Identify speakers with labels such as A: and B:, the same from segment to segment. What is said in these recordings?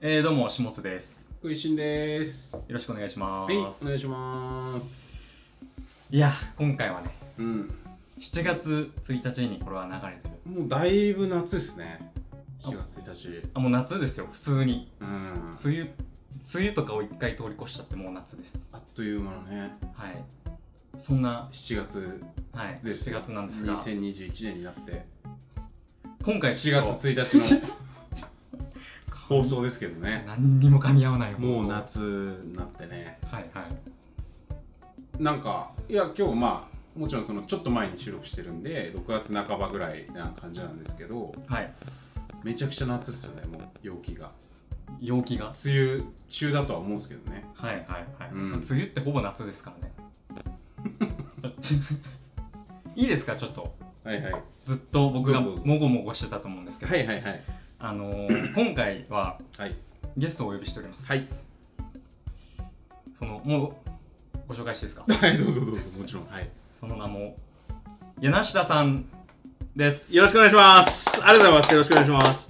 A: えー、どうも、下津です。
B: 食いしんです。
A: よろしくお願いしま
B: はい、
A: す。
B: お願いします。
A: い、や、今回はね、
B: うん、
A: 7月1日にこれは流れてる。
B: もうだいぶ夏ですね。7月1日。
A: あ、もう夏ですよ、普通に。
B: うん、
A: 梅雨、梅雨とかを一回通り越しちゃってもう夏です。
B: あっという間のね、
A: はい。そんな、
B: 7月
A: はい、
B: です。
A: 7月なんですが、
B: 2021年になって、
A: 今回
B: 4
A: ちょっと
B: 月1日の放送ですけどね。
A: 何にも噛み合わない
B: も
A: 放
B: う夏になってね。
A: 送。はいはい。
B: なんか、いや、今日まあ、もちろんそのちょっと前に収録してるんで、6月半ばぐらいな感じなんですけど、
A: はい。
B: めちゃくちゃ夏っすよね、もう陽気が。
A: 陽気が。
B: 梅雨中だとは思うんですけどね。
A: はいはいはい。
B: うん
A: 梅雨ってほぼ夏ですからね。 いいですか、ちょっと。
B: はいはい。
A: ずっと僕が
B: どうぞどうぞ
A: もごもごしてたと思うんですけど。
B: はいはいはい
A: あのー今回は
B: はい
A: ゲストをお呼びしております。
B: はい。
A: そのもうご紹介していいですか
B: はいどうぞどうぞもちろんはい
A: その名も柳下さんです。
C: よろしくお願いします。ありがとうございます。よろしくお願いします。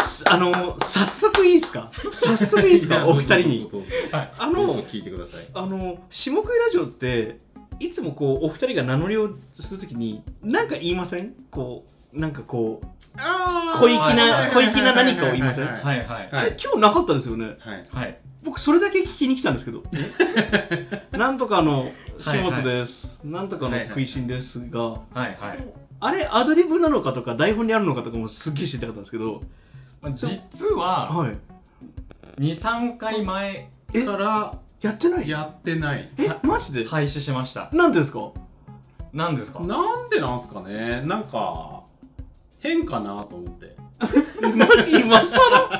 C: すあの、早速いいですか早速いいですかお二人に。
B: どうぞ
A: はい
C: あ
B: どうぞ
C: の、
B: 聞いてください
C: あの、下食いラジオって、いつもこう、お二人が名乗りをするときに、なんか言いませんこう、なんかこう、
B: あ
C: ー小粋
A: な
C: 小粋な何かを言いません
B: はいは
A: はいいはい
B: は
C: あ
B: い
C: れ今日なかったですよね。
B: はい
A: はい。
C: 僕、それだけ聞きに来たんです けど。なんとかの、下津です。なんとか
B: は
C: の
B: いはい
C: 食いしんですが、
A: はいはい。
C: あれ、アドリブなのかとか、台本にあるのかとかもすっげえ知りたかったんですけど、
A: まあ実は
C: はい。
A: 二三回前
C: え
B: から
C: やってない
B: やってない
C: え、マジで
A: 廃止しました。
C: なんでですか
A: なんですか。
B: なんでなんすかねなんか変かなと思って
C: 今さら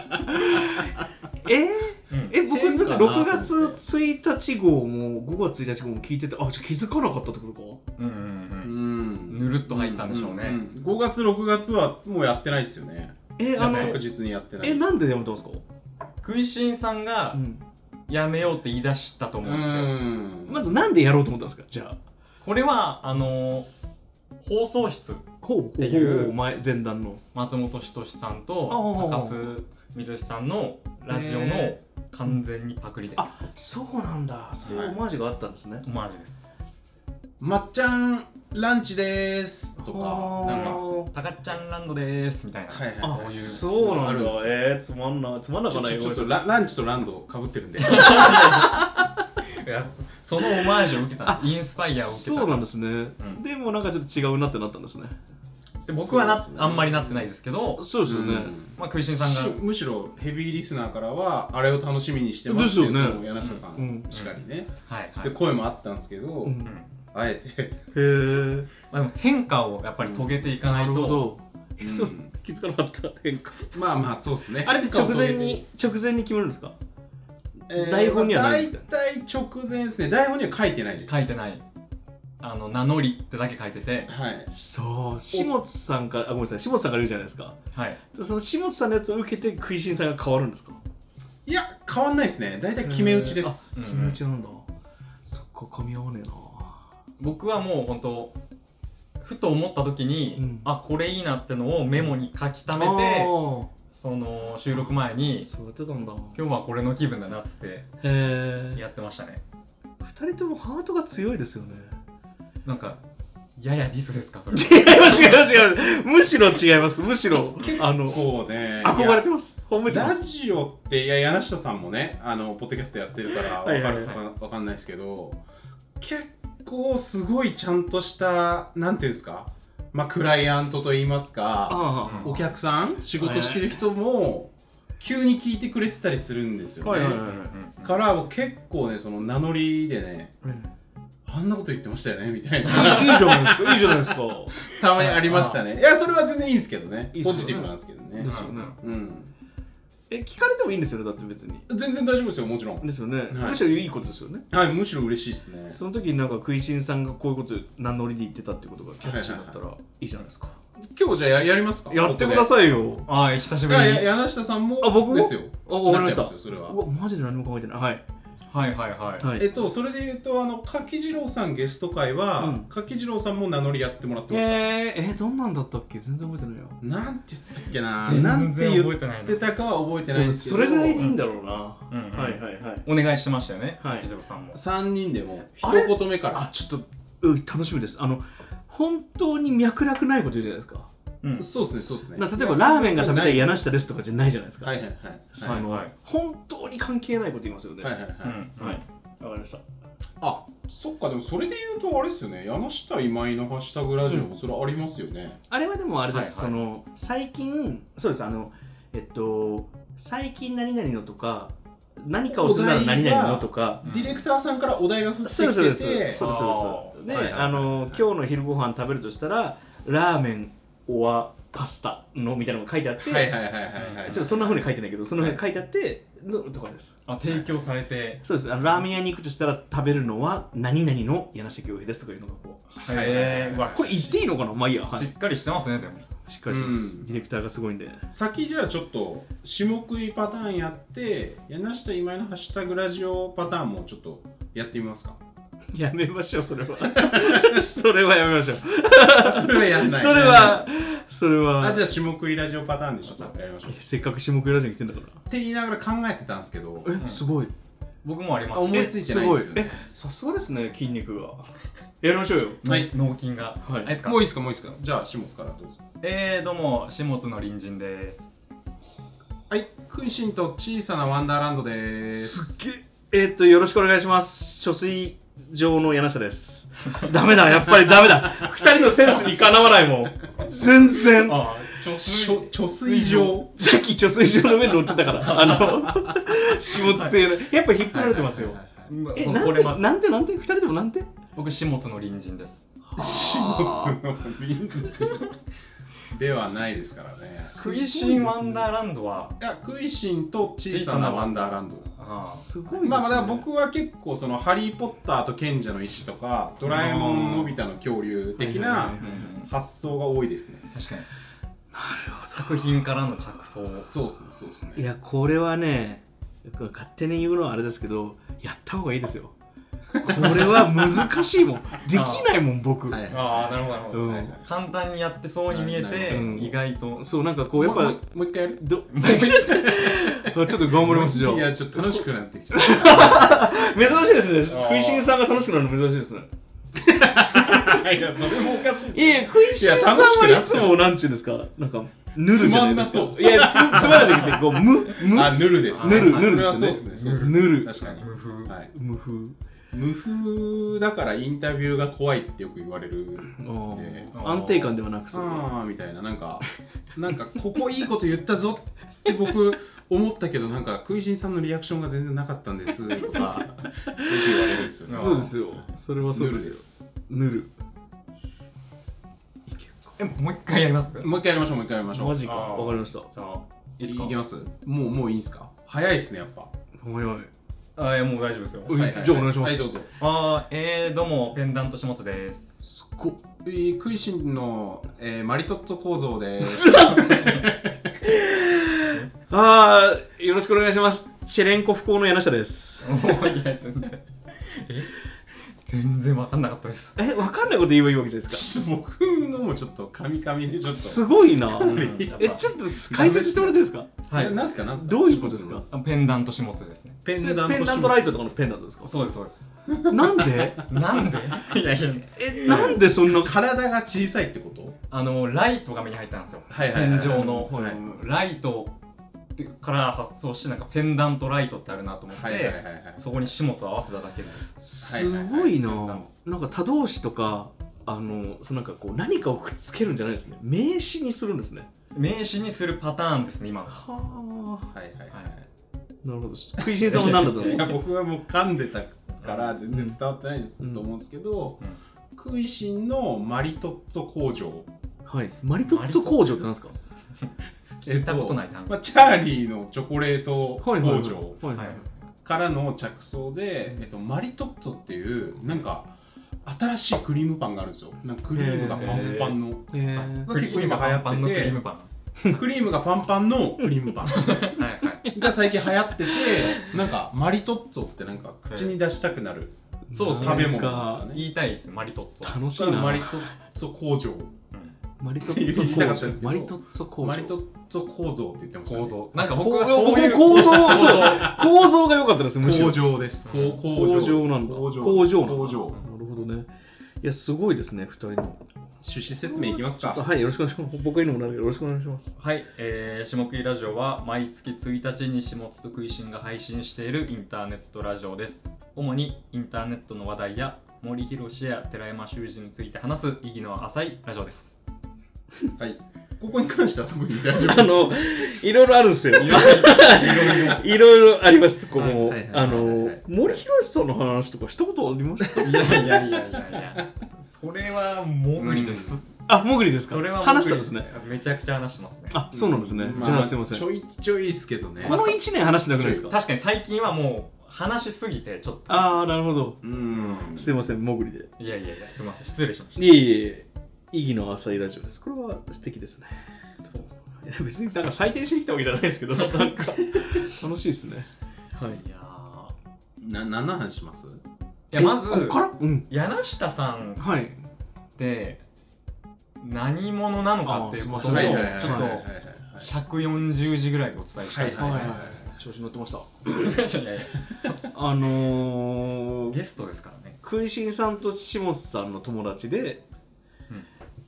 C: え
A: うん
C: え僕
B: 変
C: だ
B: かな
C: って6月1日号も5月1日号も聞いててあじゃあ気づかなかったってことか
A: うんう
B: うん
A: うん。
B: ん
A: ぬるっと入ったんでしょうね。
B: 5月6月はもうやってないですよね
C: え
A: や
C: あ
A: ばい
C: の
B: 確実にやってない
C: えなんでやめたんですか、
A: 食いしんさんが
C: うん、
A: やめようって言い出したと
B: う
A: 思うんですよ。
B: ん
C: まずなんでやろうと思ったんですかじゃあ
A: これはあのー放送室
C: ほう
A: て
C: ほ
A: いう
C: うほう前前段の
A: 松本人志さんと
C: あほうほうほう
A: 高須みぞしさんのラジオの
C: へ
A: 完全にパクリです。
C: あそうなんだそういうオマージュがあったんですね、
A: オマージュです。
B: まっちゃんランチでーすとかなん
A: た
B: か
A: かっちゃんランドでーすみたいな。
B: はいはい
C: あ
B: い
C: そうな
B: ある
C: ん
B: ん
C: だ
B: ですよ
C: えー、つまんなつまんな
B: ち
C: か
B: ょ
C: ない
B: ちょ
C: よ
B: ちょっとラランチとランドかぶってるん で
A: いやそのオマージュを受けた、インスパイアを受けた。
C: そうなんですね、
A: うん
C: でもなんかちょっと違うなってなったんですね
A: で僕はな、
B: そうですね
A: あんまりなってないですけど、
C: そうですよね、
B: うん
A: まあ、食いしんさ
B: し
A: んが。
B: むしろヘビーリスナーからはあれを楽しみにしてます
C: ですよね
B: その柳下さんしかりね、
A: はいは
B: そ
A: い。
B: ういう声もあったんですけど、
C: うん
A: うん
C: へ
B: あえて
C: え
A: まあ、でも変化をやっぱり遂げていかないと、
C: え そう気づかなかった変化
B: まあまあそうですね
C: あれで直前に、直前に決めるんですか台本にはないんですか
B: 大体直前ですね台本には書いてないです
A: 書いてない。あの、名乗りってだけ書いてて、
B: はい
C: そう下津さんからあごめんなさい下津さんから言うじゃないですか
A: はい。
C: その下津さんのやつを受けて食いしんさんが変わるんですか
B: いや変わんないですね大体決め打ちです、
C: あ
A: うん
C: 決め打ちなんだ、そっか噛み合わねえな
A: 僕はもう本当ふと思った時に、
C: うん
A: あこれいいなってのをメモに書き溜め
C: あ
A: て
C: ー
A: その収録前に
C: そうやってたんだ
A: 今日はこれの気分だなっつって
C: へえ
A: やってましたね
C: 二人ともハートが強いですよね
A: なんかややディスですかそれ
C: いや 違う違う違うむしろ違いますむしろあの
B: こうね
C: 憧れてます褒めてま
B: ラ
C: す
B: ジオっていや柳下さんもねあのポッドキャストやってるからわか
C: はいはいはい
B: るわかわかんないですけど結構すごいちゃんとしたなんていうんですかまあクライアントと言いますか
C: あ
A: うん
B: お客さん仕事してる人も急に聞いてくれてたりするんですよね、
C: はいはいは
A: うんうんうん
B: から僕結構ねその名乗りでね
C: あ、うん
B: あんなこと言ってましたよねみたいな
C: いいじゃないですか、いいじゃない ですか。
B: たまにありましたねいやそれは全然いいんですけどね
C: いいっす
B: ポ
C: よね
B: ジティブなんですけどね
C: ですよね。
B: うん
C: え、聞かれてもいいんですよね、だって別に。
B: 全然大丈夫ですよもちろん
C: ですよね。
B: はい
C: むしろいいことですよね。
B: はいむしろ嬉しいですね
C: その時になんか食いしんさんがこういうこと名乗りで言ってたってことがキャッチーだったらいいじゃないですか。
B: 今日じゃあややりますか
C: やってくだ
B: い
C: さいよ。
A: ああ久しぶり
B: や
A: に
B: や柳下さんも
C: あ僕も
B: ですよ
C: あわかりました
B: なっちゃいますよそれは
C: うわ、マジで何も考えてない。はい。
A: はいはいはい、
C: はい
B: えっとそれで言うとあの柿次郎さんゲスト会は、
C: うん柿
B: 柿次郎さんも名乗りやってもらってました、
C: えー、えどんなんだったっけ全然覚えてないよ
B: なんて言ってたっけななん
A: 全
B: て
A: 然
B: 言
A: 覚え
B: って
A: ない
B: て
A: な
B: たかは覚えてない
C: で
B: ん
C: も
B: です
C: そ
B: けど
C: れぐらいでいいんだろうな、
A: うんうん
C: はいはいはい
A: お願いしてましたよね
C: はい
A: 柿次郎さんも
B: 3人でも一
C: あれ
B: 言目から
C: あちょっとうん楽しみですあの本当に脈絡ないこと言うじゃないですか
A: うん
B: そうですねそうですね
C: な例えばラーメンが食べたい
B: や
C: 柳下ですとかじゃないじゃないですか、
B: はいはいはい
C: その
A: はいはい
C: 本当に関係ないこと言いますよね
B: はいはいはい、
A: うん
C: はいわかりました
B: あそっかでもそれで言うとあれですよね柳下今井のハッシュタグラジオもそれありますよね、
C: あれはでもあれです、
A: はい
C: その最近そうですあのえっと最近何々のとか何かをするなら何々のとか
A: うん
B: ディレクターさんからお題が降ってきてて
C: そうですそうですそうです
A: あー
C: そうです
B: はいは
C: で
B: いはい
C: あの今日の昼ご飯食べるとしたらラーメンオアパスタのみたいなのが書いてあって、
B: はいはいはいはいはい
A: い
C: ちょっとそんなふうに書いてないけどそのふうに書いてあってのとかです
A: あ提供されて
C: そうですあのラーメン屋に行くとしたら食べるのは何々の柳下恭平ですとかいうのがこう
B: はいはいはい
A: へーうわ
C: これ言っていいのかなまあいいや、は
A: し
C: い、
A: っかりしてますねでも
C: しっかりします、
B: うん
C: ディレクターがすごいんで
B: 先じゃあちょっと下食いパターンやって柳下今井のハッシュタグラジオパターンもちょっとやってみます か
C: やめましょう それはそれはやめましょう
B: あそれはやんない
C: それはそれは
B: あじゃあ下食いラジオパターンでちょっとやりましょうっ
C: せっかく下食いラジオに来てんだか
B: て言いながら考えてたんですけど
C: らえ、すごい
A: 僕もありま
B: あ
A: す
B: 思いついてないですよね
C: さすがですね筋肉がやりましょうよ
B: はい
A: 脳筋があ
C: はい
A: れですか
B: もういいですかもういいですかじゃあ下津からどうぞ
A: えー、どうも下津の隣人です
B: はい食いしんと小さなワンダーランドです
C: すっげええーっとよろしくお願いします書水場の柳下ですダメだやっぱりダメだ二人のセンスにかなわないもん全然
A: あちょ
B: しょ貯水場
C: さっき貯水場の上に乗ってたからあの下津亭のやっぱ引っ張られてますよ え
A: え
C: なん
A: これ
C: て
A: ま
C: なんてなんて二人ともなんて
A: 僕下津の隣人です
B: 下津の隣人ではないですからね
A: 食いしんワンダーランドはい
B: や食いしんと小さなワンダーランド
A: あー
C: すごいですね
B: まあまあだから僕は結構その「ハリー・ポッターと賢者の石」とか「ドラえもんのび太の恐竜」的
C: はいはい
B: な
C: はい
B: 発想が多いですね
A: 確かになるほど作品からの着想
B: そうですねそうです
C: い
B: ね
C: やこれはね勝手に言うのはあれですけどやった方がいいですよこれは難しいもんできないもん僕、
B: はいは
A: ああなるほどなるほ
C: う
A: ど
C: ん
B: いはい
A: 簡単にやってそうに見えて
C: うん
A: 意外と
C: そうなんかこうやっぱ
B: もうもう一回やる
C: ど ちょっと頑張りますじゃあ
B: いやちょっと楽しくなってきちゃ
C: 珍しいですね
A: あー
C: 食いしんさんが楽しくなるの珍しいですね
B: う いやそれもおかしい
C: いや食いしんさん
B: いや楽しくなって
C: は
B: ま
C: い
B: す
C: つもなんちゅうんですかなんかぬるじゃないです
B: つま
C: か
B: んなそう
C: いやつつまらなくてこうむむ
B: あぬるです
C: ぬる
B: あ
C: ぬる
B: それは
C: で
B: そう
C: す
B: で
C: ね
B: すねそう
C: ぬる
B: ですね確か
A: 無風
B: にはい
C: 無風
B: 無風だからインタビューが怖いってよく言われる
C: あー
B: ね
C: 安定感ではなくそれは
B: あーみたいななんかなんかここいいこと言ったぞって僕思ったけどなんか食いしんさんのリアクションが全然なかったんですとかよく言われるんですよね
A: あー
C: そうですよそれはそう
B: ヌ
C: で
B: ル
C: す
B: で
C: よ
B: す
C: ぬる
A: えもう一回やります
B: もう一回やりましょうもう一回やりましょう
C: マジか
A: あー
C: わかりました
A: じゃあいいですか
B: いきますもうもういいんすか早いっすねやっぱ
C: はいはい
A: あいやもう大丈夫ですよ
C: うん
B: はいはい
C: じゃあお願いします
B: はいどうぞ
A: あーえー、どうもペンダント下津です
C: すっご
B: えー食いしんの、えーマリトッツォ構造 です
C: ああよろしくお願いしますチェレンコ不幸の柳下です
A: もういや全然 え全然わかんなかったです
C: えわかんないこと言えばいいわけじゃないです
B: ちょっと僕のもちょっとカミカミでちょ
C: か
B: っ
C: すごいな
A: うんやっぱ
C: えちょっと解説してもらっていいですか
B: と
A: はい
B: ななんすかなんすか
C: どういうことですか
A: あペンダント下津ですね
B: ペ
C: ペ
B: ン
C: ン
B: ダ
C: ダ
B: ント
C: ントライトとかのペンダントですか
A: そうですそうです
C: なんで
A: なんで いやいや
C: えなんでそんな
B: 体が小さいってこと
A: あのライトが目に入ったんですよ、
B: はいはいはいはい
A: 天井の、
C: はい
A: ライトから発想してなんかペンダントライトってあるなと思って、
B: はいはいはいはい
A: そこに始末を合わせただけです
C: すごい
A: はいはいは
C: ななんか他動詞とかあのそのなんかこう何かをくっつけるんじゃないですね名詞にするんですね
A: 名詞にするパターンですね今の
C: はあ
B: はいはいはい、
A: はい
C: なるほど食いしんさんは何だったんで
B: い
C: す
B: や
C: か
B: 僕はもう噛んでたから全然伝わってないです、
C: うん
B: と思うんですけど、
A: うん
B: クイシンのマリトッツォ工場
C: はいマリトッツォ工場ってなんですか
A: 聞いたことない単語
B: まあ、チャーリーのチョコレート工
C: はいはいはい
B: 場
C: はい
A: はい
B: からの着想で、えっと、マリトッツォっていうなんか新しいクリームパンがあるんですよなんかクリームがパンパンの、
C: えー
B: 結構今流行ってて
A: パンのクリームパン
B: クリームがパンパンのクリームパン
A: はいはい
B: が最近流行っててなんかマリトッツォってなんか口に出したくなる
A: そうですね
B: 食べ物
C: なん
B: な
C: か
B: んですよね
A: 言いたいですマリトッツォ、
C: 楽しい
B: だから
C: な
B: マリトッツォ工場
A: うん
C: マリトッツ
B: って言いたかったんで
C: ォ
B: すけ
C: 工
B: ど
C: 場マリトッツォ工場
B: マリトッツォ構造って言ってました、ね、
A: 構造なんか僕
C: 僕
A: はそういう
C: 僕構造
A: 構
C: そう構造が良かったですむしろ
B: 工場ですこう工場
C: 工場なんだ
B: 工場
C: 工場なんだ
B: 工場
C: なるほどねいやすごいですね二人の
B: 趣旨説明いきますか
C: はいよろしくお願いします僕にもなるけどよろしくお願いします
A: はい、えー、下食いラジオは毎月1日に下津と食いしんが配信しているインターネットラジオです。主にインターネットの話題や森博氏や寺山修司について話す意義の浅いラジオ です。
B: はいここに関しては特に大丈夫
C: あのいろいろあるんですよ
A: いろいろいろ
C: いろいろありますここ
B: はいはいはいはい
C: あの森博さんの話とかしたことありました
A: いやいやいやいやいや、それはもぐりです。
C: あ、もぐりですか
A: それはもぐり
C: 話したんですね。。
A: めちゃくちゃ話してますね。
C: あ、そうなんですね。
B: まあ
C: じゃあすいません。
B: ち
C: こ
B: ょいちょいですけどね
C: の1年話してなくないですか
A: 確かに最近はもう話しすぎてちょっと。
C: あー、なるほど。
B: うん
C: すいません、もぐりで。
A: いやいやいや、すみません、失礼しまし
C: いえいえいえ、意義の浅いラジオです。これは素敵ですね。
A: た。そうです
C: いや別になんか採点してきたわけじゃないですけ ど、なんか楽しいですね。はい。
A: いやー
B: な何の話します
A: いやま
C: えこ
A: ず
C: っ、からうん。
A: 柳下さん
C: はい。
A: って何者なのかっていうことを
C: あー
A: ち
C: すいません
A: ょっと140字ぐらいでお伝えしたいです
B: はいはい
C: 調子乗ってました。
A: いやいや
C: あのー、
A: ゲストですからね
C: 食いしんさんと下津さんの友達で、
A: うん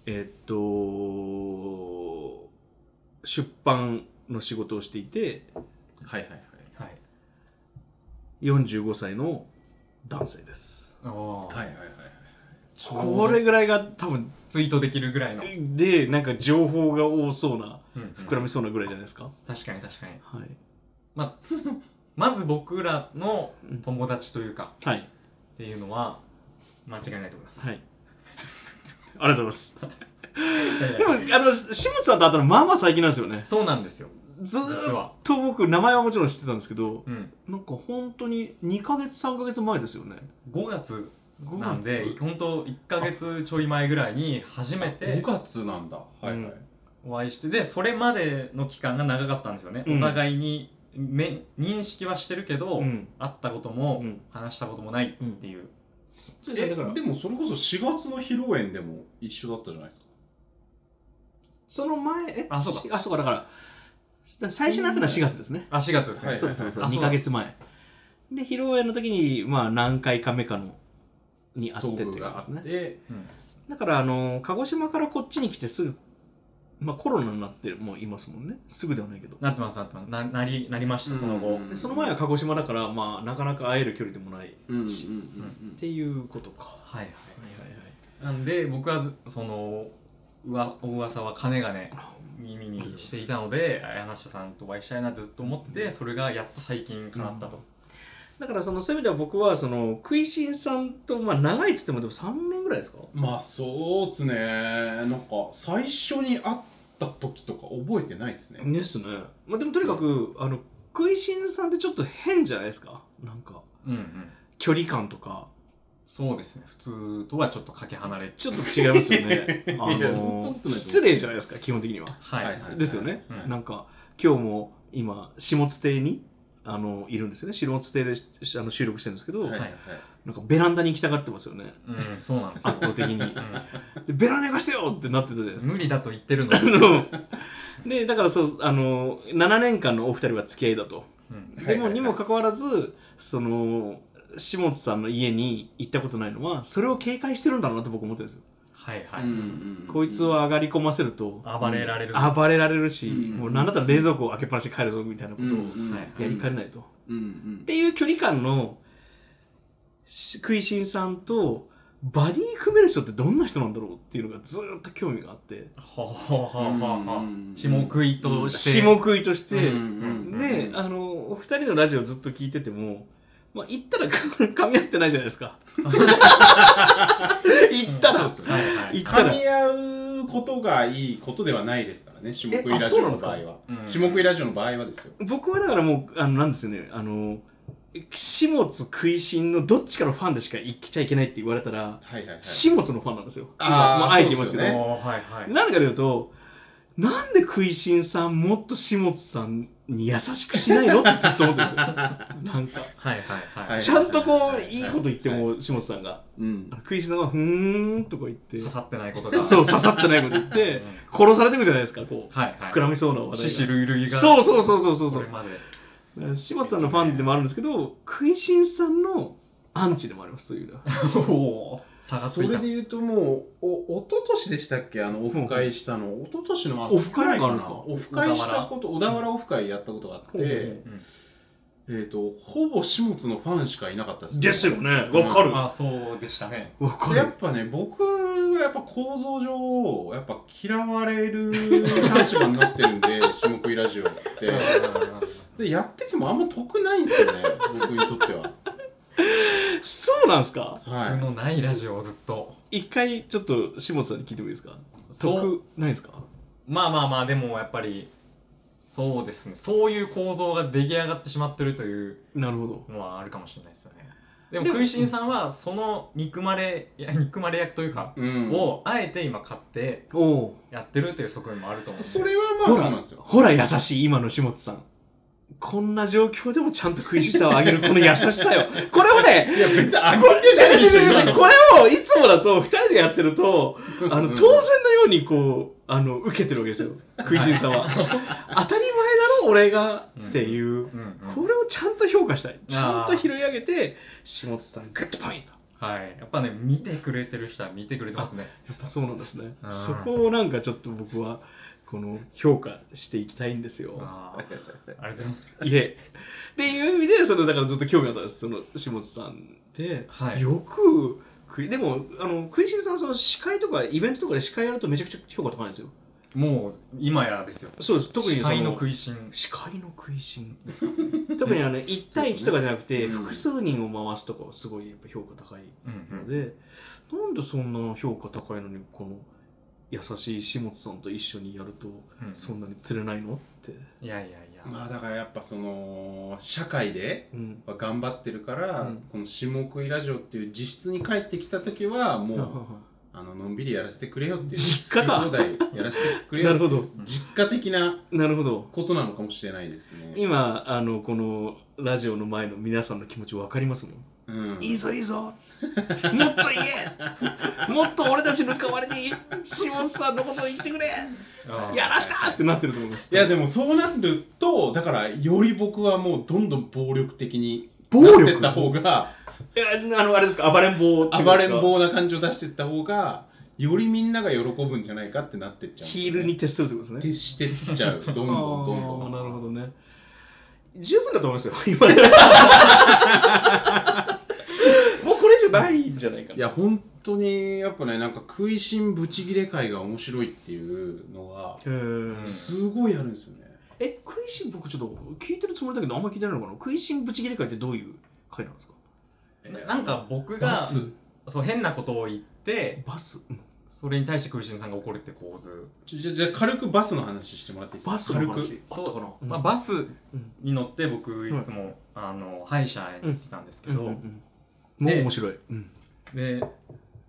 C: えっと、出版の仕事をしていて、
B: はいはいはい
A: はい
C: 45歳の男性です。
A: おー
B: はいはいはい
C: これぐらいが多分、
A: ツイートできるぐらいの、
C: で、なんか情報が多そうな、
A: うん
C: 膨らみそうなぐらいじゃないですか。
A: 確かに確かに
C: はい。
A: まあまず僕らの
C: うん
A: 友達というか
C: はい。
A: っていうのは間違いないと思います、
C: はい。ありがとうございます。
A: いやいや
C: でも、あの、清水さんと会ったの、まあまあ最近なんですよね。
A: そうなんですよ
C: ず
A: 実
C: ーっ
A: は
C: と僕、名前はもちろん知ってたんですけど、
A: うん
C: なんか本当に2ヶ月、3ヶ月前ですよね。
A: 5月
C: 5月。
A: なんで本当1か月ちょい前ぐらいに初めて
B: 5月なんだはいはい
A: お会いしてでそれまでの期間が長かったんですよね、
C: うん
A: お互いにめ認識はしてるけど、
C: うん。
A: 会ったことも、
C: うん
A: 話したこともないっていう、
B: え
C: だから
B: でもそれこそ4月の披露宴でも一緒だったじゃないですか
C: その前、え
A: あそう
C: か。あ、そうか、だから、最初に会ったのは4月ですね。
A: あ4月ですね、
B: はい
C: そうそうそう、
A: あ
C: 2ヶ月前。で、披露宴の時に、まあ、何回か目かの、に会ってってい
B: 遭遇
C: うこと
B: が
C: ですね
B: あ。って
A: うん
C: だから、あの、鹿児島からこっちに来てすぐ、まあ、コロナになってもういますもんね。すぐではないけど。
A: なってますなってますななりなりましたその後、
B: うん
C: でその前は鹿児島だから、まあ、なかなか会える距離でもない。っ
B: うんうんうん
C: ていうことか。
A: はいはい
C: はいはい
A: なんで僕はずそのうわお噂は金がね耳にしていたので柳下さんとお会いしたいなってずっと思っててそれがやっと最近叶ったと、
C: だから、その、そういう意味では僕は、その、食いしんさんと、まあ、長いっつっても、でも3年ぐらいですか
B: まあそうっすねなんか最初に会った時とか覚えてないですね
C: ですね。まあ、でも、とにかく、あの、食いしんさんってちょっと変じゃないですか。なんか、
A: うんうん
C: 距離感とか。
A: そうですね普通とはちょっとかけ離れ
C: ちょっと違いますよ ね。あ
B: いやそんなことない
C: の
B: と思う
C: 失礼じゃないですか、基本的には。
A: はい、
B: はいはい
C: ですよね。
A: はい
C: なんか、今日も今、下津邸に、あの、いるんですよね。下津邸でしあの収録してるんですけど、
B: はいはい
C: なんかベランダに行きたがってますよね。
A: うんそうなんですよ
C: 圧倒的 に。で
A: う
C: ベランダ行かしてよってなってたじゃないです
A: ん
C: か。
A: 無理だと言ってるのに、
C: あの で、だからそう、あの、7年間のお二人は付き合いだと。
A: うん
C: でも、
B: はいはいはい
C: にもかかわらず、その、下津さんの家に行ったことないのは、それを警戒してるんだろうなって僕思ってるんですよ。
A: はいはい、
B: うんうんうん
C: こいつを上がり込ませると、
A: 暴れられる、
C: 暴れられるし、
B: うん
C: もうなんだったら冷蔵庫を開けっぱなしで帰るぞみたいなこ
B: うんうん
C: と
B: うん
A: はい
C: をやりかねないと。っ
B: うんうん
C: ていう距離感のし食いしんさんとバディ組める人ってどんな人なんだろうっていうのがずーっと興味があって
A: ほうほうほうほうほ
B: う
A: うん下食いとして
C: 下食いとして、
B: うんうんうん
C: であのお二人のラジオずっと聞いててもまあ言ったら 噛み合ってないじゃないですか言った
B: そう
C: ら
B: ですよね
A: はいはい
C: 言った
B: 噛
C: ら
B: み合うことがいいことではないですからね下食いラジオの場合
C: えあそう
B: は
A: うん
B: 下食いラジオの場合はですよ
C: 僕はだからもうあのなんですよねあの下津食いしんのどっちかのファンでしか行きちゃいけないって言われたら
B: はいはいはい
C: 下津のファンなんですよ。
B: あー
C: 今まあ、あえて言いますけど。
B: そうっすよね
A: おーはいはい
C: なんでかというと、なんで食いしんさんもっと下津さんに優しくしないのってずっと思ってるんですよ。なんか、
A: はいはいはい。
B: はい
C: ちゃんとこう、いいこと言っても、下津さんが、
B: うん
C: あのクイズのが、ふーんとか言って、
A: 刺
C: そ
A: さってないことが。
C: う、刺さってないこと言っ
A: うん。
C: て、殺されていくじゃないですか、こ、
A: はいうはい。
C: 膨らみそうな話題が。
A: 獅子類類が。
C: そうそうそうそうそうそ
A: こ
C: う
A: れ。まで。
C: 柴田さんのファンでもあるんですけど、食いしんさんのアンチでもあります、そういうのは。
A: おお。差がつ
B: そ
A: い
B: れ
A: た
B: で。言うともうお一昨年でしたっけあのオフ会したの、一昨年の秋
C: オフ会なんかあるんですか
B: オフ会したこと小田原オフ会やったことがあって、
C: ほうほうほ
B: えっ、とほぼ下津のファンしかいなかったです
C: ですよね。
B: うん
C: わかる。わ
A: あ、そうでしたね。
C: か
B: や
C: る。
B: っぱね僕はやっぱ構造上やっぱ嫌われる立場になってるん で下食いラジオってでやっててもあんま得ないんですよね僕にとっては
C: そうなんですか
A: 僕
B: は
A: のないラジオをずっと。
C: 一回ちょっと下津さんに聞いてもいいですか
A: そう。
C: 得ないですか
A: まあまあまあ、でもやっぱり、そうですね。そういう構造が出来上がってしまってるという
C: なるほど。
A: のはあるかもしれないですよね。でも、
C: でも
A: 食いしんさんは、その憎まれ、いや、憎まれ役というか、
B: い、うん、
A: を、あえて今買って
C: おう
A: やってるという側面もあると思うんで。
B: それはまあそうなんですよ
C: ほら優しい、今の下津さん。こんな状況でもちゃんと食いしんさんを上げる、この優しさよ。これをね、
B: いや別にあげてないでしょ今の
C: これをいつもだと、二人でやってると、あの、当然のようにこう、あの、受けてるわけですよ。食いしんさんは。当たり前だろ、俺が。っていう。
A: うんうん
C: これをちゃんと評価したい。ちゃんと拾い上げて、下津さん、グッドポイント。
A: はい。やっぱね、見てくれてる人は見てくれてますね。
C: やっぱそうなんですね
A: う。ん
C: そこをなんかちょっと僕は、この、評価していきたいんですよ。
A: あーありがとうございます。
C: いえ。っていう意味で、その、だからずっと興味あったんです。その、下津さんで、
A: はい
C: よく、くいでも、あの、クイシンさん、その司会とか、イベントとかで司会やるとめちゃくちゃ評価高いんですよ。
A: もう、今やですよ。
C: そうです。特に
A: 司
C: そ
A: 会の食いしん。
C: 視界の食いしんですか特にあの1対1とかじゃなくて、
B: うん
C: 複数人を回すとかはすごいやっぱ評価高い
A: うん
C: ので、なんでそんな評価高いのにこの優しい下津さんと一緒にやると
A: うんうん
C: そんなに釣れないのって、
A: いやいやいや。
B: まあだからやっぱその社会で
C: うん、
B: 頑張ってるから、
C: うん
B: この下食いラジオっていう実質に帰ってきた時は もう、あののんびりやらせてくれよっていう
C: 実家か
B: 好き放題やらせてくれ よってい
C: なるほ
B: う実家的な
C: なるほど
B: ことなのかもしれないですね、
C: 今あのこのラジオの前の皆さんの気持ち分かりますもん
B: うん、
C: いいぞいいぞもっと言えもっと俺たちの代わりに下津さんのことを言ってくれ
A: あー
C: やらしたってなってると思います
B: いやでもそうなるとだからより僕はもうどんどん暴力的に
C: 暴
B: な
C: 力
B: ってった方が
C: いや、あの、あれですか、暴れん坊ってこと
B: 暴
C: です
B: れ
C: か
B: ん坊な感じを出してった方がよりみんなが喜ぶんじゃないかってなってっちゃうんですよね、
C: ヒールに徹するってことですね。
B: 徹してっちゃうどんどんどんど
C: あ ー
B: ん
C: なるほどね。十分だと思いますよ、 今では。もうこれ以上ないんじゃないか
B: い
C: な。
B: や本当にやっぱねなんか食いしんブチギレ会が面白いっていうのが
C: へー
B: すごいあるんですよね、
C: え、食いしん、僕ちょっと聞いてるつもりだけど、あんま聞いてないのかな食いしんぶち切れ会ってどういう会なんですか
A: ななんか僕
B: バ
A: が、
B: ス
A: そう、変なことを言って、
C: バス、うん
A: それに対して食いしんさんが怒るって構図。
B: ちょじゃじゃあ軽くバスの話してもらっていいですか
C: バスの
B: 軽
C: 話。あったかな
A: まあ、バス
C: うん
A: に乗って僕いつも、あの歯医者に来たんですけ
C: うん
A: ど、
C: うんうんもう面白い。うん
A: で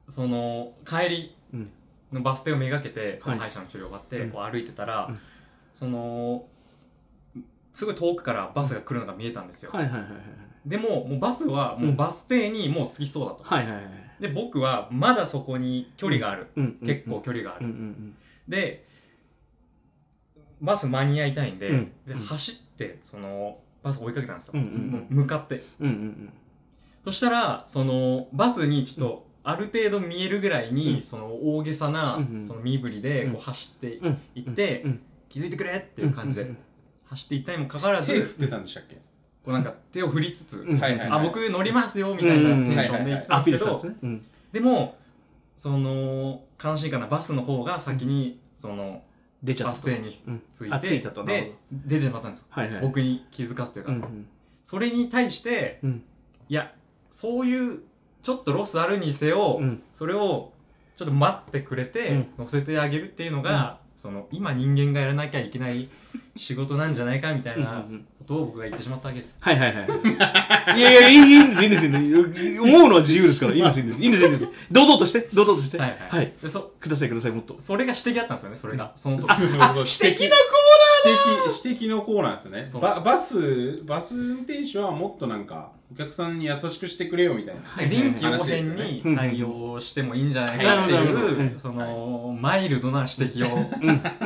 A: その帰り
C: うん
A: のバス停をめがけてその
C: は
A: 歯
C: い
A: 医者の治療があって、
C: うん
A: こう歩いてたら、
C: うん
A: そのすごい遠くからバスが来るのが見えたんですよ、
C: はいはいはい
A: でももうバスはもううんバス停にもう着きそうだと、
C: はい。はいはいはい。
A: で僕はまだそこに距離がある、
C: うんうん
A: 結構距離があ
C: う
A: る、
C: んうん
A: でバス間に合いたいんで,、
C: うん
A: で
C: うん
A: 走ってそのバス追いかけたんですよ、
C: うんうんうん
A: もう向かって
C: うん。うんうんうん。
A: そしたら、その、バスにちょっと、ある程度見えるぐらいに、
C: うん
A: その大げさな、
C: うんうん
A: その身振りで
C: うん
A: こう走って
C: うん
A: いって、
C: うん
A: 気づいてくれっていう感じ
C: ん
A: で
C: ん
A: 走っていったにもかかわらず、
B: 手
A: こ
B: 振ってたんでしたっけ、
A: うなんか手を振りつつ、
C: うん
B: はいはい
A: あ、僕乗りますよみたいなテンションで言ってた
C: ア
A: ん
C: ピ
A: で
C: ール
A: すけ
C: したん
A: ど
C: です、ね。うん
A: でも、その、悲しいかな、バスの方が先に、その、
C: 出ちゃった。
A: バス停に
C: うん
A: つい
C: あ、つ
A: て、
C: いたと。なる
A: で、出てしまったんですよ。
C: ほどはいはい。
A: 僕に気づかすという
C: う
A: か。
C: ん
A: それに対して、
C: うん
A: いや、そういう、ちょっとロスあるにせ
C: う
A: よ、
C: ん。うん。
A: それをちょっと待ってくれ
C: う
A: て
C: ん
A: 乗せてあげるっていうのが、その今人間がやらなきゃいけ ない仕事なんじゃないかみたい
C: うんうんう
A: なんことを僕が言ってしまったわけですよ。
C: はいはいはい。いやいや、いいいいんです、いいんです、いいんです。思うのは自由ですから、いいんです、いいんです、いいんです、いいんです。堂々として、堂々として。
A: はいはい、
C: はい。
A: でそ
C: ください、ください、もっと。
A: それが指摘だったんですよねそれが、その時
B: そうそう指摘
C: な
B: 指摘指摘のコーナーです
A: そ
B: よ
A: う
B: ねババスバス運転手はもっとなんかお客さんに優しくしてくれよみたいな
C: はい
A: 臨機応変に対応してもいいんじゃないかって
C: はいなるほどないるほ
A: う、その、マイルドな指摘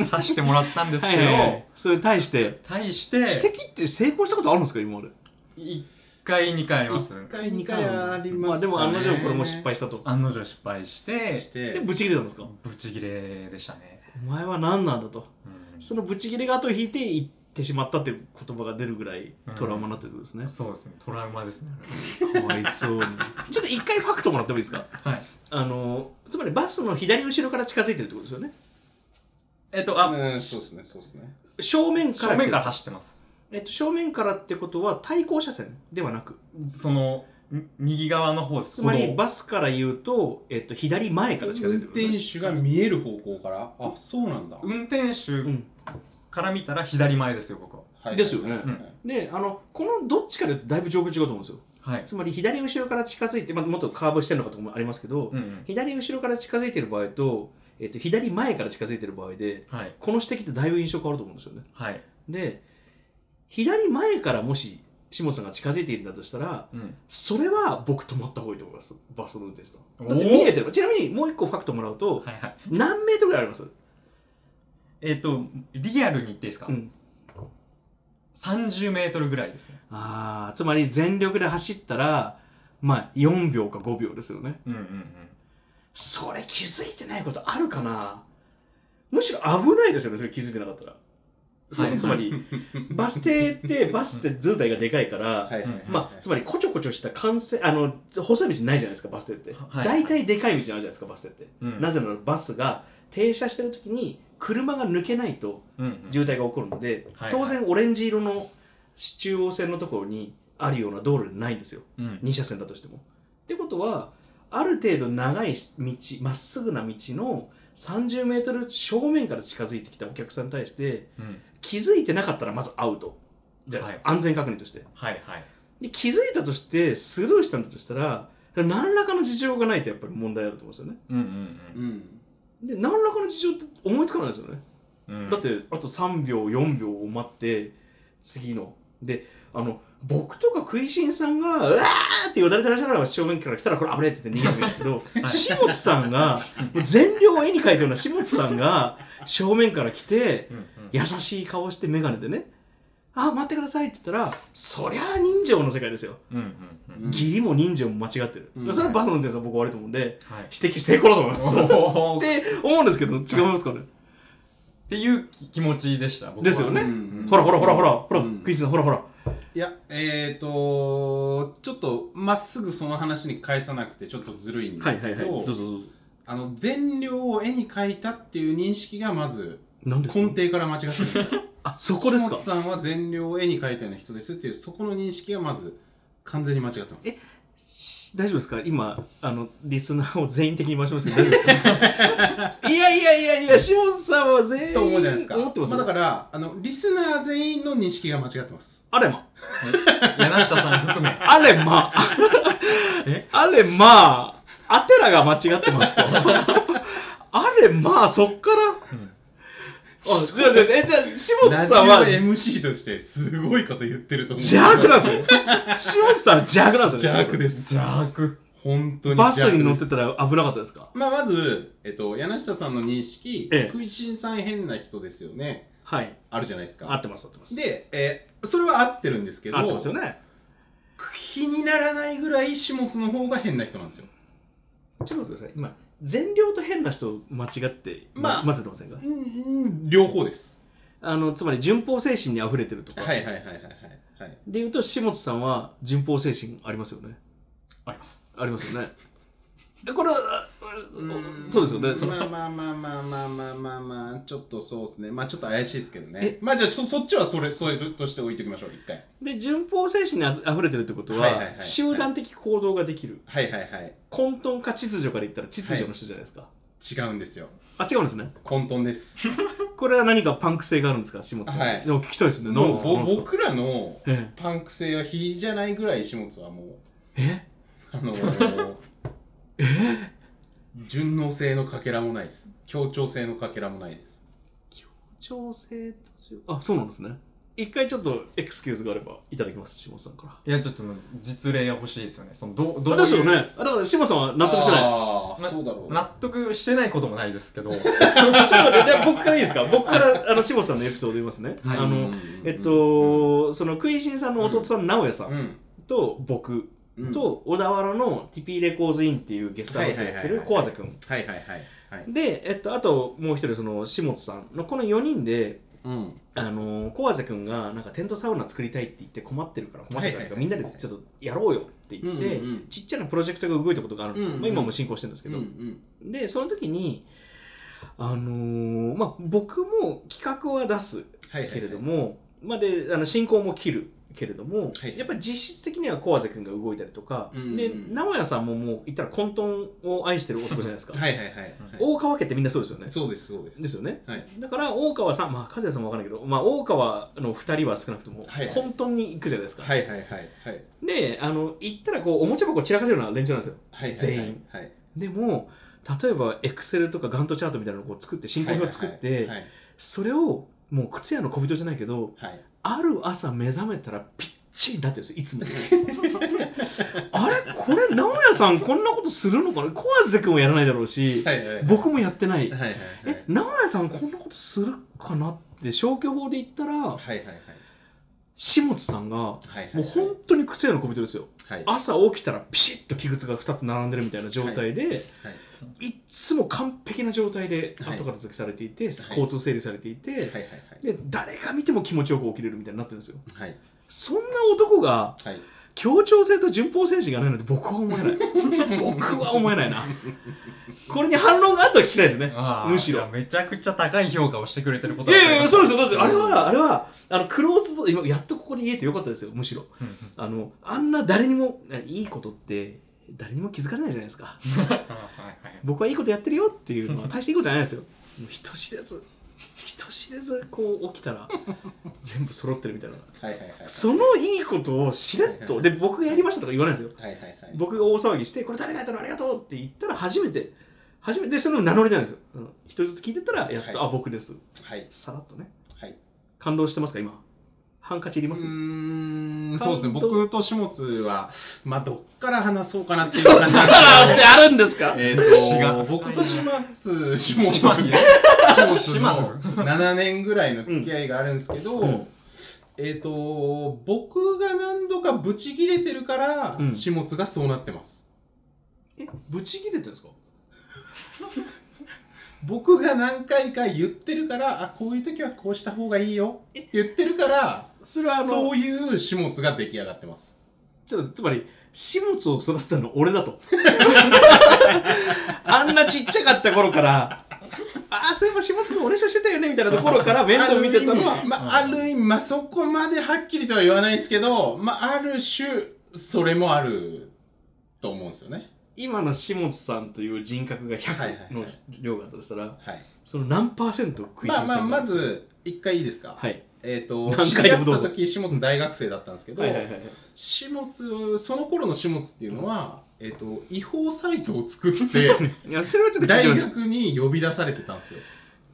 A: をさしてもらったんです
C: は
A: け
C: いはいはい
A: ど、
C: それに対して、
A: 対して、
C: 指摘って成功したことあるんですか、今まで。
A: 1回、2回あります。
B: 1回2回あり
C: ま
B: ま
C: あ
B: す
C: でも、案の定これも
B: 失
C: 失
B: 敗
C: 敗したと。
A: 案の定失敗して、
B: して
C: で、ブチ切れたんですか。
A: ブチギレでしたね。
C: お前は何なんだと。
A: うん
C: そのブチ切れが後を引いていってしまったっていう言葉が出るぐらいトラウマになってるってことですね。
A: そうですね、トラウマですね。
C: かわ いそうに。ちょっと一回ファクトもらってもいいですか
A: はい。
C: あの、つまりバスの左後ろから近づいてるってことですよね。
A: えっと、あ、
B: うんそうですねそうですね
C: 正面から
A: 正面から走ってます。
C: えっと、正面からってことは対向車線ではなく
A: その、み右側の方です。
C: つま
A: 歩
C: り
A: 道
C: バスから言うと、えっと、左前から近づ
B: 運
C: いてるってことですね、
B: 転手が見える方向からあそうなんだ、
A: 運転
C: う
A: 手
C: ん
A: から見たら左前ですよ、ここ。
B: はい
C: ですよね
B: はいはい
C: であのこのどっちかで言うとだいぶ状況違うと思うんですよ
A: はい。
C: つまり左後ろから近づいて、まあ、もっとカーブしてるのかとかもありますけど、
A: うんうん。
C: 左後ろから近づいてる場合と、えっと、左前から近づいてる場合で
A: はい。
C: この指摘ってだいぶ印象変わると思うんですよね
A: はい。
C: で左前からもし下さんが近づいているんだとしたら
A: うん。
C: それは僕止まった方がいいと思いますバスの運転手さん
A: お
C: だって見えてればちなみにもう一個ファクトもらうと
A: はいはい。
C: 何メートルぐらいあります
A: えっ、と、リアルに言っていいですか、
C: うん
A: 30メートルぐらいですね。
C: ああつまり全力で走ったらまあ4秒か5秒ですよね
A: うんうんうん。
C: それ気づいてないことあるかなむしろ危ないですよねそれ気づいてなかったら、そ
A: はい
C: つ まりバス停ってバスって図体がでかいから、
B: はいはいはいはい
C: まあ、つまりこちょこちょした幹線あの細い道ないじゃないですかバス停って、
A: はい
C: 大体でかい道あるじゃないですかバス停って、
A: うん
C: なぜならバスが停車してる時に車が抜けないと
A: うんうん
C: 渋滞が起こるので、
A: はいはい
C: 当然オレンジ色の中央線のところにあるような道路ないんですよ
A: うん
C: 2車線だとしても。ってことはある程度長い道まっすぐな道の 30m 正面から近づいてきたお客さんに対して
A: うん
C: 気づいてなかったらまずアウトじゃないですか、安全確認として。
A: はいはい。
C: で気づいたとしてスルーしたんだとしたら何らかの事情がないとやっぱり問題あると思うんですよね
A: うん
B: うん
C: で何らかの事情って思いつかないですよね、
A: うんうん。うん
C: だっ、てあと3秒4秒を待って次のであの僕とか食いしんさんが「うわ!」ってよだれ垂らしながら正面から来たらこれ危ねえって言って逃げるんですけど、
A: い
C: 下地さんがもう全量を絵に描いたような下地さんが正面から来て
A: うんうん、
C: 優しい顔して眼鏡でね「あ待ってください」って言ったらそりゃあ人情の世界ですよ
A: うんうんうん。
B: うん
C: 義理も人情も間違ってる、
B: うん
C: それはバスの運転手さん僕悪いと思うんで
A: はい。
C: 指摘成功だと思いますっ
A: おーって
C: て思うんですけど違いますかね、
A: っていうき気持ちでした、僕は
C: ですよね
B: うんうん
C: ほらほらほらほらほら、
B: うん
C: クイズさんほらほら
B: いやえっ、ー、とちょっとまっすぐその話に返さなくてちょっとずるいんですけど、
C: どうぞどうぞ
B: あの全量を絵に描いたっていう認識がまず
C: 何ですか
B: 根底から間違ってるんですよ
C: あ そこですか
B: 下本さんは善良を絵に描いたような人ですっていうそこの認識がまず完全に間違ってます
C: えし大丈夫ですか今あのリスナーを全員的に回し ますけど大丈夫ですかいやいやいやいや下津さんは全員
B: と思うじゃないですか
C: 思ってますよ、
B: あ、だからあのリスナー全員の認識が間違ってます
C: あれま
A: 柳下さん含め。
C: あれ ま
A: え
C: あれまあてらが間違って ますとあれまあそっからあ、じゃあ、じゃあ、え、じゃあ、下
B: ラ
C: 地
B: ジ
C: さんは、
B: オ MC としてすごいこと言ってると思う
C: 邪悪なんですよ。下地さんは邪悪なんですよ
B: 邪
C: ね。
B: 悪です
A: 邪悪。
B: 本当に
C: バスに乗って
B: ら
C: たら危なかったですか
B: まあ、まず、えっと、柳下さんの認識、
C: ええ
B: 食いしんさん変な人ですよね。
C: はい。
B: あるじゃないです
C: 合っ
B: か。
C: てます、合ってます。
B: で、えーそれは合ってるんですけど、
C: 合ってますよね。
B: 気にならないぐらい始末の方が変な人なんですよ。
C: ちょっと待ってください。今、善良と変な人間違って、
B: まあ
C: ま、混ぜてませんか
B: うんうん、両方です。
C: あの、つまり、順法精神に溢れてるとか。
B: はいはいはいはいはい。はい、
C: で言うと、下地さんは、順法精神ありますよね。
A: あります。
C: あります よね。えこれは、
B: うん
C: そうですよね。
B: まあまあまあまあまあまあまあまあ、ちょっとそうですね。まあちょっと怪しいですけどね
C: え。
B: まあじゃあそそっちはそれ、それとして置いておきましょう、一回。
C: で、順法精神にあふ溢れてるってこと
B: はいはいはいは
C: は、
B: い
C: 集団的行動ができる。
B: はいはいはい。
C: 混沌か秩序から言ったら秩序の人じゃないですか。
B: 違うんですよ。
C: あ、違うんですね。
B: 混沌です。
C: これは何かパンク性があるんですか下津さん。
B: はい
C: でも聞きたいですね。
B: も
C: 何
B: う
C: ですか
B: ぼ
C: 何ですか
B: 僕らの
C: え
B: パンク性は比じゃないぐらい下津はもう
C: え
B: あのー順応性のかけらもないです協調性のかけらもないです
C: 調整途中。あ、そうなんですね。一回ちょっとエクスキューズがあればいただきます、下津さんから。
A: いや、ちょっともう実例が欲しいですよね。そのどうどう
C: あです
A: い
C: よ
A: う、
C: ね。あだから、志麻さんは納得してない。
B: ああ
A: な
B: そうだろう
A: 納得してないこともないですけど、
C: ちょっと待って、じゃあ僕からいいで すか僕から、あの、志麻さんのエピソード言いますね。
A: はい
C: あ
B: うんうん
C: の
B: う、ん
C: えっと、その、食いしんさんの弟さん、直哉さ
B: うんん
C: と僕
B: うん
C: と、小田原のティピーレコーズインっていうゲストハウスやって
B: はいは
C: る
B: いはい
C: 小
B: はい
C: 畔くん。
B: はいはいはいはい
C: で、えっと、あと、もう一人、その、志麻さんのこの4人で、
B: うん
C: あのー、小畔くんがなんかテントサウナ作りたいって言って困ってるから困ってるから、
B: はいはいはい
C: みんなでちょっとやろうよって言って、
B: うんうんうん
C: ちっちゃなプロジェクトが動いたことがあるんですよ、
B: うんうん
C: まあ、今も進行してるんですけ
B: うん
C: ど、
B: うん
C: でその時にあのーまあ僕も企画は出す
B: はいはいはい
C: けれども、まあであの進行も切るけれども、
B: はい
C: やっぱり実質的には小畔君が動いたりとか、
B: うんうん
C: で直哉さんももう言ったら混沌を愛してる男じゃないですか、
B: はいはいはいはい
C: 大川家ってみんなそうですよね
B: そうですそうです
C: ですよね
B: はい
C: だから大川さんまあ和也さんも分かんないけど、まあ、大川の2人は少なくとも
B: はいはい
C: 混沌に行くじゃないですか、
B: はいはいはいはい
C: であの行ったらこうおもちゃ箱を散らかせるような連中なんですよ
B: はいはいはい
C: 全員
B: はい
C: でも例えばエクセルとかガントチャートみたいなのをこう作って進行表を作って、
B: はい
C: それをもう靴屋の小人じゃないけど
B: はい
C: ある朝目覚めたらピッチリになってるんですよいつも あれこれ直哉さんこんなことするのかな小安君もやらないだろうし、
B: はいはいはい
C: 僕もやってない、
B: はいはいはい
C: え直哉さんこんなことするかなって消去法で言ったら
B: はいはいはい
C: 下津さんがも
B: はいはいはいう
C: 本当に靴屋の小人ですよ
B: はい
C: 朝起きたらピシッと器靴が2つ並んでるみたいな状態で、
B: はい
C: いつも完璧な状態で
B: はい
C: 後片付けされていて、交通整理されていて、
B: はいはい
C: で誰が見ても気持ちよく起きれるみたいになってるんですよ
B: はいはい
C: そんな男が
B: はい
C: 協調性と順法精神がないので僕は思えない 僕は思えないなこれに反論があったら聞きたいですね
A: あー
C: むし
A: い
C: ろ
A: やめちゃくちゃ高い評価をしてくれてるこ
C: い
A: とは
C: やいやそうですよそうですよあれ
A: うん
C: はあれはあのクローズド今やっとここで言えてよかったですよむしろあのあんな誰にもいいことって誰にも気づかれないじゃないですか
A: あはいはい
C: 僕はいいことやってるよっていうのは大していいことじゃないですよもう人知れず人知れずこう起きたら全部揃ってるみたいな
B: はいはいはい
C: そのいいことをしれっとで僕がやりましたとか言わないんですよ
B: はいはいはい
C: 僕が大騒ぎしてこれ誰がやったのありがとうって言ったら初めて初めてそれを名乗りじゃないんですよあの一人ずつ聞いてったらやっと、
B: はい
C: あ僕です
B: はい
C: さらっとね
B: はい
C: 感動してますか今ハンカチいり
B: う
C: ます、
B: ーんそう
C: 関東
B: ですね僕と下津はまあどっから話そうかなっていう感じなんです
C: あー ってあるんです
B: け
C: か
B: どえっ
A: 詩が
B: と僕と下津下津
A: 島根
B: 下津の
A: 島津
B: 7年ぐらいの付き合いがあるんですけど、
C: うん
B: えっ、と僕が何度かブチギレてるから、
C: うん
B: 下津がそうなってます
C: えブチ切れてるんですか
B: 僕が何回か言ってるからあこういう時はこうした方がいいよ言ってるから
C: それはあの
B: そういう下津が出来上がってます
C: ちょっとつまり、始末を育てたの俺だと。 あんなちっちゃかった頃から、ああ、そういえば始末君お練習してたよねみたいなところから面倒見て
B: あ
C: たの
B: る意
C: は
B: 味、まあ、ある意味、まあ、そこまではっきりとは言わないですけど、まあ、ある種、それもあると思うんですよね。
C: 今の始末さんという人格が
B: はいはいはい
C: 100の量があったとしたら、
B: はい。
C: その何パーセント食いしん
B: まあ
C: さん
B: まあ、ま、
C: が
B: ず、一回いいですか。
C: はい。
B: えっ、と、
C: 何
B: 知
C: 回
B: り
C: で
B: 合
C: も
B: っ
C: どう
B: た
C: ぞ
B: 時、下津大学生だったんですけど、
C: はいはいはいはい。
B: 始末、その頃の始末っていうのは、えっ、と、違法サイトを作っ て、
C: いや、それはちょっと聞い
B: 大
C: てます
B: 学に呼び出されてたんですよ。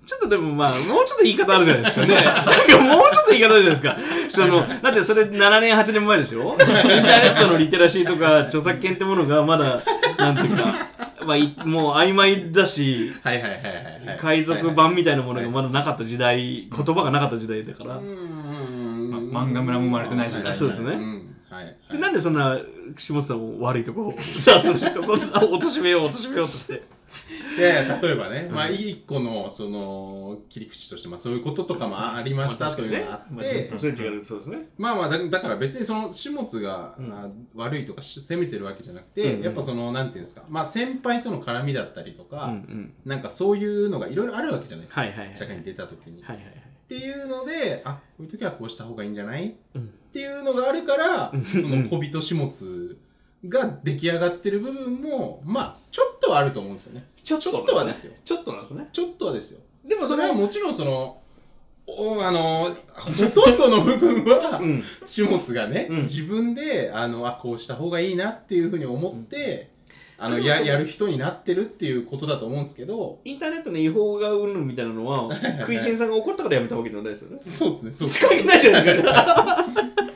C: ちょっとでもまあ、もうちょっと言い方あるじゃないですかね。なんかもうちょっと言い方あるじゃないですか。その、だってそれ7年、8年前でしょインターネットのリテラシーとか著作権ってものがまだ、なんていうか、まあい、もう曖昧だし、
B: はいはいはいはい、はい。
C: 海賊版みたいなものがまだなかった時代、言葉がなかった時代だから。
B: うんうんうんうん
A: ま漫画村も生まれてない時代
C: あそうですね
B: うんはいはい
C: でなんでそんな、岸本さんを悪いとこを、さあ、そうですか、そんな、貶としめよう、貶としめようとして。
B: いやいや例えばね、まあ一個のその切り口として、まあ、そういうこととかもあありましたというのがあって、
C: まあ、10%がそうですね。
B: まあまあだだから別にその始末が、
C: うん
B: あ悪いとかし責めてるわけじゃなくて、
C: うんうん
B: やっぱそのなんていうんですか、まあ、先輩との絡みだったりと
C: うん
B: か、
C: うん。
B: なんかそういうのがいろいろあるわけじゃないですか、
C: はいはいはい。
B: 社会に
C: はい
B: 出た時に。
C: はいはい。
B: っていうのであこういう時はこうした方がいいんじゃないっ
C: うん。
B: ていうのがあるから、
C: うん
B: その小人始末が出来上がってる部分もまあちょっとはあると思うんですよね。
C: ちょっ
B: ちょっとはですよ。
C: ちょっとなんですね。
B: ちょっとはですよ。でもそれはもちろんその、おあの、ほとんどの部分は、
C: うん。
B: シモスがね、
C: うん
B: 自分で、あの、あ、こうした方がいいなっていうふうに思って、あの、
C: でも
B: や、
C: その
B: やる人になってるっていうことだと思うんですけど、
C: インターネットの違法がうんぬんみたいなのは、食いしんさんが怒ったからやめたわけではないですよね。
B: そうですね、そうです
C: 関係ないじゃないですか、じゃあ。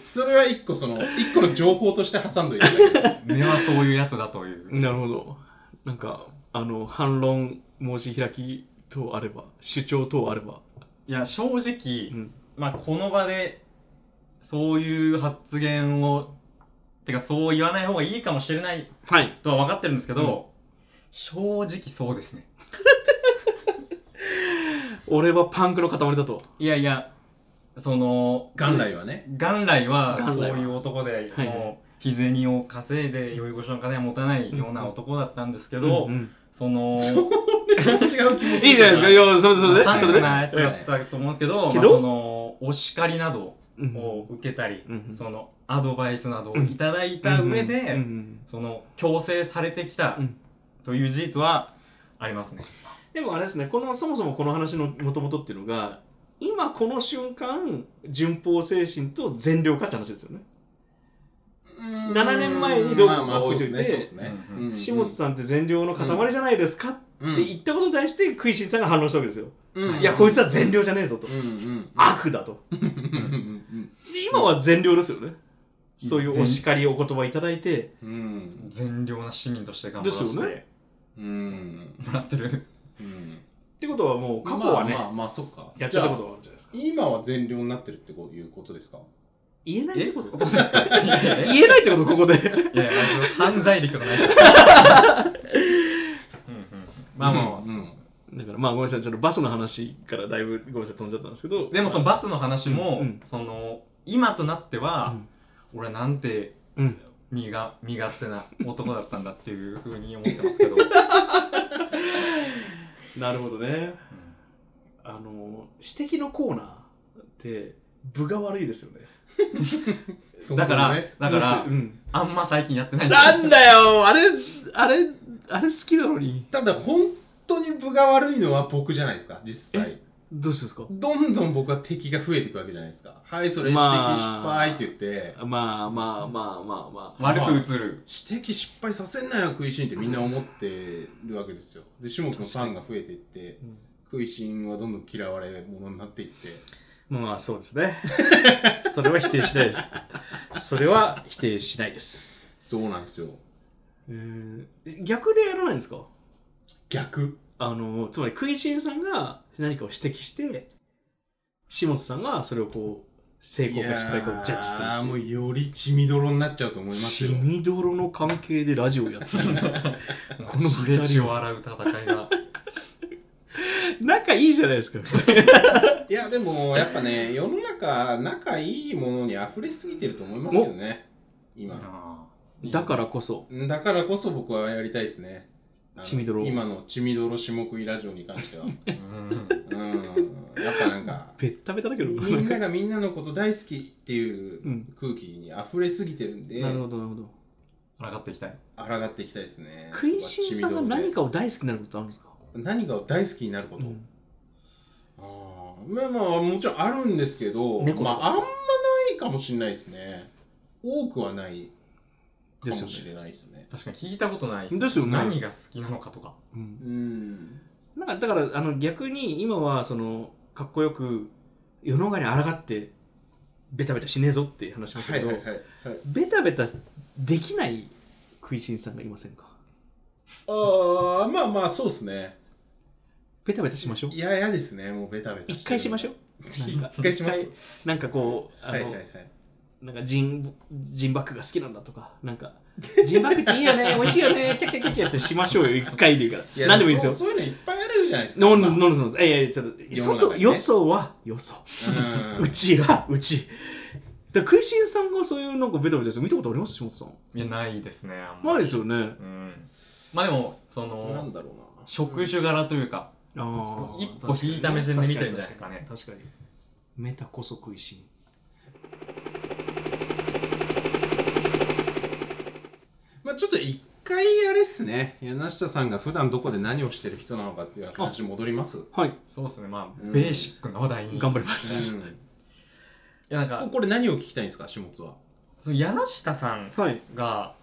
B: それは一個その、一個の情報として挟んどいていただけます
A: 目はそういうやつだという。
C: なるほど。なんか、あの、反論申し開き等あれば、主張等あれば。
A: いや、正直、
C: うん
A: まあ、この場で、そういう発言を、てか、そう言わない方がいいかもしれない
C: はい。
A: とは分かってるんですけど、正直そうですね。
C: 俺はパンクの塊だと。
A: いやいや、その、
B: 元来はね。
A: 元来は
C: 元来
A: そ
C: は
A: ういう男で、
C: はいはい
A: もう日銭を稼いで宵越しの金は持たないような男だったんですけど、
C: うんうん
A: その
B: ちょっと違う気
C: い
B: 持
C: い
B: ち。
C: じゃないですか。いや、それでそれで。
A: タ
C: そ
A: ンク
C: れで。
A: なやつだったと思うんですけど
C: け
A: まあ
C: ど
A: そのお叱りなど
C: うん
A: を受けたり、
C: うん
A: そのアドバイスなどをいただいた上で、
C: うんうん
A: その強制されてきた
C: うん
A: という事実はありますね。
C: でもあれですね、このそもそもこの話の元々っていうのが、今この瞬間、順法精神と善良かって話ですよね。7年前にどうこうが置いといて
B: まあまあそうですね、
A: う
B: そ
A: ん
B: うですね。
C: 下津さんって善良の塊じゃないですかって
B: うん
C: 言ったことに対して、食いしんさんが反論したわけですよ。
B: うん
C: いや、こいつは善良じゃねえぞと
B: うん。うん。
C: 悪だと。
B: うん
C: で今は善良ですよね。そういうお叱り、お言葉いただいて、
B: うんうん。
A: 善良な市民として頑張らせ
C: ですよ
A: て
B: うん。
A: もらってる。
B: うん。
C: ってことはもう過去はね、
B: まあまあまあ、そっか。
C: やっちゃったことがあるじゃないですか。
B: じゃあ今は善良になってるってこういうことですか
C: 言えないってこ
A: ことこですかいやいやいや
C: 言えないってことここで。
A: いやいや、犯罪歴とかないから。うんうんまあまあまあ、
B: うん
A: そうですね
C: だからまあごめんなさい、ちょっとバスの話からだいぶごめんなさい飛んじゃったんですけど。
A: でもそのバスの話も、
C: うん
A: その今となっては、俺なんて
C: うん。
A: 身が身勝手な男だったんだっていうふうに思ってますけど、
C: なるほどね。
A: う
C: あの、指摘のコーナーって、分が悪いですよね。
A: んだから、だから
C: うん。
A: あんま最近やってないです
C: なんだよあれ、あれ、あれ好きなのに。
B: ただ本当に分が悪いのは僕じゃないですか実際
C: どうしてですか
B: どんどん僕は敵が増えていくわけじゃないですかはいそれ指
C: まあ
B: 摘失敗って言って、
C: まあまあまあまあまあ。
A: 悪く映る
B: 指摘失敗させんなよ食いしんってみんな思ってるわけですよで種目のファンが増えていって
C: うん
B: 食いしんはどんどん嫌われ者になっていって
C: まあそうですね。 それは否定しないです。それは否定しないです。
B: そうなんですよ
C: えー逆でやらないんですか
B: 逆
C: あの、つまり、食いしんさんが何かを指摘して、下津さんがそれをこう、成功か失敗かをジャッジする
B: いやーも
C: っていう
B: より血みどろになっちゃうと思いま
C: う。
B: す
C: 血
B: よ
C: みどろの関係でラジオやって る。こ
A: こ
C: の
A: の
C: 二人は
A: レ血を洗う戦い が
C: 仲いいじゃないですか。
B: いやでもやっぱね世の中仲いいものに溢れすぎてると思いますけどね今
C: だからこそ、
B: だからこそ僕はやりたいですねあの
C: 血みどろ
B: 今の「ちみどろ下食いラジオ」に関してはうん
A: ら、うん
B: やっぱなん か
C: べったべただけど。
B: みみんながみんなのこと大好きっていう
C: うん
B: 空気に溢れすぎてるんで、
C: なるほど、なるほど。
A: 抗っていきたい
B: 抗っていきたいですね
C: 食いしんさんが何かを大好きになることあるんですか
B: 何かを大好きになること、
C: うん
B: あーまあまあもちろんあるんですけど、
C: 猫
B: ま
C: とか
B: ああんまないかもしれないですね多くはないか
C: で
B: も
C: すよね
B: しれないですね
A: 確かに聞いたことない
C: ですよね
A: 何が好きなのかとか
C: うん
B: うん
C: なんかだからあの逆に今はそのかっこよく世の中に抗ってベタベタしねえぞって話しました
B: は
C: け
B: い
C: ど、
B: はいはいはい
C: ベタベタできない食いしんさんがいませんか
B: ああまあまあそうですね
C: ベタベタしましょう
B: いや嫌ですねもうベタベタ
C: 一回しましょうなんか
B: 一回します
C: 一回なんかこうあ
B: う
C: の、
B: はいはいはい
C: なんかジンジンバックが好きなんだとかなんかジンバックっていいよね美味しいよねキャッキャッキャッキャってしましょうよ一回でいいか
B: い
C: ら何でもいいですよ
B: そうそういうのいっぱいあるじゃないですか
C: ノン
B: ま
C: ノ
B: あ
C: ンノンノンいやいやちょっと
B: 世の
C: 外
B: 中にね
C: よそはよそう
B: うん
C: うちが、うち。だから食いしんさんがそういうなんかベタベタして見たことあります下津さん。
A: いやないですねあんま
C: ない
A: り
C: ですよね。
A: うんまあでもそ
B: な
A: の
B: んだろうな
A: 職種柄というか、
C: あー
A: 一歩引いた目線で見てるんじゃないですかね
C: 確かに。確かにメタこそ食いしん。
B: まあちょっと一回あれっすね柳下さんが普段どこで何をしてる人なのかっていう話戻ります、
C: はい。
A: そうですね、まあ、
B: うん
A: ベーシックな話題に。
C: 頑
A: い
C: 張ります。
A: や、なん
B: うん、
A: か、
B: これ何を聞きたいんですか下津は
A: その柳下さん
C: はい。
A: が、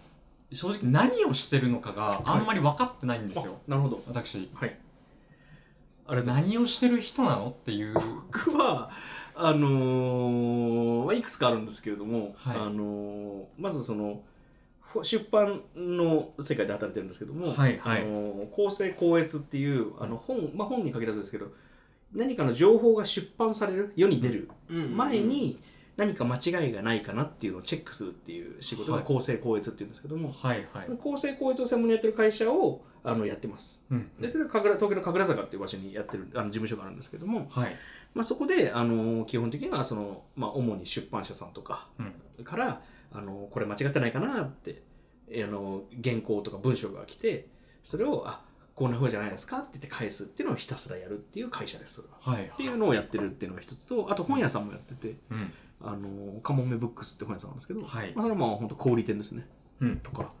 A: 正直何をしてるのかがあんまり分かってないんですよ、
C: なるほど。
A: 私。
C: はい。あ
A: 何をしてる人なのっていう。
C: 僕はあのーまあいくつかあるんですけれども、
A: はい
C: あのーまずそのほ出版の世界で働いてるんですけども、
A: はいはい
C: あのー構成校閲っていうあの本、まあ、本に限らずですけど何かの情報が出版される世に出る前に何か間違いがないかなっていうのをチェックするっていう仕事が
A: はい
C: 構成校閲っていうんですけども、
A: はいはい
C: その。構成校閲を専門にやってる会社をあのやってます。
A: うん。
C: でそれは神楽東京の神楽坂っていう場所にやってるあの事務所があるんですけども、
A: はい。
C: まあ、そこで、あの基本的にはその、まあ、主に出版社さんとか
A: うん。
C: から、あのこれ間違ってないかなって、えあの原稿とか文章が来てそれを「あこんな風じゃないですか」って言って返すっていうのをひたすらやるっていう会社です。っ
A: はい。
C: ていうのをやってるっていうのが一つとあと本屋さんもやってて、
A: うん。
C: あのカモメブックスって本屋さんなんですけど、
A: はい
C: まあ、それはまあ本当小売店ですね
A: うん。
C: とか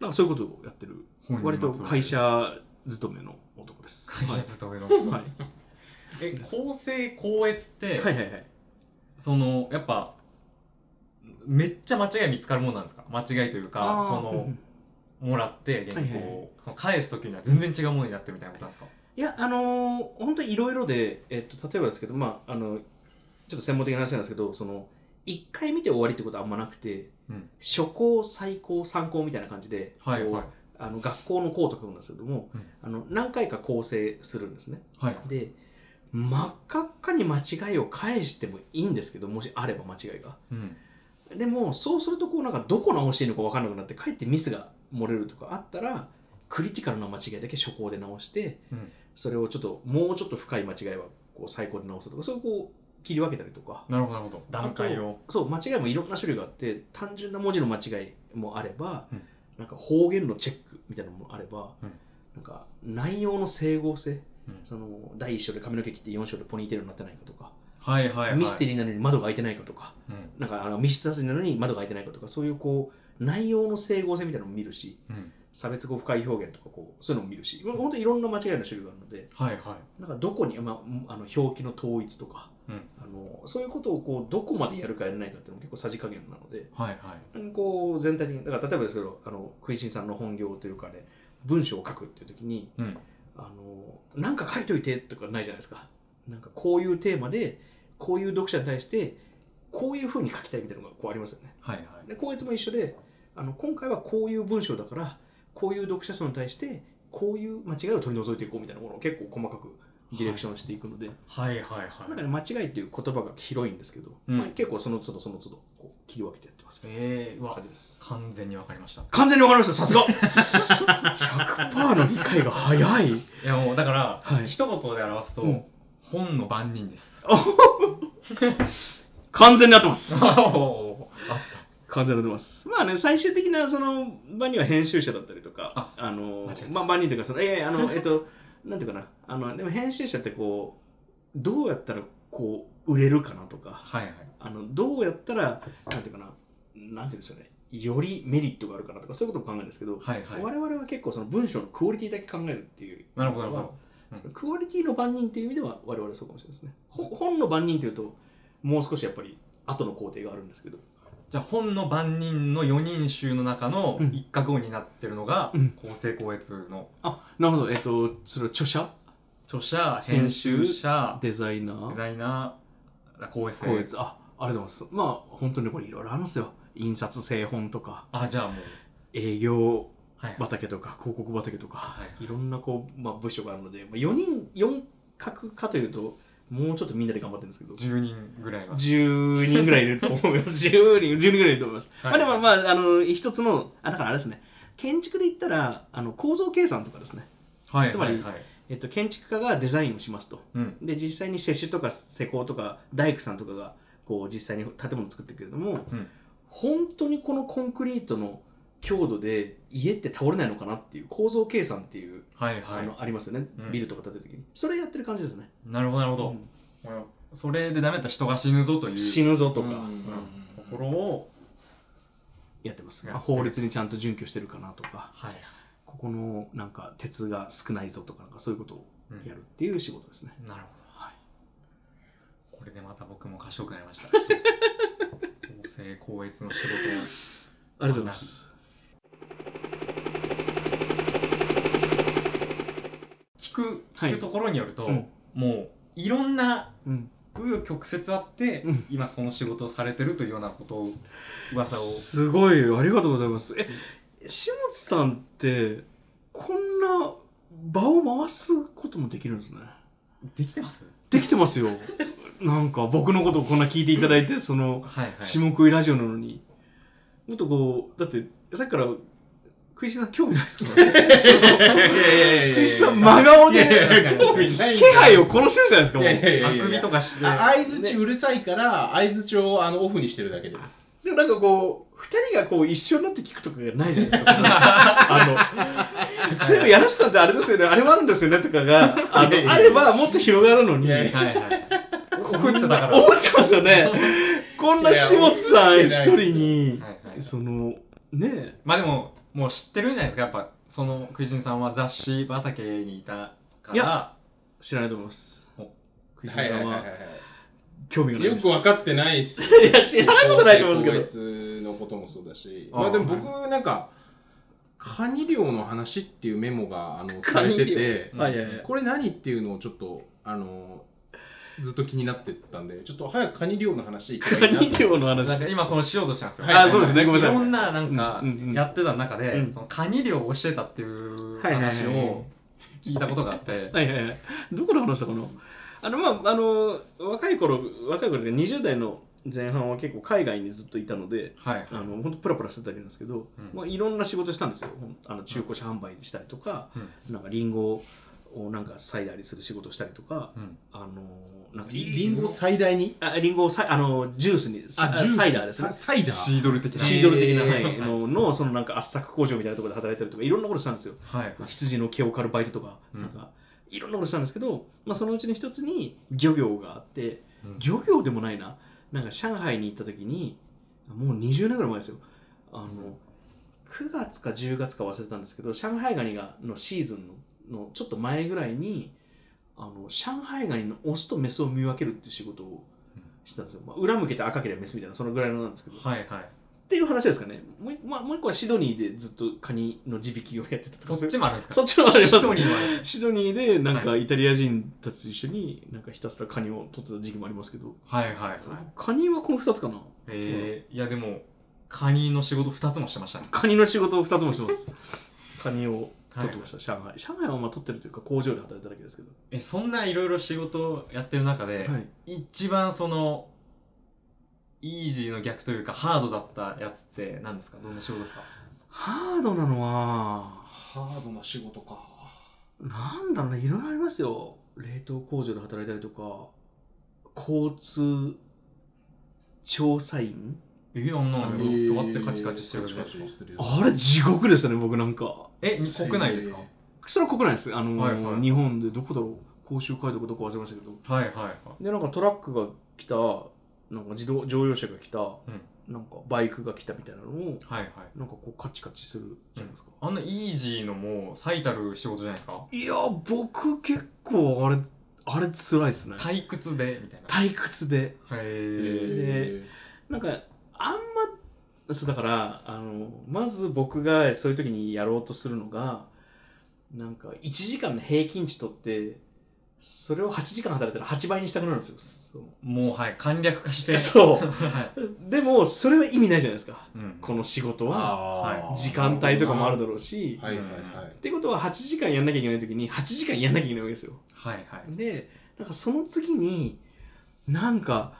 C: なんかそういうことをやってる
A: 本にま
C: 割
A: つわ
C: と
A: る
C: 会。社勤めの男です。
A: 会社勤めの。
C: はい、
A: え、構成、校閲って、
C: はい、はいはいはい
A: その、やっぱ、めっちゃ間違い見つかるもんなんですか間違いというか、そ
C: うんう
A: の
C: ん、
A: もらって原稿
C: はいはいは
A: を、その返すときには全然違うものになってるみたいなことなんですか
C: いや、あのー本当にいろいろで、えっと、例えばですけど、まあ、あの、ちょっと専門的な話なんですけど、その、一回見て終わりってことはあんまなくて、
A: うん
C: 初校、最高、参考みたいな感じで、
A: はい
C: こう
A: はい。
C: あの学校の校と書くんですけども、
A: うん
C: あの何回か構成するんですね。
A: はい。
C: で、真っ赤っかに間違いを返してもいいんですけど、もしあれば間違いが。
A: うん。
C: でも、そうすると、こう、なんか、どこ直していいのか分かんなくなって、かえってミスが漏れるとかあったら、クリティカルな間違いだけ初校で直して、
A: うん
C: それをちょっともうちょっと深い間違いはこう最高で直すとかそういうこう切り分けたりとか
A: なるほど、なるほど。段階を。
C: そう間違いもいろんな種類があって単純な文字の間違いもあれば、
A: うん
C: なんか方言のチェックみたいなのもあれば、
A: うん
C: なんか内容の整合性
A: うん
C: その第1章で髪の毛切って4章でポニーテールになってないかとか、
A: はいはいはい。
C: ミステリーなのに窓が開いてないかとか
A: うん。
C: なんかあの密室殺人なのに窓が開いてないかとかそういうこう内容の整合性みたいなのも見るし
A: うん。
C: 差別語不快表現とかこうそういうのも見るし本当いろんな間違いの種類があるので
A: はいは
C: なんかどこに、まあ、あの表記の統一とか、
A: うん
C: あのそういうことをこうどこまでやるかやらないかっていうのも結構さじ加減なので
A: い。はいはい。
C: なんかこう全体的にだから例えばですけどあの食いしんさんの本業というかね文章を書くっていう時に
A: うん。
C: あのなんか書いといてとかないじゃないですかなんかこういうテーマでこういう読者に対してこういうふうに書きたいみたいなのがこうありますよね
A: はいはい。
C: でこいつも一緒であの今回はこういう文章だからこういう読者層に対してこういう間違いを取り除いていこうみたいなものを結構細かくディレクションしていくので、
A: はいはいは
C: なんか
A: い。
C: ね間違いっていう言葉が広いんですけど、
A: うん
C: まあ、結構その都度その都度こう切り分けてやってます
A: えー、うわ
C: 感、じです
A: 完全にわかりました。
C: 完全に分かりましたさすが100%の理解が早い
A: いやもう、だから、
C: はい
A: 一言で表すと、
C: うん
A: 本の番人です。
C: 完全に合ってます
A: おー合ってた
C: 完全に合ってますまあね最終的なその場には編集者だったりとか
A: あ
C: の
A: 間違えた
C: まあ万人というかそのいやいやあのえっとなんていうかなあのでも編集者ってこうどうやったらこう売れるかなとか
A: はいはい。
C: あのどうやったらなんていうかななんていうんですかねよりメリットがあるかなとかそういうことも考えるんですけど、
A: はいはい。
C: 我々は結構その文章のクオリティだけ考えるっていう
A: なるほど、なるほど。
C: そのクオリティの番人っていう意味では我々はそうかもしれないですねほ本の番人というともう少しやっぱり後の工程があるんですけど
A: じゃあ、本の番人の4人集の中の
C: うん
A: 一角になってるのが、
C: うん
A: 構成校閲の
C: あなるほどえっとそれは著者
A: 著者、編
C: 編集
A: 集者、
C: デザイナ
A: デ
C: ー
A: ザイナー、校閲。
C: こいつあありがとうございますまあ本当にこれいろいろあるんですよ印刷製本とか
A: あ、じゃあもう、
C: 営業
A: はい。
C: 畑とか広告畑とか、
A: はい
C: い、ろんなこう、まあ、部署があるので、まあ、4人4角かというともうちょっとみんなで頑張ってるんですけど
A: 10人ぐらいは。
C: 10人ぐらいいると思い ます。10人、10人ぐらいいると思います。
A: はい
C: まあでもまあ、あの、一つの、あ、だからあれですね、建築で言ったら、あの、構造計算とかですね。
A: はい、
C: つまり
A: はいはい。
C: えっと、建築家がデザインをしますと。
A: うん。
C: で、実際に施主とか施工とか、大工さんとかが、こう、実際に建物を作っていくけれども、
A: うん
C: 本当にこのコンクリートの強度で家って倒れないのかなっていう構造計算っていう、
A: はい
C: あ
A: はい。
C: の、ありますよね
A: うん。
C: ビルとか建てるときに。それやってる感じですね。
A: なるほど、なるほど。それでダメだったら人が死ぬぞとい
C: うん
A: う
C: 死ぬぞとか。
B: うん
A: ところを
C: やってます。
A: やってる
C: 法律にちゃんと準拠してるかなとか、
A: はい。
C: ここのなんか鉄が少ないぞとか、なんかそういうことをやるっていう仕事ですね。
A: なるほど。
C: はい
A: これでまた僕も賢くなりました。一つ。公正公越の仕事を。
C: ありがとうございます。
A: 聞く、
C: はい
A: 聞くところによると、
C: うん
A: もう、いろんな
C: うん、
A: 紆余曲折あって、
C: うん
A: 今その仕事をされてるというようなことを、噂を。
C: すごい、ありがとうございます。え、下地さんって、こんな場を回すこともできるんですね。
A: できてます
C: できてます よ。なんか僕のことをこんな聞いていただいて、その、
A: はいはい。
C: 下食いラジオなのに。もっとこう、だって、さっきから、クイシさん興味ないですからね。 クイシさん真顔
B: いやいや
C: で、
B: いや興味ないん
C: 気
B: だよ
C: 配を殺してるじゃないですか、も。
B: いうやい
C: で
B: やいやい
A: あ
B: や
A: くびとかして。
B: あ相づちうるさいから相づちをあのオフにしてるだけです
C: もなんかこう、二人がこう一緒になって聞くとかがないじゃないですか。そのあの、そういえば柳瀬さんってあれですよね、あれもあるんですよねとかが、あ
B: いやいやい
C: の
B: や
C: あればもっと広がるのに。
B: いやい
C: 思
B: や
C: っ
A: はいはい。ここってだから。
C: てますよね。こんな下津さん一人に、
A: はいはい
C: その、ねえ。
A: まあでも、もう知ってるんじゃないですか。やっぱ、そのクイジンさんは雑誌畑にいたか
C: い
A: ら、
C: 知らないと思います
A: お。
C: クイシ
B: はいは
C: さ
B: い
C: ん
B: はい
C: は
B: は
C: 興味が
B: い
C: ない
B: よ
C: です。
B: く分かってないっすよ
C: いや、知らないことないと思うんで
B: こい
C: す
B: つのこともそうだし
A: あー
B: まあでも僕なんかカニ漁の話っていうメモがあの
C: カ
B: され
C: ニ漁
B: てて
C: け
A: うん
C: ど。あ、いやいや。
B: これ何っていうのをちょっとあのずっと気になってたんでちょっと早くカニ漁の話いけば
C: カ
B: いいなと
C: ニ漁の話。
A: なんか今そのしようとしたんですよ。
B: はいはいはいあそう
C: ですねごめんなさい
A: ろんななんか
C: うんうんうん
A: やってた中で、
C: うん
A: そのカニ漁をしてたっていう
C: はいはいはい
A: 話を聞いたことがあって、
C: はいはいはい。どこで話したかなあの、まあ、あの、若い頃、若い頃ですね、20代の前半は結構海外にずっといたので、
A: はい。
C: あの、本当プラプラしてただけなんですけど、
A: うん
C: まあ、いろんな仕事したんですよ。ほんあの中古車販売したりとか、
A: うん
C: なんかリンゴをなんか最大にする仕事したりとか、
A: うん
C: あの、なんか
B: リリンゴ最大に
C: あリンゴをさいあのジュースに
B: あジュース
C: サイダーですね
B: ササイダ
A: シ
B: ー
A: ードル的な。
C: シードル的な、
B: えー
C: はい、ののそのなんか圧搾工場みたいなところで働いたりとかいろんなことしたんですよ、
A: はい。
C: まあ、羊の毛を刈るバイトとか
A: うん
C: なんかいろんなことしたんですけど、まあ、そのうちの一つに漁業があって
A: うん
C: 漁業でもないななんか上海に行った時にもう20年ぐらい前ですよあの9月か10月か忘れたんですけど上海ガニがのシーズンののちょっと前ぐらいにあの上海ガニのオスとメスを見分けるっていう仕事をしてたんですよ、まあ、裏向けて赤ければメスみたいなそのぐらいのなんですけど
A: はいはい。
C: っていう話ですかね。もう,、まあ、もう一個はシドニーでずっとカニの地引きをやってたと
A: そ
C: か
A: っちもあるん ですか
C: そっちもありま
A: シ
C: す
A: ードルにもある
C: シドニーでなんか
A: は
C: イタリア人たちと一緒になんかひたすらカニを取ってた時期もありますけど、
A: はいはいはい。
C: カニはこの2つかな。
A: えー、いやでも、カニの仕事2つもしてましたね。
C: カニの仕事を2つもしてます。 カニを取ってました、上海。上海はまあ取ってるというか工場で働いただけですけど。
A: え、そんないろいろ仕事やってる中で、
C: はい、
A: 一番その、イージーの逆というか、ハードだったやつって何ですかどんな仕事ですか
C: ハードなのは、
B: ハードな仕事か
C: なんだろうね、いろいろありますよ。冷凍工場で働いたりとか、交通調査員
A: え、あんなの
C: あの
A: 座ってカチカチしてる
B: カ
A: だけ
B: チカチしてる
C: あれ地獄でしたね、僕なんか。
A: え、国内ですか
C: それは国内です。あのー
A: はいはい
C: 日本でどこだろう甲州街道かどこか忘れましたけど。
A: はいはいはい。
C: で、なんかトラックが来た、なんか自動乗用車が来た、なんかバイクが来たみたいなのを、
A: はいはい。
C: なんかこうカチカチするじゃないですか。
A: あんなイージーのもう最たる仕事じゃないですか
C: いや、僕結構あれ、あれ辛いですね。
A: 退屈で、みたいな。
C: 退屈で。
A: へえ。
B: え
C: なんか、あんま、そうだから、あの、まず僕がそういう時にやろうとするのが、なんか、1時間の平均値とって、それを8時間働いたら8倍にしたくなるんですよ。そ
A: もうはい、簡略化して。
C: う。そう
A: は
C: でも、それは意味ないじゃないですか。
A: い。うん
C: この仕事
B: ーあ
C: は、
B: ー
C: 時間帯とかもあるだろうし、
B: はいはいはい
C: ってことは8時間やんなきゃいけない時に8時間やんなきゃいけないわけですよ。
A: はいはい。
C: でなんかその次になんか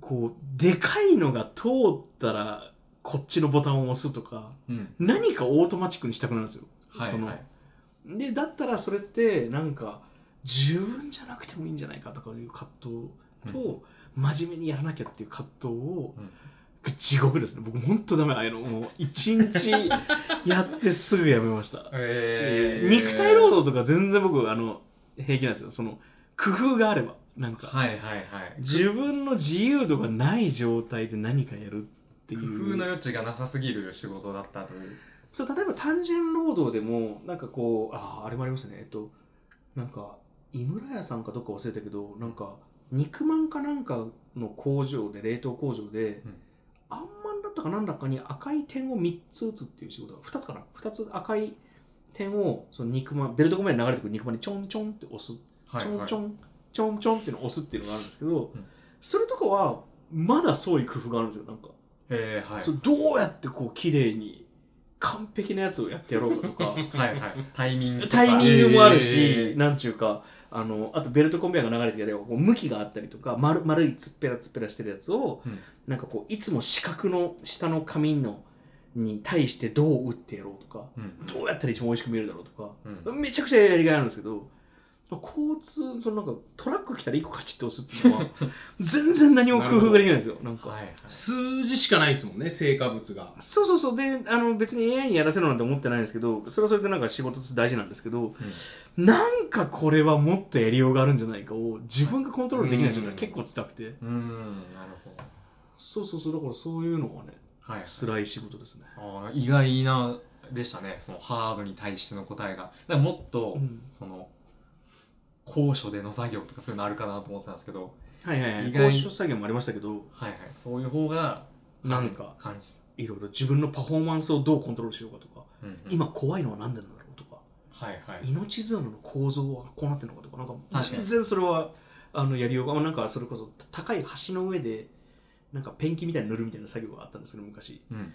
C: こうでかいのが通ったらこっちのボタンを押すとか
A: うん。
C: 何かオートマチックにしたくなるんですよ。
A: はい
C: その
A: はい。
C: でだったらそれってなんか自分じゃなくてもいいんじゃないかとかいう葛藤と、真面目にやらなきゃっていう葛藤を、地獄ですね僕ほんとダメあのもう一日やってすぐやめました。
A: え
B: えー
C: 肉体労働とか全然僕あの平気なんですよその工夫があればなん
A: ー。
C: か
A: はいはいはい。
C: 自分の自由度がない状態で何かやるっってい
A: 工
C: う
A: 夫の余地がなさすぎる仕事だったという。
C: そう例えば単純労働でもなんかこうあああれもありましたねえっとなんか井村屋さんかどっか忘れたけどなんか肉まんかなんかの工場で冷凍工場で、
A: うん
C: あんまんだったかなんだかに赤い点を3つ打つっていう仕事が2つかな2つ赤い点をその肉まんベルトコまで流れてくる肉まんにちょんちょんって押す
A: はい
C: ちょん
A: は
C: ちょ
A: い。
C: ん、ちょんちょんっていうのを押すっていうのがあるんですけど、
A: うん
C: それとかは、まだ創意工夫があるんですよ、なんか。
A: えー、はい。
C: そうどうやってこう、綺麗に、完璧なやつをやってやろうか とか、
A: はいはい。タイミングとか。
C: タイミングもある
B: え
C: し、
B: ー
C: なんちゅうか、あの、あとベルトコンベヤーが流れてきたりとか、こう向きがあったりとか、丸丸いつっぺらつっぺらしてるやつを、
A: うん
C: なんかこう、いつも四角の下の紙の、に対してどう打ってやろうとか、
A: うん。
C: どうやったら一番美味しく見えるだろうとか、
A: うん
C: めちゃくちゃやりがいあるんですけど、交通、そのなんかトラック来たら1個カチッと押すっていうのは、全然何も工夫ができないんですよ。なんか。
A: はいはい。
B: 数字しかないですもんね、成果物が。
C: そうそうそう。で、あの別に AI にやらせるなんて思ってないんですけど、それはそれでなんか仕事として大事なんですけど、なんかこれはもっとやりようがあるんじゃないかを自分がコントロールできない状態
B: うん
C: 結構辛くて。
A: うーん、なるほど。
C: そうそうそう。だからそういうのはね、
A: はい。
C: 辛い仕事ですね。
A: あー意外な、でしたね。そのハードに対しての答えが。だからもっと、
C: うん
A: その、高所での作業とかそういうのあるかなと思ってたんですけど、
C: はいはいはい。
A: 意外
C: 交渉作業もありましたけど、
A: はいはい。そういう方が、
C: なんか
A: 感じた。
C: いろいろ自分のパフォーマンスをどうコントロールしようかとか、
A: うんうん、
C: 今怖いのは何でなんだろうとか、
A: はいはい。
C: 命綱の構造はこうなってるのかとかなんか
A: 確か
C: 全
A: に
C: 然それはあのやりようがなんかそれこそ高い橋の上でなんかペンキみたいに塗るみたいな作業があったんですけど昔
A: うんうん、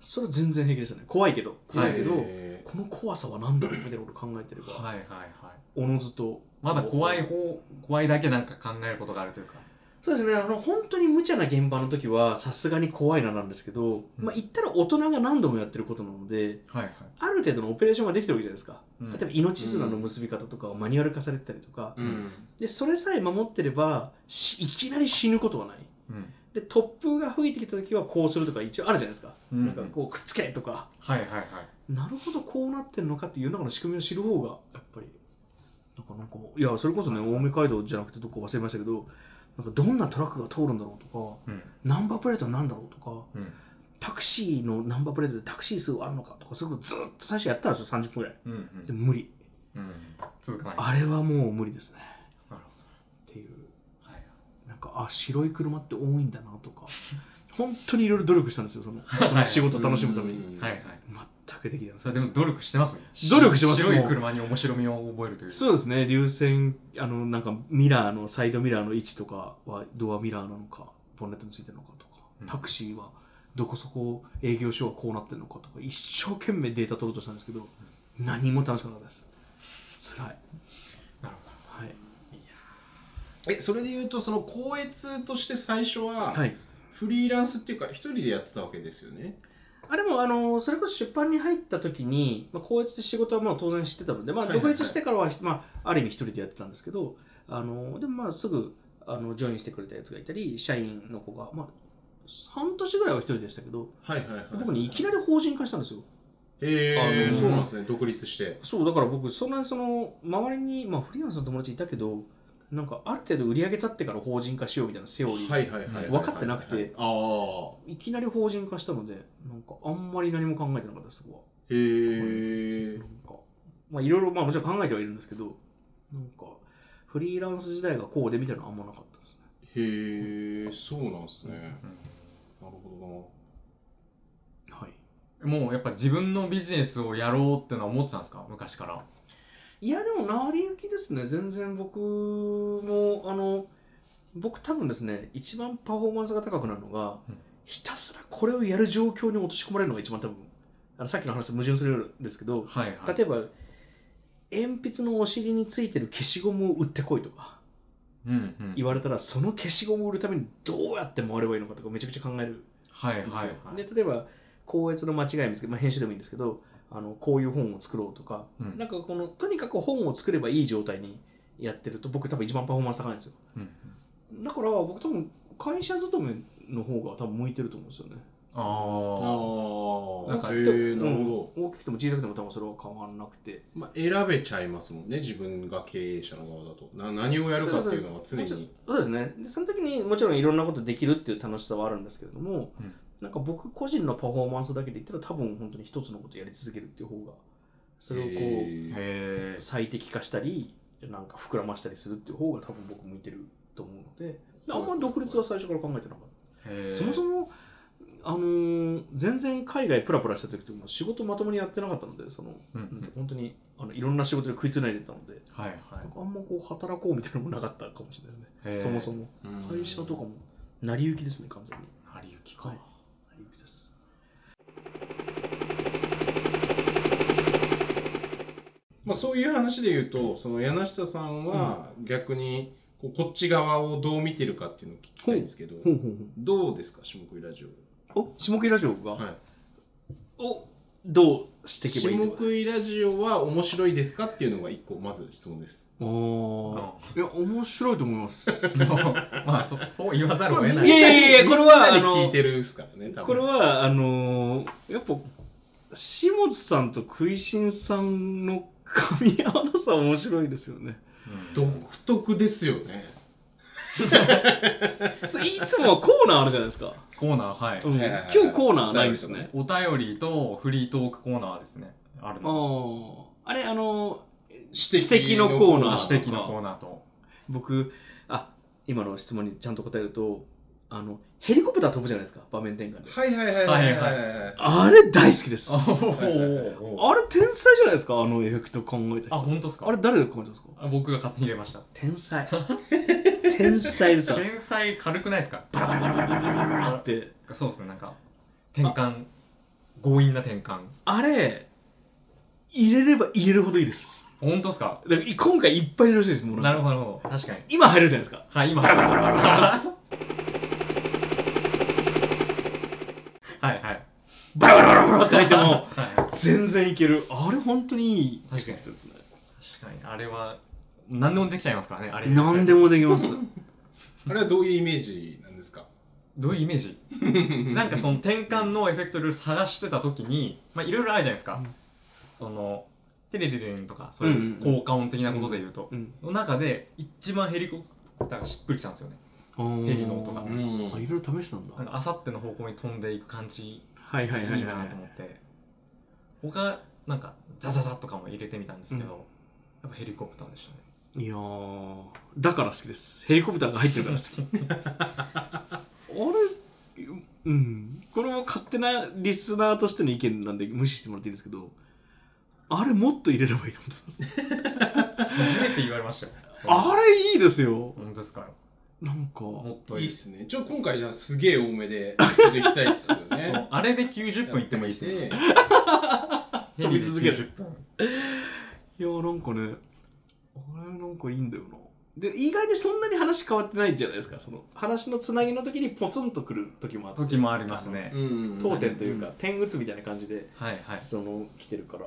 C: それ全然平気でしたね怖いけど怖いけど、
B: え
C: この怖さは何だろうみたいなことを考えてれば、
A: はいはいはい。
C: おのずと
A: まだ怖い方、怖いだけなんか考えることがあるというか。
C: そうですねあの本当に無茶な現場の時はさすがに怖いななんですけ
A: う
C: ど、
A: ん
C: まあ言ったら大人が何度もやってることなので
A: はいはい。
C: ある程度のオペレーションができてるわけじゃないですか、
A: うん
C: 例えば命綱の結び方とかをマニュアル化されてたりとか、
B: ーうん。
C: でそれさえ守ってればしいきなり死ぬことはない
A: うん
C: で突風が吹いてきた時はこうするとか一応あるじゃないですか、
A: うん
C: なんかこうくっつけとか
A: はいはいはい。
C: なるほどこうなってるのかっていう中の仕組みを知る方がやっぱりなんかなんかいやそれこそね青梅街道じゃなくてどこか忘れましたけどなんかどんなトラックが通るんだろうとか
A: うん
C: ナンバープレートは何だろうとか
A: うん
C: タクシーのナンバープレートでタクシー数はあるのかとかそういうことずっと最初やったんですよ30分ぐらい
A: うん
C: で無理
A: うんうん続かない。
C: あれはもう無理ですね
A: なる
C: っていう
A: ほど。はい
C: なんかあ白い車って多いんだなとか 本当にいろいろ努力したんですよそのその仕事楽しむために
B: うん
A: はいはい。
C: 全くできない
A: それでも努力してますね。
C: 努力してます
A: 白
C: も
A: いう車に面白みを覚えるという。
C: そうですね流線あのなんかミラーのサイドミラーの位置とかはドアミラーなのかボンネットについてるのかとか
A: うん
C: タクシーはどこそこ営業所はこうなってるのかとか一生懸命データ取ろうとしたんですけど何も楽しくなかったです辛い
A: なるほ
C: はい、
B: え、それで言うと、その校閲として最初は、
C: はい、
B: フリーランスっていうか、一人でやってたわけですよね。
C: あでもあのそれこそ出版に入った時に、まあ、公立で仕事はもう当然知ってたので、まあ、
B: はいはい
C: 独
B: はい
C: 立してからは、まあ、ある意味一人でやってたんですけどあのでもまあすぐあのジョインしてくれたやつがいたり社員の子が、まあ、半年ぐらいは一人でしたけど
B: はいはいはい。
C: 僕ねいきなり法人化したんですよ
B: へ
C: あ
B: え、
C: の
B: そうなんですね。独立して。
C: そうだから僕そんなにその周りに、まあ、フリーランスの友達いたけどなんかある程度売り上げ立ってから法人化しようみたいなセオリー が
B: はいはいはいはい。
C: 分かってなくて
B: ああ。
C: いきなり法人化したのでなんかあんまり何も考えてなかったですそこは。
B: へえ
C: なん。か、まあいろいろ、まあもちろん考えてはいるんですけど、なんか、フリーランス時代がこうでみたいなのはあんまなかったですね。
B: へえ、そうなんですね。なる
A: ど。
B: ほ
C: はい。
A: うんもうやっぱ自分のビジネスをやろうってのは思ってたんですか昔から。
C: いや、でも、成り行きですね。全然僕も、あの、僕多分ですね、一番パフォーマンスが高くなるのが、
A: うん
C: ひたすらこれをやる状況に落とし込まれるのが一番多分、あのさっきの話と矛盾するんですけど、
A: はいはい。
C: 例えば、鉛筆のお尻についてる消しゴムを売ってこいとか
A: うんうん。
C: 言われたら、その消しゴムを売るためにどうやって回ればいいのかとかめちゃくちゃ考える
A: はいはい
C: ですよ
A: はい。
C: で例えば校閲の間違い見つけ、まあ、編集でもいいんですけどあのこういう本を作ろうとか、
A: うん
C: なんかこのとにかく本を作ればいい状態にやってると僕多分一番パフォーマンス高いんですよ
A: うんうん
C: だから僕多分会社勤めの方が多分向いてると思うんですよね
A: あ
B: ど
A: な
B: な。あ
A: ん
B: あ。
A: か
B: へえ、なるほど。
C: うん大きくても小さくても多分それは変わらなくて
B: まあ、選べちゃいますもんね、自分が経営者の側だと。な何をやるかっていうのは常
C: そう
B: に。
C: そうですねでその時にもちろんいろんなことできるっていう楽しさはあるんですけれども、
A: うん
C: なんか僕個人のパフォーマンスだけで言ったら多分本当に一つのことやり続けるっていう方がそれをこう
B: へー
A: へえ
C: 最適化したりなんか膨らましたりするっていう方が多分僕向いてると思うのであんま独立は最初から考えてなかった。そもそ
A: も
C: も、あのー全然海外プラプラした時とかも仕事まともにやってなかったので、その、
A: うんうん
C: なんて本当にあのいろんな仕事で食いつないでたので、
A: はいはい
C: なんかあんまこう働こうみたいなのもなかったかもしれない
A: へ
C: で
A: ー
C: すね。そもそも。
B: うん
C: 会社とかも成り行きですね、完全に。
A: 成り行きか、
C: はい成り行きです。
B: まあ、そういう話で言うとその柳下さんは逆にこうこっち側をどう見てるかっていうのを聞きたいんですけど、
C: ほうほう
B: どうですか下食いラジオ
C: ほう。お、下食いラジオが、
B: はい
C: お、どうしていけ
B: 下
C: ばいいのか。
B: 食いラジオは面白いですかっていうのが一個まず質問です
C: あーいや、面白いと思い ます。
A: そう まあそそう言わざるを得ない
C: いやいやいや、これは、
B: みんなで
C: あ
B: 聞
C: の
B: い、てるっすからね多分
C: これはあのーやっぱ下津さんと食いしんさんの噛み合わなさ面白いですよね
A: うん
B: 独特ですよね
C: そ いつもはコーナーあるじゃないですか、
A: コーナーはい、
C: うん、
B: はいはい
C: 今
B: はい
C: 日コーナーないんですね
A: お便りとフリートークコーナーですねある
C: あ
A: の
C: ーあれあの
B: 指
C: 指摘のコーナー
A: 指摘のコーナーと
C: 僕あ今の質問にちゃんと答えるとあのヘリコプター飛ぶじゃないですか場面転換で
B: はいはいはいはいはいはいはい
C: あれ大好きです
A: お
C: あ
A: ー
C: れ天才じゃないですかあのエフェクト考えた 人
A: あ
C: あ
A: 本当ですか
C: れ誰が考えたんですか
A: あ僕が勝手に入れました
C: 天才 天 才ですよ
A: 天才軽くないですか
C: バラバラバラバラバラバラバラって
A: そうですねなんか転換強引な転換
C: あれ、入れれば入れるほどいいです。
A: 本当ですか
C: だからい今回いっぱい入れてほしいです、もう
A: なる
C: ほど。
A: ほどなるほど確かに
C: 今入るじゃないですか。
A: はい今
C: バラバラバラバラ
A: はいはい
C: バラバラバラバラって入っても、
A: はい確
C: 全然いける。あれ、本当にいい。
A: 確かに
C: ですね。
A: かにあれは何でもできちゃいますからねあれ
C: 何でもできます。
B: あれはどういうイメージなんですか
A: どういうイメージなんかその転換のエフェクトルー探してた時にまあいろいろあるじゃないですか、
C: うん
A: そのテレレレンとかそういう
C: うんうん
A: 効果音的なことで言うと、
C: うん。
A: の中で一番ヘリコプターがしっくりきたんですよねヘリの音が
C: あ
A: う
C: ー
B: ん
C: あいろいろ試したんだ。
A: なんかあさっての方向に飛んでいく感じ
C: はいはいはいい
A: い
C: は
A: ないと。思って他なんかザザザとかも入れてみたんですけど、やっぱヘリコプターでしたね
C: いやー、だから好きです。ヘリコプターが入ってる から好き。あれ、うん。これも勝手なリスナーとしての意見なんで無視してもらっていいんですけど、あれもっと入れればいいと思ってます。
A: 初めて言われましたよ
C: あれいいですよ。
A: 本当ですか
C: なんか、
A: もっとい
B: いい
A: い
B: っすねちょ今回じゃあすげえ多めでやっていきたいっすよ
A: そ
B: ね
A: うあれで90分いってもいいですね
C: 飛び続ける
A: ヘリで90分
C: いやなんかね、あれなんかいいんだよな。で、意外にそんなに話変わってないじゃないですか。その話のつなぎの時にポツンとくる時もあって、
A: 時もありますね
B: うん
C: 当店というか、点打つみたいな感じで、
A: はいはい
C: その、来てるから。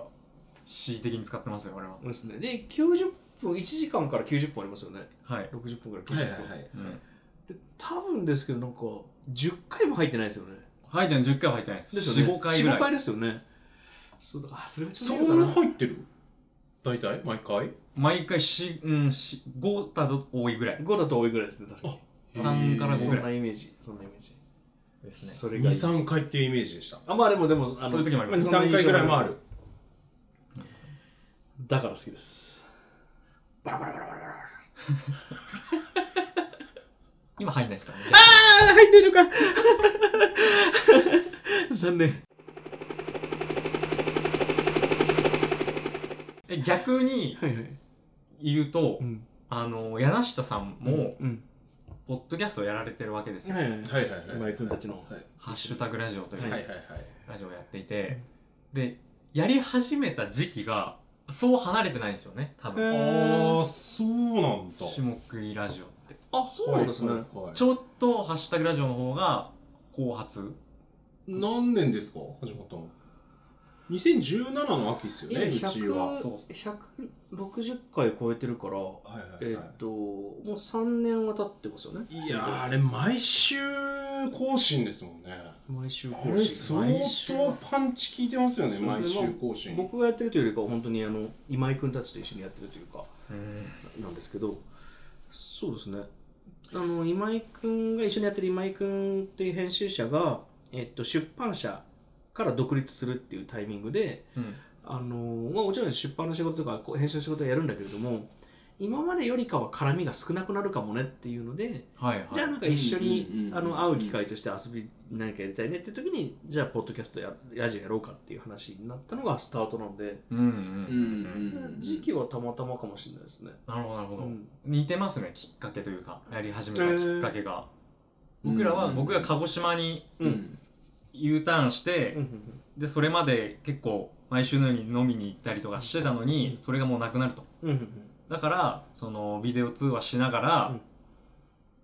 A: 恣意的に使ってますよ俺は
C: そうですね。で、90分、1時間から90分ありますよね。
A: はい、
C: 60分から90
B: はいは
C: 分。
B: いはい
A: うん、
C: で多分ですけど、なんか、10回も入ってないですよね。
A: 入ってんの10回は入ってないです
C: ですよね
A: 45回ぐら
C: 4、5
A: い
C: 回ですよね。そうだから、あそれがち
B: そ
C: ょっといいの
B: んな
C: かな。
B: 入ってる大体毎回
A: 毎回し、うん、し5だと多いぐらい
C: 5だと多いぐらいですね、確かに。
A: 3から5
C: そ
A: ぐ
C: ん
A: ら
C: ないイメージ、そんなイメージ。
A: ですね
C: それがいい
B: 23回っていうイメージでした
C: あまあでもでもあの
A: そういう時もあり
B: まあ
A: ま
B: 2、
A: す
C: そんな
B: 3回ぐらいもあ
C: 印
B: る
C: だから好きですバラバラバラバラバラ
A: 今入んないですからね
C: あ入ってるか残念
A: え逆に
C: はいはい
A: 言うと
C: うん
A: あの柳下さんも
C: うん
A: ポッドキャストをやられてるわけですよ、
C: はいはい
B: はいはいはい
C: 今井君たちの
B: はい
A: ハッシュタグラジオという
B: はいはいはい
A: ラジオをやっていて、でやり始めた時期がそう離れてないんですよね多
C: へ
A: 分
C: ー
B: ああそうなんだ
A: 下食いラジオって
C: あそうなんですね
B: はい
A: ちょっとハッシュタグラジオの方が後発
B: 何年ですか始まったの2017の秋ですよねうちは
A: そうっ
C: 100 160回超えてるから
B: はいはい
C: え
B: は
C: っともう3年は経ってますよね
B: いいやーあれ毎週更新ですもんね
C: 毎週
B: あれ相
A: 毎週
B: 当パンチ効いてますよね
C: そう
B: 毎
C: ですね
B: 週更新
C: 僕がやってるというよりかは本当にあの今井君たちと一緒にやってるというかなんですけどそうですねあの今井君が一緒にやってる今井君っていう編集者が、ええっと、出版社から独立するっていうタイミングで、
A: うん
C: あのまあ、もちろん出版の仕事とかこう編集の仕事はやるんだけれども今までよりかは絡みが少なくなるかもねっていうので
A: はいはい
C: じゃあなんか一緒
B: うんうんうん
C: に
B: うん
C: あの会う機会として遊び何かやりたいねっていう時にじゃあポッドキャストやラジオやろうかっていう話になったのがスタートなんで
A: うんうん
B: う
A: うんん
B: うん
C: 時期はたまたまかもしれないですね。
A: なるほどなるほど、
C: うん
A: 似てますねきっかけというかやり始めたきっかけが、
B: えー
A: 僕らは、
B: うん
A: 僕が鹿児島に
B: う
C: うん
A: U ターンして、
C: うんうん
A: でそれまで結構毎週のように飲みに行ったりとかしてたのにそれがもうなくなると
C: うんうんうん
A: だからそのビデオ通話しながら、
C: うん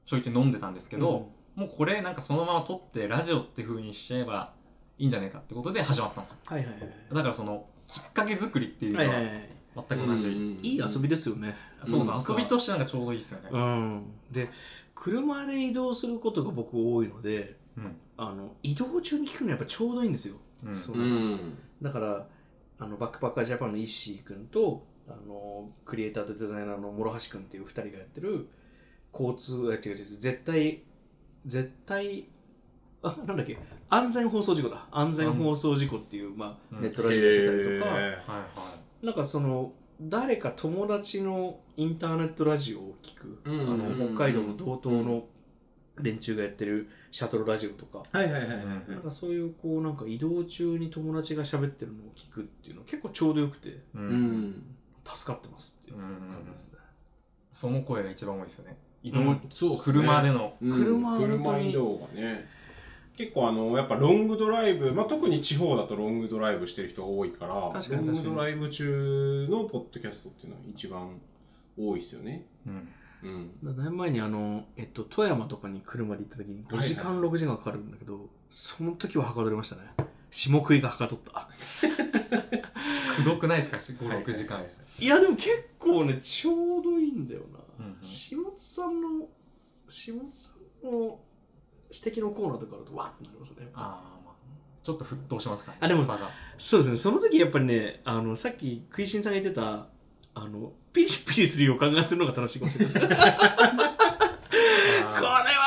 A: ちょいちょい飲んでたんですけど、もうこれなんかそのまま撮ってラジオって風にしちゃえばいいんじゃないかってことで始まったんですよ
C: はいはいはい
A: だからそのきっかけ作りっていうの
C: はいはい
A: は
C: はい
A: 全く同じ、
C: いい遊びですよね。
A: そうそう、
C: なんか
A: 遊びとしてなんかちょうどいいですよね、
C: うん、で車で移動することが僕多いので
A: うん
C: あの移動中に聞くのはやっぱちょうどいいんですよ
A: うん
C: そう
B: うん
C: だからあのバックパッカージャパンの石井君とあのクリエイターとデザイナーの諸橋君っていう2人がやってる交通あ違う違う違う絶対絶対あなんだっけ安全放送事故だ安全放送事故っていう、まあ
A: う、ん
C: ネットラジオやってたりとか、
B: へー
A: はいはい
C: なんかその誰か友達のインターネットラジオを聞く、
B: うん
C: あの北海道の道東の連中がやってるシャトルラジオとか、
B: はいはいはいはいはい
A: うん
C: なんかそういうこうなんか移動中に友達が喋ってるのを聞くっていうのは結構ちょうどよくて
A: うん
B: う、
A: うん
B: ん
C: 助かってますっていう感じですね、
A: その声が一番多いですよね移動、
B: うんそうっすね
A: 車での
B: うん
C: 車本当に
B: 車移動がね結構あのやっぱロングドライブ、まあ、特に地方だとロングドライブしてる人が多いから
C: 確かに
B: ロン
C: 確かに
B: グドライブ中のポッドキャストっていうのは一番多いですよね。
A: うん
B: うん、
C: だから何年前にあの、えっと、富山とかに車で行った時に5時
B: はい
C: 間6時間かかるんだけど、その時ははかどりましたね下食いがはかどった
A: くどくないですか56時間、
B: はいはい
C: いやでも結構ねちょうどいいんだよな、
A: うんうん
C: 下津さんの下津さんの指摘のコーナーとかだとわってなりますね
A: ああまあちょっと沸騰しますからね
C: あでも
A: 場が
C: そうですねその時やっぱりねあのさっき食いしんさんが言ってたあのピリピリする予感がするのが楽しいかもしれないですこれは
A: あ
C: 頑張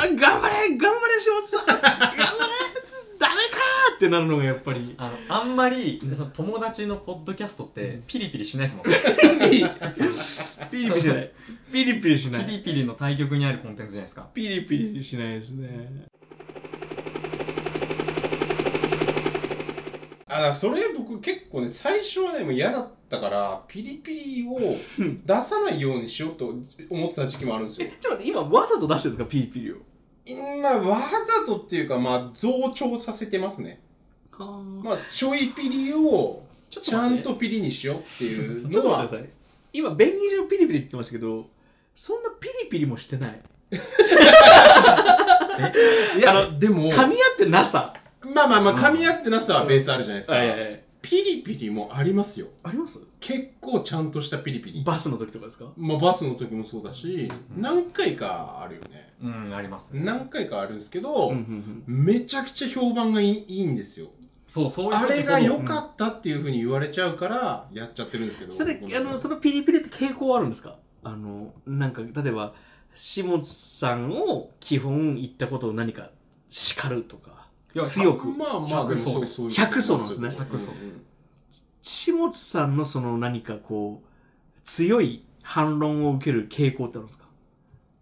C: れ頑張れ下津さん頑張れダメかーってなるのがやっぱ
A: ー
C: り
A: あのあんまりその友達のポッドキャストってピリピリしないですもんね
C: ピリピリしないピリピリしな
A: ピ
C: い
A: リピリの対局にあるコンテンツじゃないですか
C: ピリピリしないですね
B: あだからそれ僕結構ね最初はねもう嫌だったからピリピリを出さないようにしようと思ってた時期もあるんです
C: え
B: よ。
C: ちょっと待って今わざと出してるんですかピリピリを
B: 今わざとっていうかまあ増長させてますね。まあちょいピリを
C: ちょっ
B: ちゃ
C: 待っ
B: ん
C: て
B: とピリにしようっていう
C: ちょっ
B: の
C: と
B: は
C: 待ってください。今、便宜上ピリピリって言ってましたけど、そんなピリピリもして ない。
B: いや、でも、
C: 噛み合ってなさ。
B: まあまあまあ、噛み合ってなさはベースあるじゃないですか。
C: あ
B: ピリピリもありますよ。
C: ります
B: 結構ちゃんとしたピリピリ。
C: バスの時とかですか
B: まあ、バスの時もそうだし、
A: うん
B: 何回かあるよね。
A: うんあります
B: 何回かあるんですけど、
C: ん
B: めちゃくちゃ評判がいいいいんですよ。
A: そうそういう
B: あれが良
A: く
B: かったっていうふうに言われちゃうから、やっちゃってるんですけど。
C: それ
B: ごめ、ん
C: あの、そのピリピリって傾向はあるんですかあの、なんか、例えば、下津さんを基本言ったことを何か叱るとか、強く。
B: まあまあ、
A: 100
B: でも
A: 層
B: そう
A: です
B: そういう。
C: 100層なんですね
A: 100層
B: うん
C: 下津さんのその何かこう、強い反論を受ける傾向ってあるんですか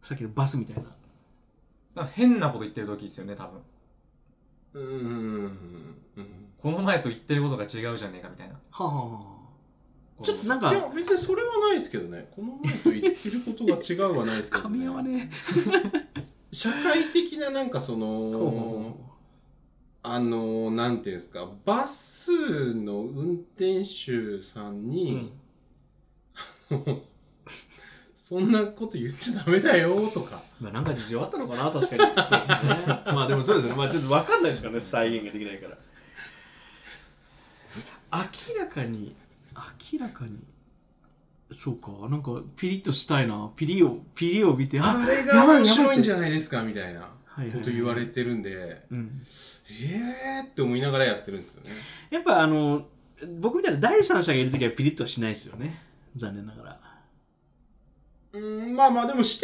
C: さっきのバスみたいな。
A: なんか変なこと言ってる時ですよね多分
B: うんうんうんうん。
A: この前と言ってることが違うじゃねえかみたいな
C: はあはあはあ。ちょっとなんか
B: いや別にそれはないですけどねこの前と言ってることが違うはないですけ
C: 噛
B: ど、
C: み合わね
B: 社会的ななんかそ
C: え。
B: のあのなんていうんですかバスの運転手さんに、そんなこと言っちゃダメだよとか
C: まあなんか事情あったのかな、確か に。そうですね。まあでもそうですね。まあちょっとわかんないですからね、再現ができないから。明らかに、明らかに。そうか、なんかピリッとしたいな。ピリを、ピリを見て、あ
B: あれ
C: や
B: が
C: ばいやばい
B: 面白いんじゃないですかみたいな
C: はいは
B: こ
C: い
B: と言われてるんで、
C: うん。
B: えーって思いながらやってるんですよね
C: やっぱあの、僕みたいな第三者がいるときはピリッとはしないですよね。残念ながら。
B: うん、まあまあ、でも指摘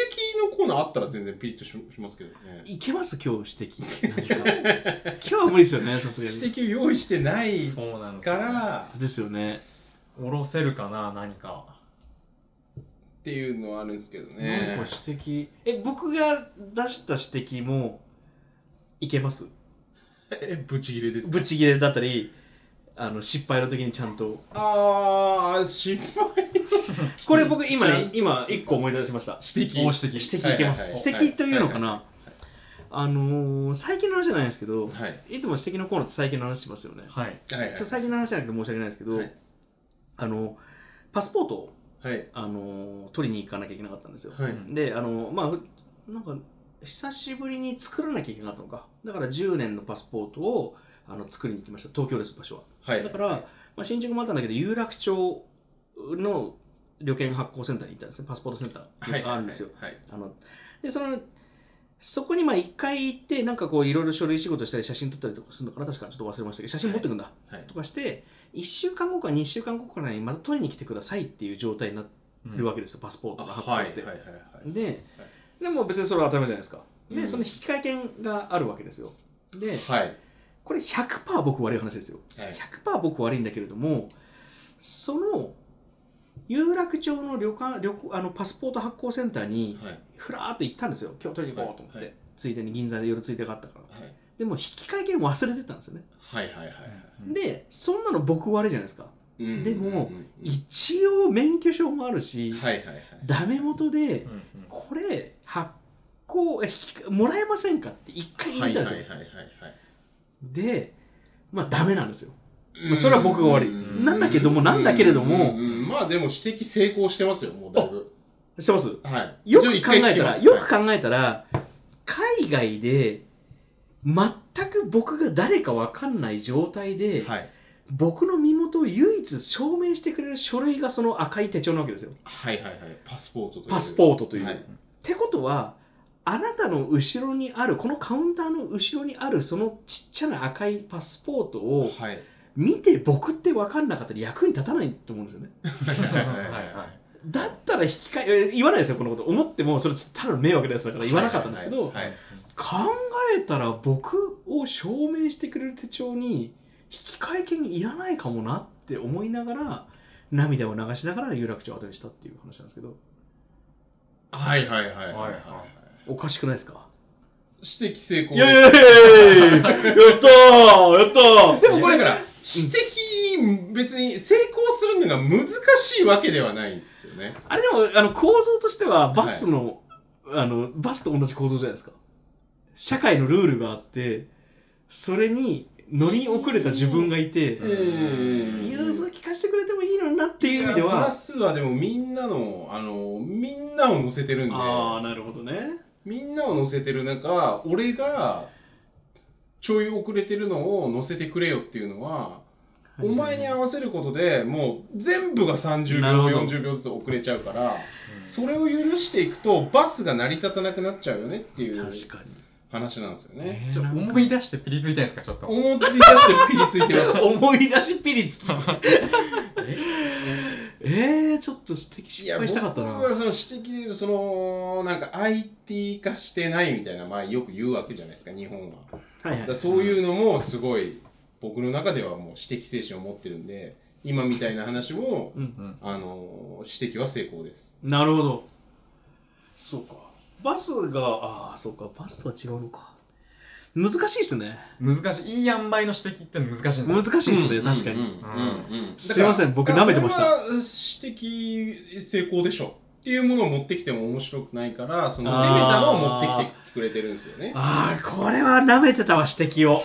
B: のコーナーあったら全然ピリッとししますけどね。
C: いけます今日指摘。何か 今日は無理ですよね、さすが
B: 指
C: に。
B: 摘を用意してない
A: そうなんです
B: か
A: よ
B: ら、
C: ですよね。
A: おろせるかな何か
B: っていうのはあるんですけど
C: な
B: ね
C: ん。か指摘。え、僕が出した指摘も、いけます
B: え、ブチギレですか
C: ブチ切れだったり、あの、失敗の時にちゃんと。
B: あー、失敗。
C: これ僕今
B: ちゃん
C: ね、
B: と
C: 今、一個思い出しました。
B: 指
A: お
B: 摘。
A: 指摘
C: 指摘いけま
B: はい
C: す。
B: はいはい
C: 指摘というのかなあのー、最近の話じゃないんですけど、
B: はい。
C: いつも指摘のコーナーって最近の話しますよね。
A: はい
B: はいはい
C: ちょっと最近の話じゃなくて申し訳ないですけど、
B: はい
C: あの、パスポートを、
B: はい。
C: あのー取りに行かなきゃいけなかったんですよ。
B: はい。
A: うん
C: で、あのまあ、なんか、久しぶりに作らなきゃいけなかったのか。だから10年のパスポートをあの作りに行きました。東京です、場所は。
B: はい。
C: だから、まあ、新宿もあったんだけど、有楽町の旅券発行センターに行ったんですね。パスポートセンタ
B: はい
C: ーがあるんですよ。。
B: はい。
C: あのでそのそこにまあ一回行ってなんかこういろいろ書類仕事したり写真撮ったりとかするのかな確かちょっと忘れましたけど写真持ってくんだ、
B: はい
C: とかして1週間後か2週間後かにまた取りに来てくださいっていう状態になるわけですよ、パスポー
B: あ
C: トが発行
B: はい。
C: っ
B: はい。
C: て、
B: はい。はい。
C: で、でも別にそれは当たり前じゃないですかで、
B: うん
C: その引換券があるわけですよで
B: はい。
C: これ100%僕悪い話ですよ
B: はい。
C: 100%僕悪いんだけれどもその有楽町の旅館旅行あのパスポート発行センターに、
B: はい。
C: ふらーっと行ったんですよ今日取りに行こうと思って、
B: はいはい
C: ついでに銀座で夜ついでがあったから
B: はい。
C: でも引き換え券忘れてたんですよね、
B: はいはいはいは
A: うん
C: でそんなの僕悪いじゃないですか、
B: い。うん
C: でも
B: うんうん
C: 一応免許証もあるし、
B: はいはいはい。
C: ダメ元で、
A: うん
C: これ発行え引き換えもらえませんかって一回
B: は
C: 言い
B: い
C: た
B: はい
C: んです
B: は
C: よ、
B: いはい
C: でまあダメなんですよ
B: はい。
C: まあそれは僕が悪い
B: うん
A: なん
C: だけどもなんだけれど
B: う
C: も
B: んうんまあでも指摘成功してますよ、もうだいぶ。
C: してます
B: はい。
C: よく考
B: 一
C: え
B: 応一回聞き
C: た
B: ま
C: ら
B: す
C: よく考えたら海外で全く僕が誰か分かんない状態で、
B: はい。
C: 僕の身元を唯一証明してくれる書類がその赤い手帳なわけですよ。
B: はいはいはいはい。パスポートという。
C: パスポートという。
B: は
C: っ
B: い。
C: てことは、あなたの後ろにある、このカウンターの後ろにあるそのちっちゃな赤いパスポートを
B: はい。
C: 見て僕って分かんなかったら役に立たないと思うんですよね。
B: はいはい
A: はい
B: は。
A: はい
C: だったら引き換ええ、言わないですよ、このこと。思っても、それただの迷惑なやつだから言わなかったんですけど、
B: はい。
C: 考えたら僕を証明してくれる手帳に引き換え券いらないかもなって思いながら涙を流しながら有楽町を後にしたっていう話なんですけど
B: はいはいはいはい
A: はい
B: は
A: はい
B: い。
C: おかしくないですか
B: 指摘成功
C: いやいやいやいややったーやったー
B: でもこれから、指摘、別に成功するのが難しいわけではないんですよね。
C: あれでもあの構造としてはバスの、あのバスと同じ構造じゃないですか社会のルールがあってそれに乗り遅れた自分がいて
A: ん
B: うん
C: 融通聞かせてくれてもいいのになっていう意味で
B: いやバ
C: は
B: スはでもみんなの、あの、みんなを乗せてるんで、
C: ああなるほどね
B: みんなを乗せてる中、俺が、ちょい遅れてるのを乗せてくれよっていうのは、お前に合わせることでもう全部が30
C: なるほ
B: 秒
C: ど
B: 40秒ずつ遅れちゃうからそれを許していくとバスが成り立たなくなっちゃうよねっていう
C: 確かに
B: 話なんですよね。
A: ちょ思い出してピリついてんですかちょっと
B: 思い出してピリついて ます。
C: 思い出しピリつき えー、ちょっと指摘失敗したかったな
B: 僕はその指摘で言うとそのなんか IT 化してないみたいなまあよく言うわけじゃないですか日本は。だ
C: はい
B: からそういうのもすごい僕の中ではもう指摘精神を持ってるんで今みたいな話も
C: うん
A: うん
B: あの指摘は成功です。
C: なるほどそうかバスがああそうかバスとは違うのか難しいですね
A: 難しいいい塩梅の指摘って難しいんですよ
C: 難しいですね、
B: うん
C: 確かに、
B: うんうんうん
C: すいません僕舐めてました
B: だからそれは指摘成功でしょっていうものを持ってきても面白くないからその攻めたのを持ってきてくれてるんですよね。
C: ああこれは舐めてたわ指摘を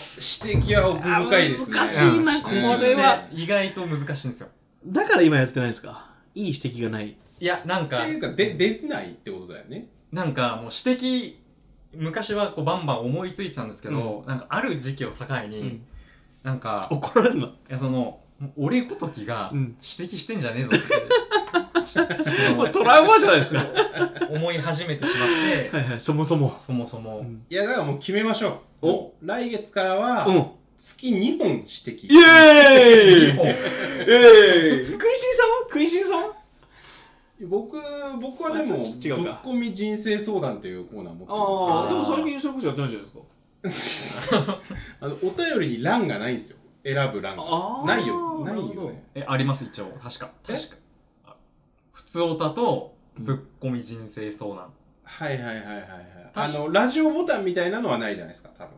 B: 指摘は奥深いですね。
C: 難しいな
B: うん
C: これは
A: で意外と難しいんですよ
C: だから今やってないですかいい指摘がない
A: いやなんか
B: っていうかで出ないってことだよね。
A: なんかもう指摘昔はこうバンバン思いついてたんですけど、なんかある時期を境に、
C: うん
A: なんか
C: 怒られるない
A: やその俺ごときが
C: うん
A: 指摘してんじゃねえぞって、そ
C: もう
A: の
C: トラウマじゃないですかは
A: 思い始めてしまって
C: いはいそもそも
A: そもそも、
C: うん
B: いやだからもう決めましょう。
C: お
B: もう来月からは、
C: うん
B: 月2本指摘。
C: イエーイ
A: 日本
C: ええ食いしんさんは食いしんさんは
B: 僕、僕はでも、
C: あ
B: ぶっ
C: そっち違うか
B: 込み人生相談というコーナー持ってるんですけど
C: ああ、でも最近それこそやってないじゃないですか。
B: あの、お便りに欄がないんですよ。選ぶ欄が。
C: ああ。
B: ないよ。ない
C: るほ
B: よ
C: ど
B: ね。
A: え、あります、一応。確か。
B: え
A: 確か。あ普通オタと、ぶっこみ人生相談。
B: はいはいはいはいはい。あ
A: 確か
B: の、ラジオボタンみたいなのはないじゃないですか、多分。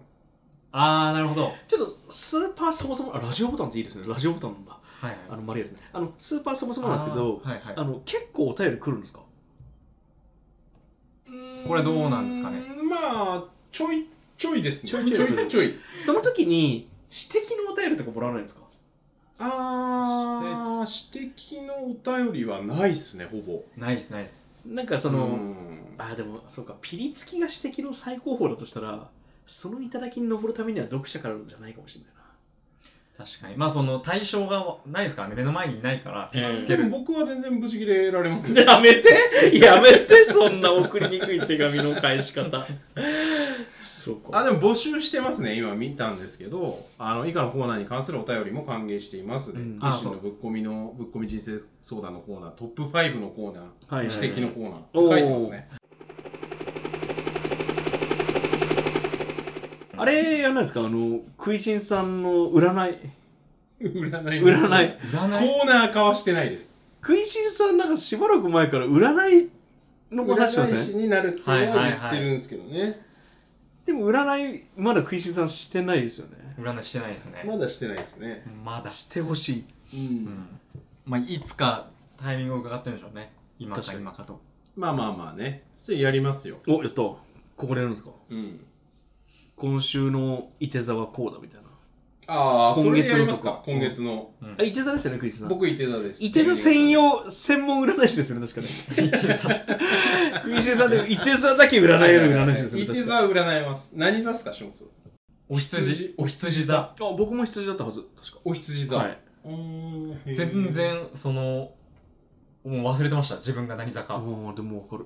A: あー、なるほど。はい
C: ちょっと、スーパーそもそも、あ、ラジオボタンっていいですね。ラジオボタンなんだ。
A: はい。
C: あの、丸いですね。あの、スーパーそもそもなんですけど、
A: あーはいはい
C: あの、結構お便り来るんですか
A: これどうなんですかね
B: うーんまあ、ちょいちょいですね。
C: ちょいちょい
B: ちょいちょい。
C: その時に、指摘のお便りとかもらわないんですか
B: あー、指摘のお便りはないっすね、ほぼ。
A: ナイスナイス。
C: なんかそ
B: うん
C: の、ああ、でも、そうか、ピリつきが指摘の最高峰だとしたら、その頂きに登るためには読者からじゃないかもしれないな。
A: 確かに。まあ、その、対象がないですからね。目の前にいないから、
C: えー
A: つけ
B: で
A: る。
B: も僕は全然無事切れられます よ。
C: やめてやめてそんな送りにくい手紙の返し方そう
B: あ、
C: か
B: でも募集してますね。今見たんですけど、あの、以下のコーナーに関するお便りも歓迎していますね。
C: う
B: 維
C: ん
A: あ
B: 新
A: そう
B: のぶっ込みの、ぶっ込み人生相談のコーナー、トップ5のコーナー、
C: はい
A: はい
B: 指摘のコーナー、
C: お
B: 書
C: ー
B: いてます ね。
C: あれやらないですかあの食いしんさんの占い
B: 占い。
C: 占い
A: 占い
B: コーナー交わしてないです。
C: 食いしんさんなんかしばらく前から占いの話
B: 占
C: を
B: い
C: せん
B: 師になるっていうのは
A: はい
B: 言
A: はい
B: っ
A: はい
B: てるんですけどね。
C: でも占いまだ食いしんさんしてないですよね
A: 占いしてないですね。
B: まだしてないですね。
A: まだ。
C: してほしい
A: うん。まあ、いつかタイミングを伺ってるんでしょうね。今
C: 確
A: か
C: かに
A: 今かと。
B: まあまあまあね。それやりますよ。
C: おやったここでやるんですか
B: うん。
C: 今週のいて座はこうだみたいな
B: ああ、それ
C: 今月の
B: でやりますか
C: と。か
B: 今月の。
C: あいて座でしたよね食いしんさん
B: 僕、伊手座です。
C: 伊手座専用、専門占い師ですよね、確かね。 クイシさんで、伊手座だけ占える占い師ですよ
B: 伊
C: ね、
B: 手
C: 確
B: 座
C: か
B: は占います。何座っすか、下津。
A: お羊お羊座。
C: あ、僕も羊だったはず、確
B: お羊
C: か。
B: 座。
C: はい。
B: うーん
A: 全。然、その、もう忘れてました。自分が何座
C: あ
A: か。
C: あ、でもわかる。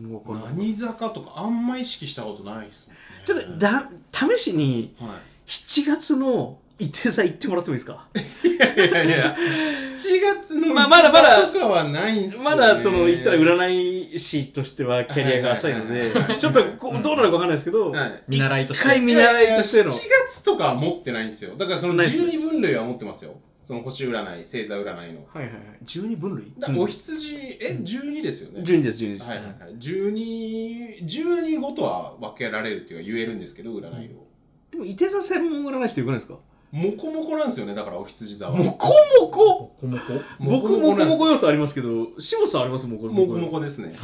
C: もうわかる。
B: 何座かとかあんま意識したことないっすもんね。
C: ちょっと、だ、試しに、
B: は
C: 7月の伊手座行ってもらってもいいですか
B: い。いやいや、7月の
C: まあまだまだ
B: いつとかはないんすよ、ね。
C: まだ、その、言ったら占い師としてはキャリアが浅いの
B: はい
C: で
B: はいはいは、い
C: ちょっとこう、どうなるかわかんないですけど、
B: はい。
A: 見習いと
C: 一
A: して
C: 回。見
B: いやい
C: 習い
B: や、
C: として
B: 7
C: の。
B: 月とかは持ってないんですよ。だからその
C: ないっすね
B: 12分類は持ってますよ。その星占い、星座占いの。
C: はいはいはい。12分類
B: だからお羊、え、12ですよね。
C: ?12 です、12で
B: はいは。
C: す
B: いはい。12、12ごとは分けられるっていうか言えるんですけど、占いを。
C: でも、伊手座専門占い師ってよくないですか
B: モコモコなんですよね、だからお羊座は。
C: もこもこ
A: もこもこ
C: 僕も
B: な
C: こ
B: んで
C: も
B: すよ
C: こ要素ありますけど、シモさんありますもこも
B: モコモ
C: こ。
B: コですね。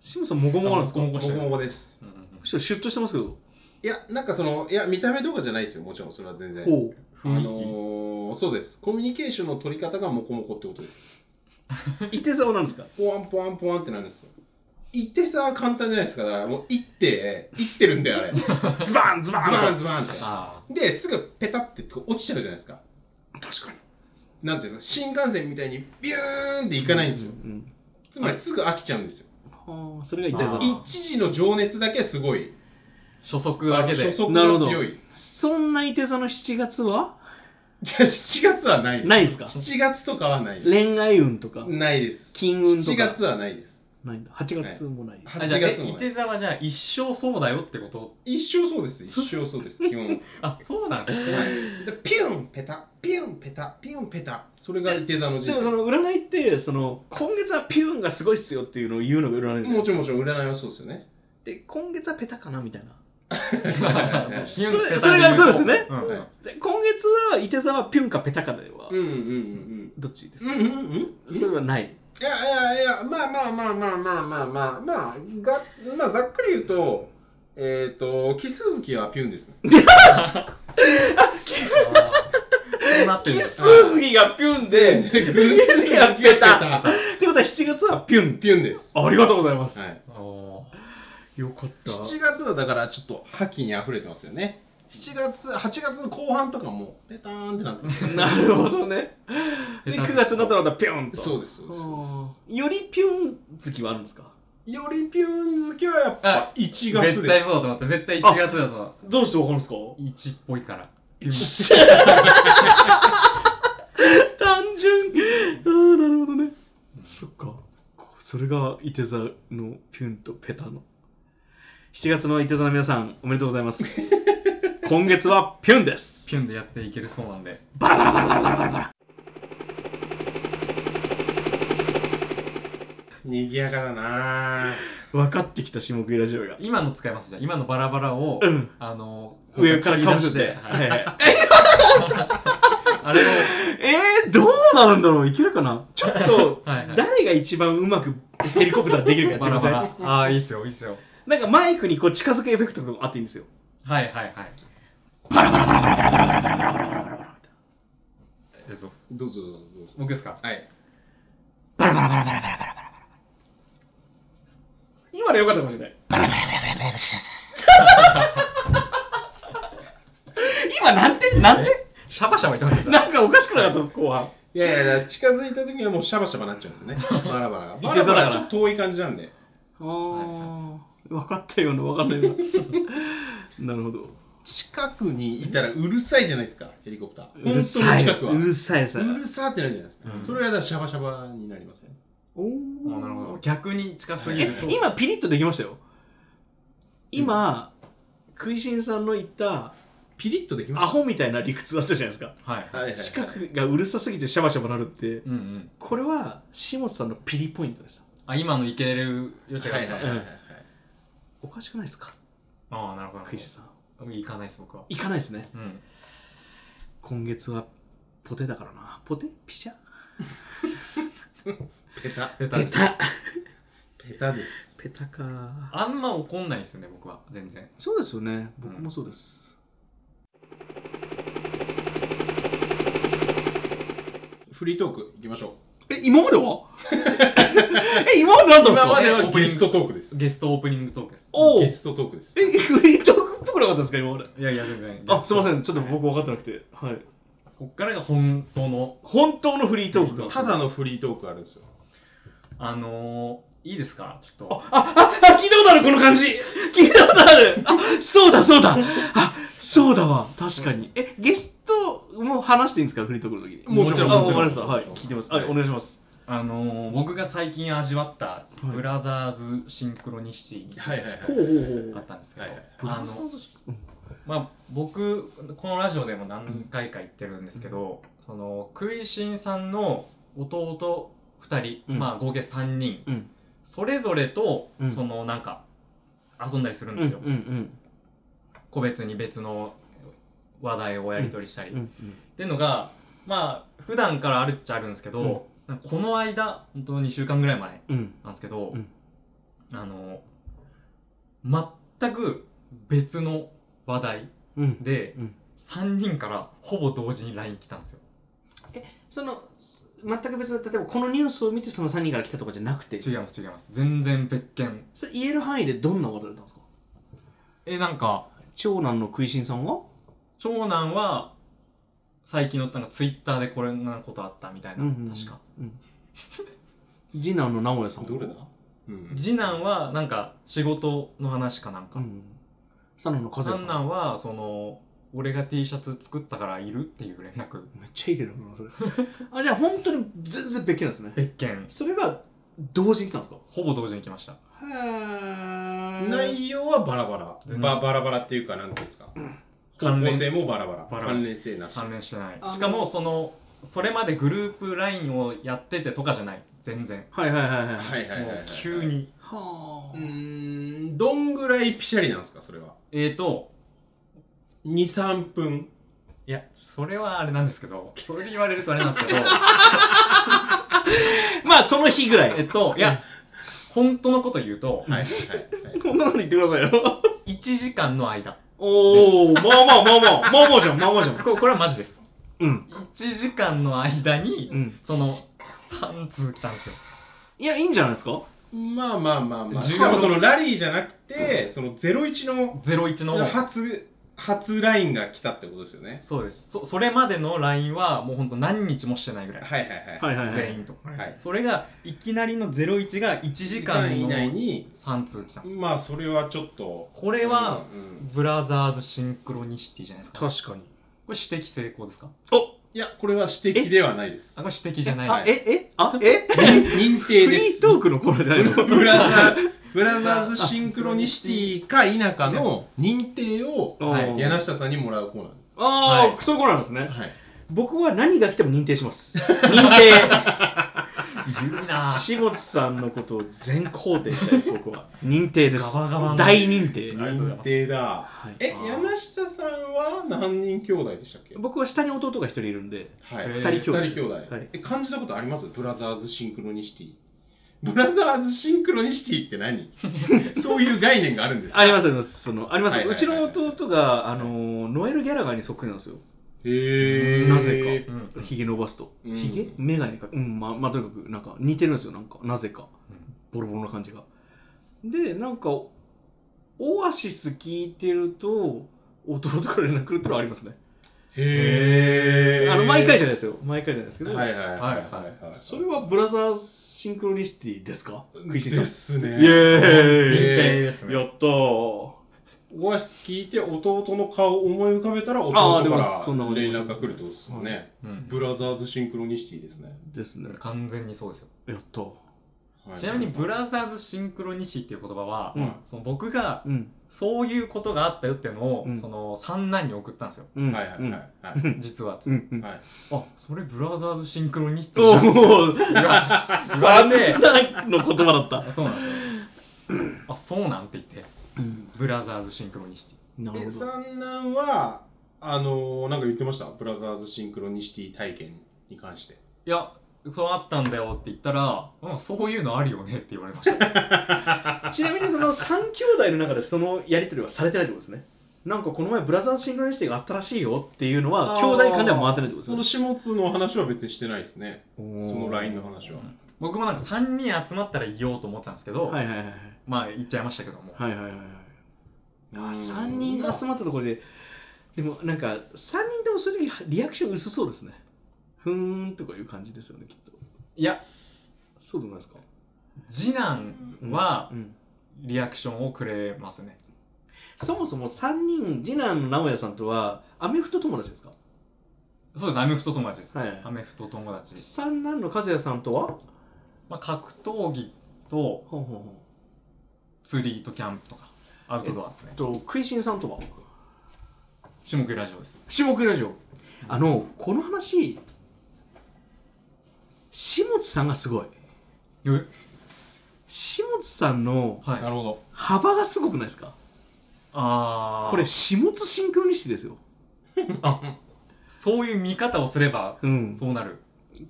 C: シモさんもこもこなんですか
A: も
C: む
A: こ
B: モコモコです。
A: うんうん
C: しろシュッとしてますけど。
B: いや、なんかその、いや、見た目とかじゃないですよ、もちろん、それは全然。
C: ほう。
B: あ
A: 雰囲気
B: のー、そうです。コミュニケーションの取り方がモコモコってことです。
C: いてそうなんですか
B: ポワンポワンポワンってなるんですよ。言ってさ、簡単じゃないですか。だからもう、言って、言ってるんだ よ、あれ。ズ
C: ズバンズバン
B: バンズバンって。
A: あ
B: で、すぐペタってこう落ちちゃうじゃないですか。
C: 確かに。
B: なんていうんですか、新幹線みたいにビューンっていかないんですよ。
C: うん。
B: つまりすぐ飽きちゃうんですよ。
C: はあ、それがいて
A: あ
C: 座
A: ー。
B: 一時の情熱だけすごい。
A: 初速だけで。
B: 初速
C: なるほ
B: が
C: ど
B: 強い。いや、
C: そんないて座の7月は
B: 7月はないです。
C: ないんですか
B: 7月とかはないです。
C: 恋愛運とか。
B: ないです。
C: 金運とか
B: 7月はないです。
C: ないんだ。8月もないです。
B: は
A: あじゃあ、
B: 8月も
A: え
B: ね
A: いて座はじゃあ一生そうだよってこと
B: 一生そうです。一生そう です。基本。はい
A: あ、そうなんですね。
B: でピュンペタ、ピュンペタ、ピュンペタ。それがいて座の人
C: でもそ
B: 生。
C: の占いって、その、今月はピューンがすごいっすよっていうのを言うのが占いです
B: も
C: よ。
B: ちろんもちろん占いはそうですよね。
C: で、今月はペタかなみたいな。
A: そ
C: それそれがそうですよね
A: うんうん
C: で今月はいて座はピュンかペタかでは、
B: うんうんうん
C: どっちです
B: うん。
C: か
B: うんうんうん。
C: それはない。
B: いやいやいや、まあまあまあまあまあまあまあまあ、がまあざっくり言うと、えっ、と、奇数月はピュン ですね。
A: そうなってる
C: 奇。数月がピュンで、偶数月がペタ。っ。てことは7月はピュン。
B: ピュンです。
C: ありがとうございま
B: はい。
A: おー
C: よかった。
B: 7月はだからちょっと覇気に溢れてますよね7月8月の後半とかもペターンってなってます
C: なるほど ね。
A: ペ
C: で、
A: タ
C: 9月になったらまたピュンと。
B: そうですそうですそうです
C: あーよりピュン月はあるんですか
B: よりピューン好きはやっぱ
A: あ
B: 1月です
A: 絶対そうだと思った。絶対1月だと思っ
C: どうしてわかるんですか
A: た。1っぽいから。
C: 単純。ああ、なるほどね。そっか。それがいて座のピュンとペタの。7月のいて座の皆さん、おめでとうござい ます。今月はピュンです。
A: ピュンでやっていけるそうなんで。
B: にぎやかだなぁ
C: 分かってきた下食いラジオが。
A: 今の使いますじゃん。今のバラバラを、
C: うん。
A: あの、
C: 上からかぶせ
A: 切り出
C: て。
A: して
C: はいはい
A: あれを、、
C: えー、どうなるんだろういけるかなちょっと
A: はいはい
C: 誰が一番うまくヘリコプターできるかやって
A: バラ
C: みませ
A: バ
C: ん
A: ラ。ああ、いいっすよ、いいっすよ。
C: なんかマイクにこう近づくエフェクトとかあっていいんですよ。
A: はいはいはい。バラバラバラバラバラバラバラバラバラバラバラ。えっと、
B: どうぞどうぞどうぞ
A: 僕ですか
B: はい
C: 今の良かったかもしれない。今なんてなんて
A: シャバシャバ言ってますよ。
C: なんかおかしくなかった後半。
B: いやいや近づいた時にはもうシャバシャバなっちゃうんです よねバラバラがバ
C: いて
B: ラ
C: 座だ
B: バ
C: から
B: ラちょっと遠い感じなんで
C: あー、分かったような分かんないような。なるほ ど。
B: 近くにいたらうるさいじゃないですかヘリコプター本当
C: う
B: に
C: るさい。
B: 近くは
C: うるさいさ。
B: うるさーってなるじゃないですか、
A: うん
B: それはだからシャバシャバになりますね
C: お
A: あーなるほど。逆に近すぎ
C: え
A: ると。
C: 今ピリッとできましたよ今、食いしんさんの言った
B: ピリッとできま
C: ア
B: した
C: ホみたいな理屈だったじゃないですか
A: はい。
B: はいはいはい
C: 近くがうるさすぎてシャバシャバなるって
A: うんうん。
C: これは下本さんのピリポイントです
A: あ、今のいける余地があ
B: はい
A: る
B: はい
A: か
B: はい
A: ら。
B: はいはい
C: おかしくないですか
A: ああ、なるほど。
C: 食いしんさん
A: 行かないです、僕は。
C: 行かないですね
A: うん。
C: 今月はポテだからなポテピシャ
B: ペタ
A: ペタ
C: ペタ
B: ペタです
C: ペタか
A: あんま怒んないですね、僕は。全然。
C: そうですよね僕もそうです、
B: フリートークいきましょ
C: え今までは え今までなん
B: う
C: だ
B: 今
C: ったんです
B: ま
C: か
B: では
A: オープニング
B: ゲストトークです
A: ゲストオープニングトークです。
C: おう
B: ゲストトークです
C: えフリートークっぽくなかったですか今まで
A: いやいや、全然。
C: あ、すいませ
A: ん。
C: ん。ちょっと僕分かってなくて。はい。
A: こっからが本当の、
C: 本当のフリートークだ。
B: ただのフリートークあるんですよ
A: あのー、いいですかちょっと。
C: あ、聞いたことある、この感じ。聞いたことある。あ、そうだ、そうだ。あ、そうだわ。確かに。え、ゲストも話していいんですかフリートークの時に。
B: もちろん
C: あ、
B: も
C: わ
B: ち
C: か
B: ろん
C: りました。は
B: も
C: い。
B: ちろん
C: 聞いてます。はい、
B: はい
C: お願いします。
A: あのー、僕が最近味わった、
C: い
A: ブラザーズシンクロニシティに
B: はいはいはい
C: ほうほう
A: あったんですけど、
B: はいはい
C: ブラ
A: あ
C: ザ
A: の
C: ーズうん
A: まあ、僕このラジオでも何回か言ってるんですけど、そのクイシンさんの弟2人、
C: うん
A: まあ合計3人、
C: うん
A: それぞれと、
C: うん
A: そのなんか遊んだりするん
C: うん
A: ですよ、
C: うん
A: 個別に別の話題をやり取りしたり、
C: うんう
A: っ
C: ん
A: ていうのがまあ普段からあるっちゃあるんですけど、
C: うん
A: なんかこの間本当2週間ぐらい前
C: うん
A: なんですけど、
C: うん
A: あの全く別の話題
C: うん
A: で、
C: うん
A: 3人からほぼ同時に LINE 来たんですよ
C: そのす全く別の例えばこのニュースを見てその3人から来たとかじゃなくて
A: 違います違います全然別件
C: それ言える範囲でどんなことだったんですか
A: えなんか
C: 長男の食いしんさんが
A: 長男は最近のなんかツイッターでこれなことあったみたいな、確か、
C: うん、 次男の名古屋さんは
B: どれだうん
A: 次男はなんか仕事の話かなん
C: う
A: か、
C: ん三男の和也さ
A: 三
C: ん
A: 男はその俺が T シャツ作ったからいるっていう連絡
C: めっちゃ入れるなそれ あじゃあ本当に全然別件なんですね
A: 別件
C: それが同時に来たんですか
A: ほぼ同時に来ました
C: へー
B: 内容はバラバラ
A: 全然
B: ババラバラっていうか何ていうんですか方
A: 関連
B: 向性もバラバ
A: バ
B: ラ
A: ラバラ
B: 関連性なし
A: 関連してない
C: あの
A: しかもそのそれまでグループ LINE をやっててとかじゃない全然
C: はいはいはいはい
B: はいはいはいはい
A: もう急に
C: は
B: う
C: あ、
B: ーんどんぐらいピシャリなんですかそれは
A: えーと
B: 23分
A: いやそれはあれなんですけどそれで言われるとあれなんですけど
C: まあその日ぐらい
A: えっとい や本当のこと言うと
B: はいはいはいはい
C: こんなの言ってくださいよ
A: 1時間の間
C: おおまあまあまあまあまあまあじゃんまあまあじゃん
A: ここれはマジです
C: うん
A: 1時間の間に、
C: うん
A: その3通来たんですよ
C: いやいいんじゃないですか
B: まあまあまあまあ
A: 重要
B: しかもそのラリーじゃなくて、その01の
A: 01の
B: 初初ラインが来たってことですよね
A: そうですそそれまでの LINE はもうほんと何日もしてないぐらい、
B: はいはいはい
C: はいはいはい
A: 全員と、
B: はい
A: それがいきなりの01が1時間
B: 以
A: の
B: 内に
A: 3通来たんですよ
B: まあそれはちょっと
A: これは
B: うん
A: ブラザーズシンクロニシティじゃないですかこ
C: 確か
A: れ
C: に
A: 指摘成功ですか
C: お
B: いや、これは指摘ではないです。
A: あの指摘じゃない
C: あ、
A: ね。
C: え、え、あ、え
B: 認 定
C: フ
B: で
C: リ
B: す。
C: ートークのコーナーじ ゃないの
B: ブラザ ー、ブラザーズシンクロニシティか否かの認定を
A: はい
B: 柳下さんにもらうコーナーです。
C: あ
A: は
C: あ、
A: い
C: そういうことなんですね。
B: はい。
C: 僕は何が来ても認定します。認定。
A: 言うなぁ
C: しもちさんのことを全肯定したいです、僕は。認定です。
A: ガバガバの
C: 大認定。
A: りがとうござい
B: 認
A: ます
B: 定だ。
C: はい
B: え、
C: あー
B: 柳下さんは何人兄弟でしたっけ
C: 僕は下に弟が一人いるんで、
B: はい。
A: え
C: 二
A: ー
C: 人兄弟
B: 二
C: で
B: 人
C: す。
B: 兄弟、
C: はい
B: え感じたことありますブラザーズシンクロニシティブラザーズシンクロニシティって何 そういう概念があるんですか
C: ありますあります。その、あります。
B: はいは
C: う
B: い
C: ち
B: はい
C: の弟が、あのー、ノエル・ギャラガーにそっくりなんですよ。
B: へー
C: なぜ
A: うん
C: ひげ伸ばすと。
B: うん
C: ひげメガネか。うん、まあ、まあ、とにかく、なんか、似てるんですよ、なんか、なぜか。ボロボロな感じが。で、なんか、オアシス聞いてると、弟から連絡来るってのはありますね。
B: へー
C: あの、毎回じゃないですよ。毎回じゃないですけど。
B: はいはいはい
A: はい
B: はいはい
C: それはブラザーシンクロニシティですか食いしん
B: で
C: さ
B: す
C: ん。イ
B: ね
A: 認
C: エーイ
A: 定ですね。
C: やったー。
B: オアシス聞いて弟の顔を思い浮かべたら弟
C: あーで
B: か
C: も
B: ら
C: そんなこと
B: 連絡が来るってことですよね
A: うん
B: ブラザーズシンクロニシティですね、
C: ですね。
A: 完全にそうですよ。
C: やったー。
B: はい
A: ちなみにブラザーズシンクロニシっていう言葉は、
C: うん
A: その僕が
C: うん。
A: そういうことがあったよっていうのを、
C: うん
A: その三男に送ったんですよ
C: うん。
B: はいはいはいはい、
C: うん。
A: 実は、
C: うん。うん。
B: はい
A: あそれブラザーズシンクロニシティ
C: お
A: じゃん
C: お、
A: 言われて
C: なんの言葉だった。
A: そうなんですよあそうなんて言ってブラザーズシンクロニシテ
C: なる
B: え
C: ほど。
B: 三男はあのー、なんか言ってましたブラザーズシンクロニシティ体験に関して
A: ィいやそうあったんだよって言ったら、うん、そういうのあるよねって言われました
C: ちなみにその三兄弟の中でそのやり取りはされてないってことですね。なんかこの前ブラザーズシンクロニシティがあったらしいよっていうのは兄弟間では回ってないってことです
B: その始末の話は別にしてないですね
C: ね
B: そのラインの話は
A: 僕もなんか3人集まったら言おうと思ってたんですけど、
C: はいはいはい
A: まあ言っちゃいましたけども、
C: はいはいはいはいはい。
B: う
C: あ
B: ん
C: 三人集まったところで、でもなんか三人ともそういう時リアクション薄そうですね。ふーんとかいう感じですよねきっと。
A: いや
C: そうでもないですか。
A: 次男は
C: うん。
A: リアクションをくれますね
C: そもそも三人次男の直哉さんとはアメフト友達ですか。
A: そうですアメフト友達です、
C: はいはい
A: アメフト友達です、
C: 三男の和也さんとは。
A: まあ、格闘技と
C: ほんほんほん。
A: 釣りとキャンプとかアウトドアですね
C: と食いしんさんとは。
A: 種目ラジオです
C: 下クラジオあのこの話下地さんがすごい
A: え
C: 下地さんの
A: はい
B: なるほど
C: 幅がすごくないですか
A: ああ
C: これ下地シンクロニシティですよ
A: そういう見方をすれば
C: うん
A: そうなる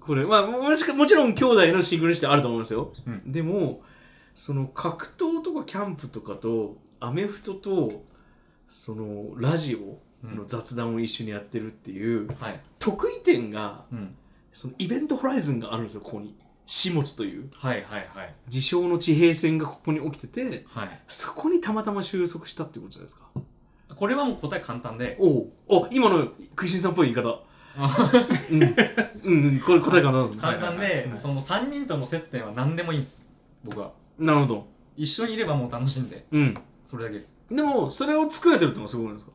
C: これまあもしかもちろん兄弟のシンクロニシティあると思いますよ、
A: うん
C: でもその格闘とかキャンプとかとアメフトとそのラジオの雑談を一緒にやってるっていう、
A: はい、
C: 得意点が
A: うん、
C: そのイベントホライズンがあるんですよここに下地という
A: はいはいはい
C: 自称の地平線がここに起きてて
A: はい
C: そこにたまたま収束したってことじゃないですか
A: これはもう答え簡単 で
C: おうお今のクイシンさんっぽい言い方うん、うんうん、これ答え簡単ですね、
A: 簡単
B: はいはい
A: でその3人との接点は何でもいいんです僕は
C: なるほど
A: 一緒にいればもう楽しんで
C: うん
A: それだけです
C: でもそれを作れてるってのがすごくないですか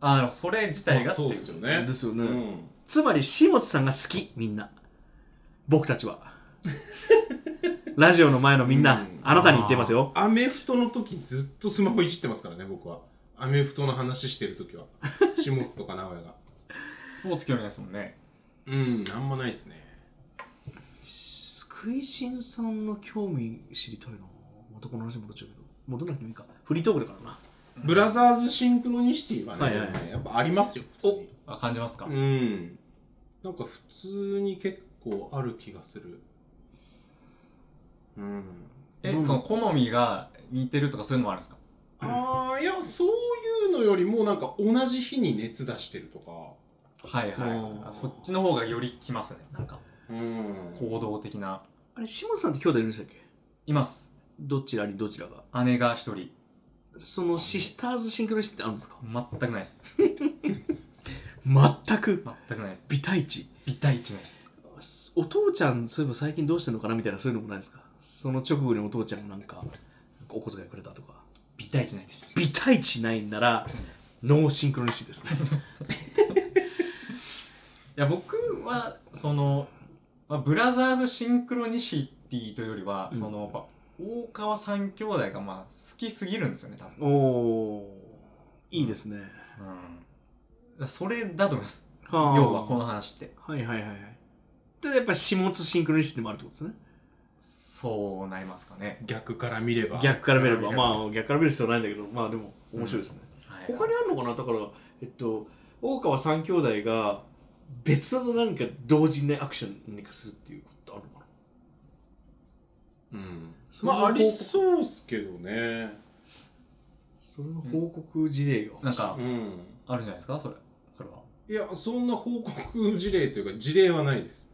A: ああでもそれ自体
B: ま
A: が
B: あ
A: ってい
B: そう
A: う,、
B: っすよね
C: ですよ
B: う
C: ね、
B: ん
C: つまり下地さんが好きみんな僕たちは ラジオの前のみんな、
B: うん
C: あなたに言ってますよ
B: アメフトの時ずっとスマホいじってますからね僕はアメフトの話してる 時は下津とか名古屋が
A: スポーツ興味ないですもんね
B: うんあんまないっすね
C: 食いしんさんの興味知りたいなまたこの話戻っちゃうけど戻らなくてもいいかフリートークだからな
B: ブラザーズシンクロニシティはね、
C: はいはい
B: やっぱありますよ普通に
A: あ感じますか、
B: うんなんか普通に結構ある気がするうん
A: え、
C: うん
A: その好みが似てるとかそういうのもあるんですか
B: ああいやそういうのよりもなんか同じ日に熱出してるとか
A: はいはい
C: うん
A: あそっちの方がよりきますねなんか
B: うん
A: 行動的な
C: あれ、下地さんって兄弟いるんでしたっけ
A: います
C: どちらにどちらが。
A: 姉が一人
C: そのシスターズシンクロニシティってあるんですか
A: 全くないです
C: 全く。
A: 全くないです
C: ビタイチ。
A: ビタ一ないです
C: お父ちゃん、そういえば最近どうしてんのかなみたいなそういうのもないですかその直後にお父ちゃんがなんか、お小遣いくれたとか。
A: ビタ一ないです
C: ビタイチないんなら、ノーシンクロニシティですね。
A: や僕はその、まあ、ブラザーズシンクロニシティというよりは、
C: うん
A: そのやっぱ大川三兄弟がまあ好きすぎるんですよね多分、
C: おおーいいですね
A: うん、それだと思います
C: はあ
A: 要はこの話って
C: はいはいはいはいでやっぱ始末シンクロニシティもあるってことですね
A: そうなりますかね、
B: 逆から見れば。
C: 逆から見れば
A: 逆から見れば
C: まあ逆から見る必要ないんだけどまあでも面白いですね、
A: はい、
C: 他にあるのかなだからえっと大川三兄弟が別の何か同時にアクション何かするっていうことあるのかな
B: うん。
C: そ
B: ま
C: の報
B: あ、あ
C: 告
B: りそうっすけどね。
C: その報告事例が欲しい
A: なんか
B: うん。
A: あるんじゃないですかそれそれはい
B: や、そんな報告事例というか、事例はないです。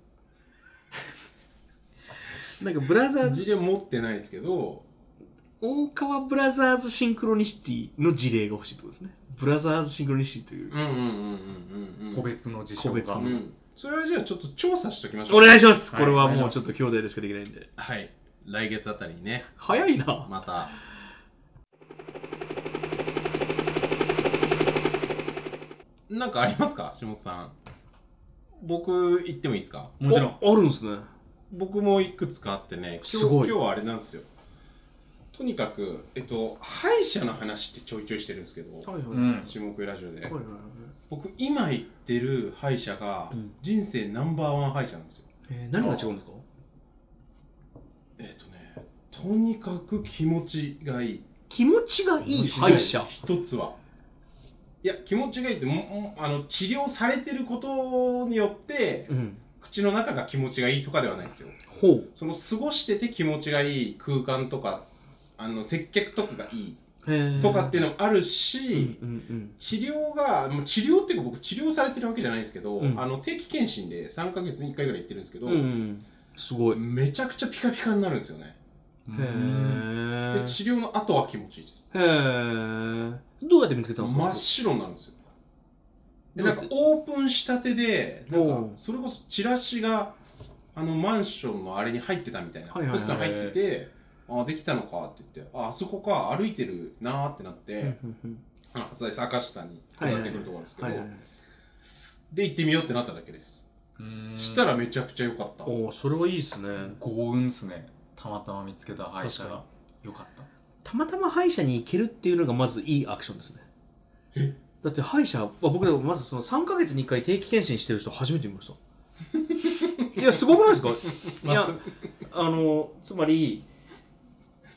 C: なんかブラザーズ
B: 事例持ってないですけど、
C: 大川ブラザーズシンクロニシティの事例が欲しいってことですねブラザーズシンクロニシティという
B: うんうんうんうんうんうん。
A: 個別の事象が
C: 個別の
B: うん。それはじゃあちょっと調査しときましょう。
C: お願いします、
A: はい
C: これは
A: お願いし
C: もう
A: ます
C: ちょっと兄弟でしかできないんで
B: はい。来月あたりにね、
C: 早いな
B: また。なんかありますか下本さん。僕、行ってもいいですか
A: もちろん
C: おあるんですね
B: 僕もいくつかあってね、今日
C: すごい
B: 今日はあれなんですよ。とにかく、えっと、歯医者の話ってちょいちょいしてるんですけど、
C: いはい
A: うんはい
B: 下食いラジオで。
C: はい
B: 僕、今行ってる歯医者が
C: うん、
B: 人生ナンバーワン歯医者なんですよ。
C: えー何が違うんですか
B: えっとね、とにかく気持ちがいい。
C: 気持ちがいい歯医者
B: 一つはいや気持ちがいいってももあの治療されてることによって、
C: うん
B: 口の中が気持ちがいいとかではないですよ
C: ほう
B: その過ごしてて気持ちがいい空間とかあの接客とかがいいとかっていうのもあるし、
C: うんうん
B: 治療がもう治療っていうか僕治療されてるわけじゃないんですけど、
C: うん
B: あの定期検診で3ヶ月に1回ぐらい行ってるんですけど、
C: うんうんすごいへ
B: めちゃくちゃピカピカになるんですよね、
A: うん
C: え
B: で治療の後は気持ちいいです
C: へえどうやって見つけたんですか
B: 真っ白になるんですよで
C: ど
B: な
C: うや
B: ん
C: って
B: かオープンしたてでな
C: お
B: んか
C: う
B: それこそチラシがあのマンションのあれに入ってたみたいな
C: はいはいはい
B: ポストに入っててああできたのかって言ってああそこか歩いてるなーってなって、
C: うんうん
B: あの初台坂下にこうなってくるところなんですけど、
C: はいはいはい
B: で行ってみようってなっただけです、したらめちゃくちゃ良かった
C: おおそれはいいですね
A: 幸運っすねたまたま見つけた歯医者
C: 確か
A: がよかった
C: たまたま歯医者に行けるっていうのがまずいいアクションですねだって歯医者は僕らまずその3か月に1回定期検診してる人初めて見ましたいやすごくないです かいやあのつまり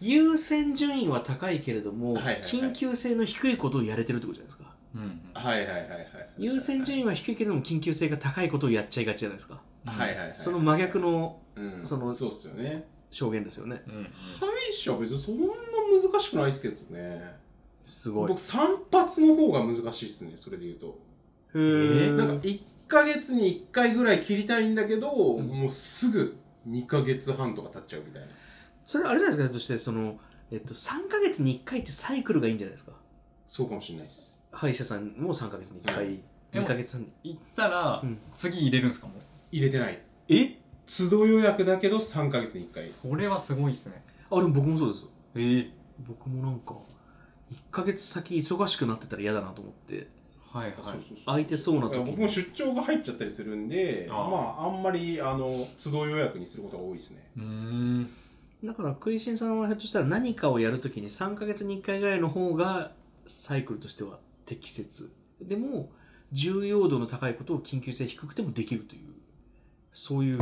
C: 優先順位は高いけれども、
B: はいはいはい
C: 緊急性の低いことをやれてるってことじゃないですか
A: うん
B: はいはいはいはい
C: 優先順位は低いけれども緊急性が高いことをやっちゃいがちじゃないですか
A: うん
B: はいはいはい
C: その真逆、の
B: うん、
C: そ
B: そ
C: の
B: のそうっすよね
C: 証言ですよね
A: うんうん
B: 歯医者は別にそんな難しくないですけどね
C: すごいへ
B: 僕散髪の方が難しいっすねそれで言うと、
C: ー
B: なんか1ヶ月に1回ぐらい切りたいんだけど、
C: ん
B: もうすぐ2ヶ月半とか経っちゃうみたいな
C: それあれじゃないですかとしてその、えっと、3か月に1回ってサイクルがいいんじゃないですか
B: そうかもしれないっす
C: 歯医者さんも3か月に1
B: う
C: 回、
A: で
C: 二
A: も
C: 2か月半に
A: 行ったら、
C: うん
A: 次入れるんですかもう
B: 入れてない
A: え
B: 都度予約だけど3ヶ月に1回
A: それはすごいっすね
C: あでも僕もそうですよ
A: えー、
C: 僕もなんか1か月先忙しくなってたら嫌だなと思って
A: はいはい
B: そう
C: 空いてそうな
B: だから
C: 時
B: 僕も出張が入っちゃったりするんで
A: ああ
B: まああんまりあの都度予約にすることが多いですね
A: うーん
C: だから食いしんさんはひょっとしたら何かをやるときに3か月に1回ぐらいの方がサイクルとしては適切でも重要度の高いことを緊急性低くてもできるというそういう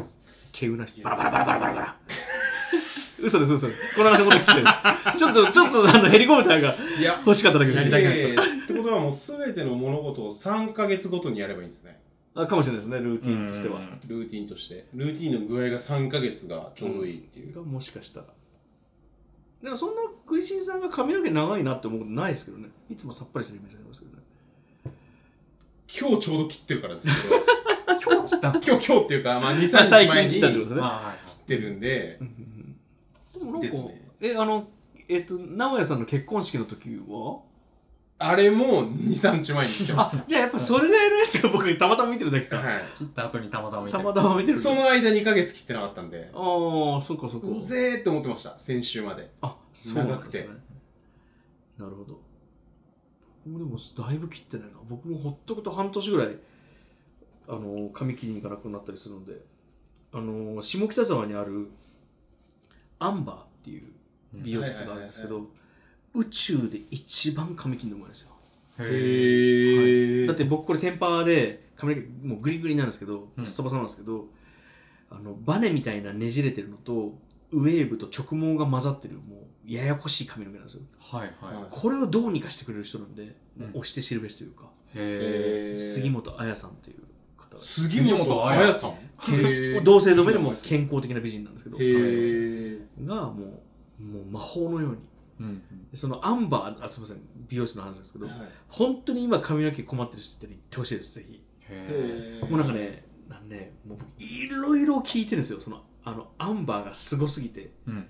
C: 稀有な人
B: いや
C: バラバラバラバラバラバラ 嘘です嘘ですこの話もっと聞きたいですちょっとちょっとあのヘリコプターが
B: いや
C: 欲しかっただけです
B: や
C: や
B: り
C: り
B: たくなっちゃ
C: たくなっちゃ
B: ったってことはもう全ての物事を3ヶ月ごとにやればいいんですね
C: あかもしれないですねルーティンとしては
A: うん
B: ルーティンとしてルーティンの具合が3ヶ月がちょうどいいっていう、
C: がもしかしたらでもそんな食いしんさんが髪の毛長いなって思うことないですけどねいつもさっぱりするイメージありますけどね
B: 今日ちょうど切ってるからです けど
A: 今日来たんす
B: 今日今日っていうか、まあ、2、3日
C: 最
B: 前
C: 近
B: に切
C: 来たっ
B: って
C: ことで す
A: ね
C: ね
A: あはい
B: てるんで、
C: で もなんか、
B: ですね
C: え、あの、えっと、直哉さんの結婚式の時は
B: あれも2、3日前に来てます。
C: あ、じゃあやっぱそれぐらいのやつが僕たまたま見てるだけか。
B: は
A: 切った後にたまたま見て
C: た
A: る
C: またま見て
B: い。
C: る
B: そ
C: だけ。
B: の間2ヶ月切ってなかったんで、
C: ああ、そっかそっか。
B: うぜーって思ってました、先週まで。
C: あ、そうな
B: 長
C: ん
B: く
C: で
B: て
C: すね。なるほど。僕もでもだいぶ切ってないな。僕もほっとくと半年ぐらい、あの髪切りに行かなくなったりするのであの下北沢にあるアンバーっていう美容室があるんですけど宇宙で一番髪切るのうまいんですよ
A: へえ。
B: へえ。
C: だって僕これテンパーで髪の毛もうグリグリなんですけど
A: うん
C: ボッサボサなんですけど、あのバネみたいなねじれてるのとウェーブと直毛が混ざってるもうややこしい髪の毛なんですよ
A: はいは
C: これをどうにかしてくれる人なんで、
A: うん
C: 押して知るべしというか、
A: い。へえ。
C: 杉本彩さんという方です
B: 杉本彩さん。
C: 健
B: へえ
C: 同姓同名でも健康的な美人なんですけど、
B: へえ。
C: がもうもう魔法のように
A: うん。
C: そのアンバーあすみません美容室の話なんですけど、
B: はい
C: 本当に今髪の毛困ってる人いたら言ってほしいですぜひ
A: へ
C: もうなんかね、なんね、もう僕いろいろ聞いてるんですよ。その、あの、アンバーがすごすぎて。
A: え。うん。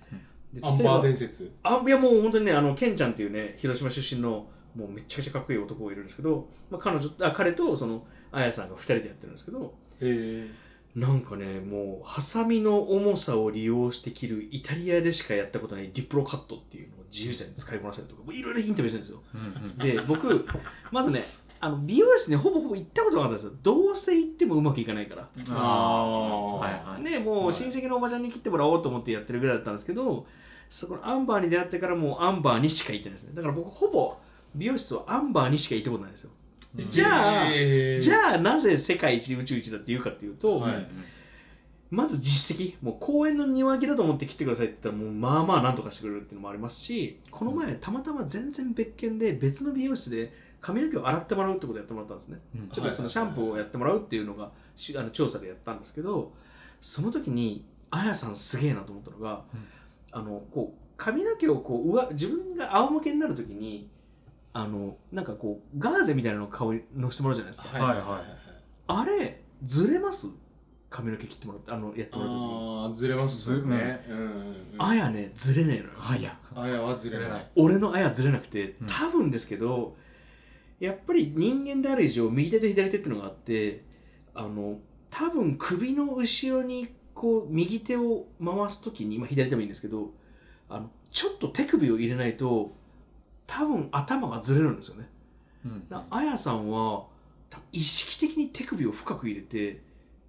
C: で
B: アン
C: 例えば
B: バー伝説。
C: あいやもう本当にね、あの、ケンちゃんっていうね、広島出身の、もうめちゃくちゃかっこいい男がいるんですけど、まあ、彼女、あ彼と、その、あやさんが二人でやってるんですけど、
B: へ
C: なんかね、もう、ハサミの重さを利用して切る、イタリアでしかやったことないディプロカットっていうのを自由自在に使いこなしたりとか、もういろいろインタビューしてるんですよ。
A: うん。
C: で僕まずねあの美容室にほぼほぼ行ったことなかったんですよどうせ行ってもうまくいかないから
A: あ
B: あー
A: はいはい。
C: ねも
B: は
C: う
B: い
C: 親戚のおばちゃんに切ってもらおうと思ってやってるぐらいだったんですけどそこのアンバーに出会ってからもうアンバーにしか行ってないですねだから僕ほぼ美容室はアンバーにしか行ったことないんですよ
B: え。
C: じゃあ
B: へー
C: じゃあなぜ世界一宇宙一だっていうかっていうと、
B: はい
C: まず実績もう公園の庭木だと思って来てくださいって言ったらもうまあまあなんとかしてくれるっていうのもありますしこの前たまたま全然別件で別の美容室で髪の毛を洗ってもらうってことをやってもらったんですね
A: うん。
C: ちょっとそのシャンプーをやってもらうっていうのがしあの調査でやったんですけどその時にあやさんすげえなと思ったのが、
A: うん
C: あのこう髪の毛をこう上自分が仰向けになる時にあのなんかこうガーゼみたいなのを顔にのしてもらうじゃないですか、
B: はいはいは
A: は
B: い
A: い
B: は
A: はい
B: い。
C: あれずれます髪の毛切ってもらってあのやってもらった時に
B: ああ、ずれますよね。うんうんうん
C: あやねずれねえのよ
A: はいや。
B: あやはずれない。
C: 俺のあやずれなくて
A: うん
C: 多分ですけど、やっぱり人間である以上右手と左手っていうのがあってあの多分首の後ろにこう右手を回す時に、まあ、左手もいいんですけどあのちょっと手首を入れないと多分頭がずれるんですよね。
A: うん。
C: だあやさんは多分意識的に手首を深く入れて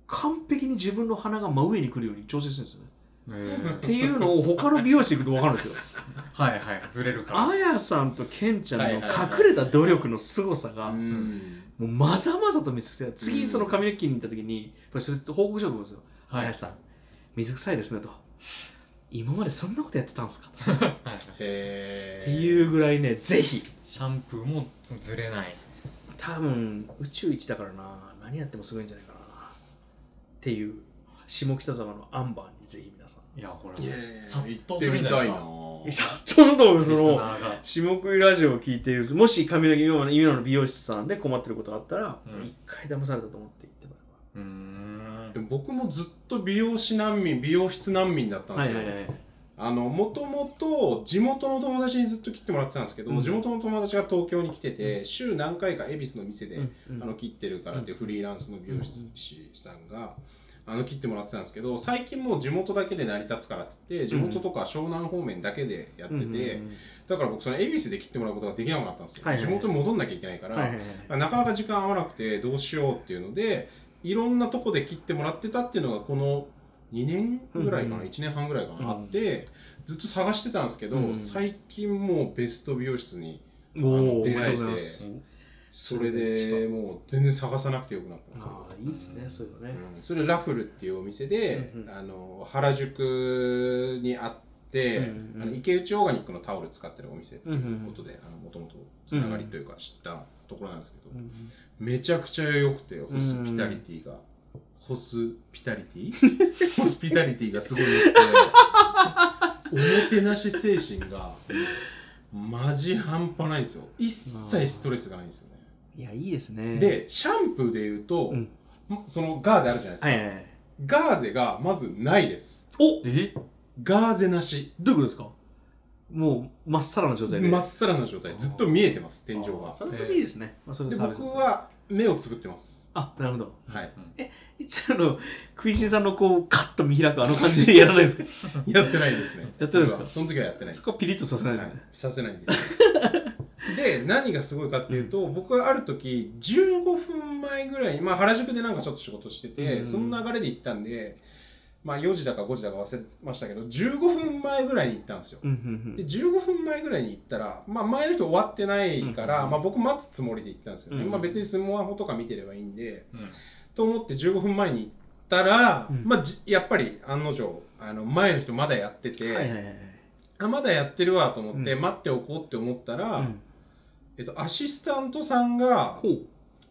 C: 完璧に自分の鼻が真上に来るように調整するんですよね。っていうのを他の美容師行くと分かるんですよ。
A: はいはい。ずれるから。
C: あやさんとケンちゃんの
B: はいはいはい
C: 隠れた努力の凄さが、
B: う
C: も
B: ん。
C: うまざまざと見せて、次
B: うん
C: その髪の毛切りに行った時に、これそれ報告しようと思うんですよ。
A: は
C: あ
A: い
C: やさん、水臭いですねと。今までそんなことやってたんですかと。
A: はい
B: へえ。
C: っていうぐらいね、ぜひ、
A: シャンプーもずれない。
C: 多分宇宙一だからな、何やってもすごいんじゃないかな。っていう、下北沢のアンバーにぜひ皆さん。
A: いや、これ、
B: いやいやいや。
A: 殺
B: 行
A: 到
B: って
A: するん
B: み
A: じゃな
B: た
A: い
B: い
A: で
B: な
A: すか。。
C: シャットだと思う、
A: リス
C: そ
A: ナ
C: の。
A: ーが。
C: 下食いラジオを聞いているもし髪の毛今の今の美容師さんで困ってることがあったら
A: うん
C: 一、回騙されたと思って言っても
A: うーん
B: で。も僕もずっと美容師難民美容室難民だったん
C: ら
B: で
C: え
B: す
C: ば
B: よ、あのもともと地元の友達にずっと切ってもらってたんですけど、
C: うん
B: 地元の友達が東京に来てて、週何回か恵比寿の店で、
C: うん
B: あの切ってるからっていうフリーランスの美容師さんが、あの切ってもらってたんですけど最近もう地元だけで成り立つからっつって地元とか湘南方面だけでやってて、
C: うんうんうん
B: だから僕その恵比寿で切ってもらうことができなくなったんですよ、
C: はいはいはい
B: 地元に戻んなきゃいけないから、
C: はいはいはい
B: なかなか時間合わなくてどうしようっていうのでいろんなとこで切ってもらってたっていうのがこの2年ぐらいかな、
C: うん
B: 1年半ぐらいかな、
C: うん
B: あってずっと探してたんですけど、
C: うん
B: 最近もうベスト美容室に
C: おおお
B: あの
C: めで
B: 出会
C: と
B: え
C: う
B: て
C: ございます
B: それでもう全然探さなくてよくなったんですよ
C: ああいいですねそういうのね、
B: うんそれラフルっていうお店で、
C: うんうん
B: あの原宿にあって、
C: うんうん
B: あの池内オーガニックのタオル使ってるお店っていうことでもともとつながりというか知ったところなんですけど、
C: うん
B: めちゃくちゃ良くてホスピタリティが、ホスピタリティホスピタリティがすごい良くておもてなし精神がマジ半端ないんですよ一切ストレスがないんですよね
C: いやいいですね、
B: でシャンプーで言うと、
C: うん
B: そのガーゼあるじゃないですか、
C: はいはいはい、
B: ガーゼがまずないです
C: お
A: え
B: ガーゼなし
C: どういうことですかもうまっさらな状態で
B: まっさらな状態ずっと見えてます天井
C: あ
B: が
C: あそれそれでいいですね、まあ、それ
B: で
C: サービス
B: 僕は目をつぶってます
C: あなるほど
B: はい。
C: 一応あの食いしんさんのこうカッと見開くあの感じでやらないですか
B: やってないですね
C: やってないです
B: それは
C: か
B: その時はやってないです
C: そこはピリッとさせないですね、
B: はいさせないんですで何がすごいかっていうと、僕はある時15分前ぐらい、まあ、原宿でなんかちょっと仕事してて、
C: うん
B: その流れで行ったんで、まあ、4時だか5時だか忘れましたけど15分前ぐらいに行ったんですよ。
C: うん
B: で15分前ぐらいに行ったら、まあ、前の人終わってないから、
C: うん
B: まあ、僕待つつもりで行ったんですよね、
C: うん
B: まあ、別にスマホとか見てればいいんで
A: うん
B: と思って15分前に行ったら、
C: うん
B: まあ、じやっぱり案の定あの前の人まだやってて、
C: はいはいはいはい。
B: あまだやってるわと思って、
C: うん
B: 待っておこうって思ったら、
C: うん
B: えっと、アシスタントさんが
C: ほう。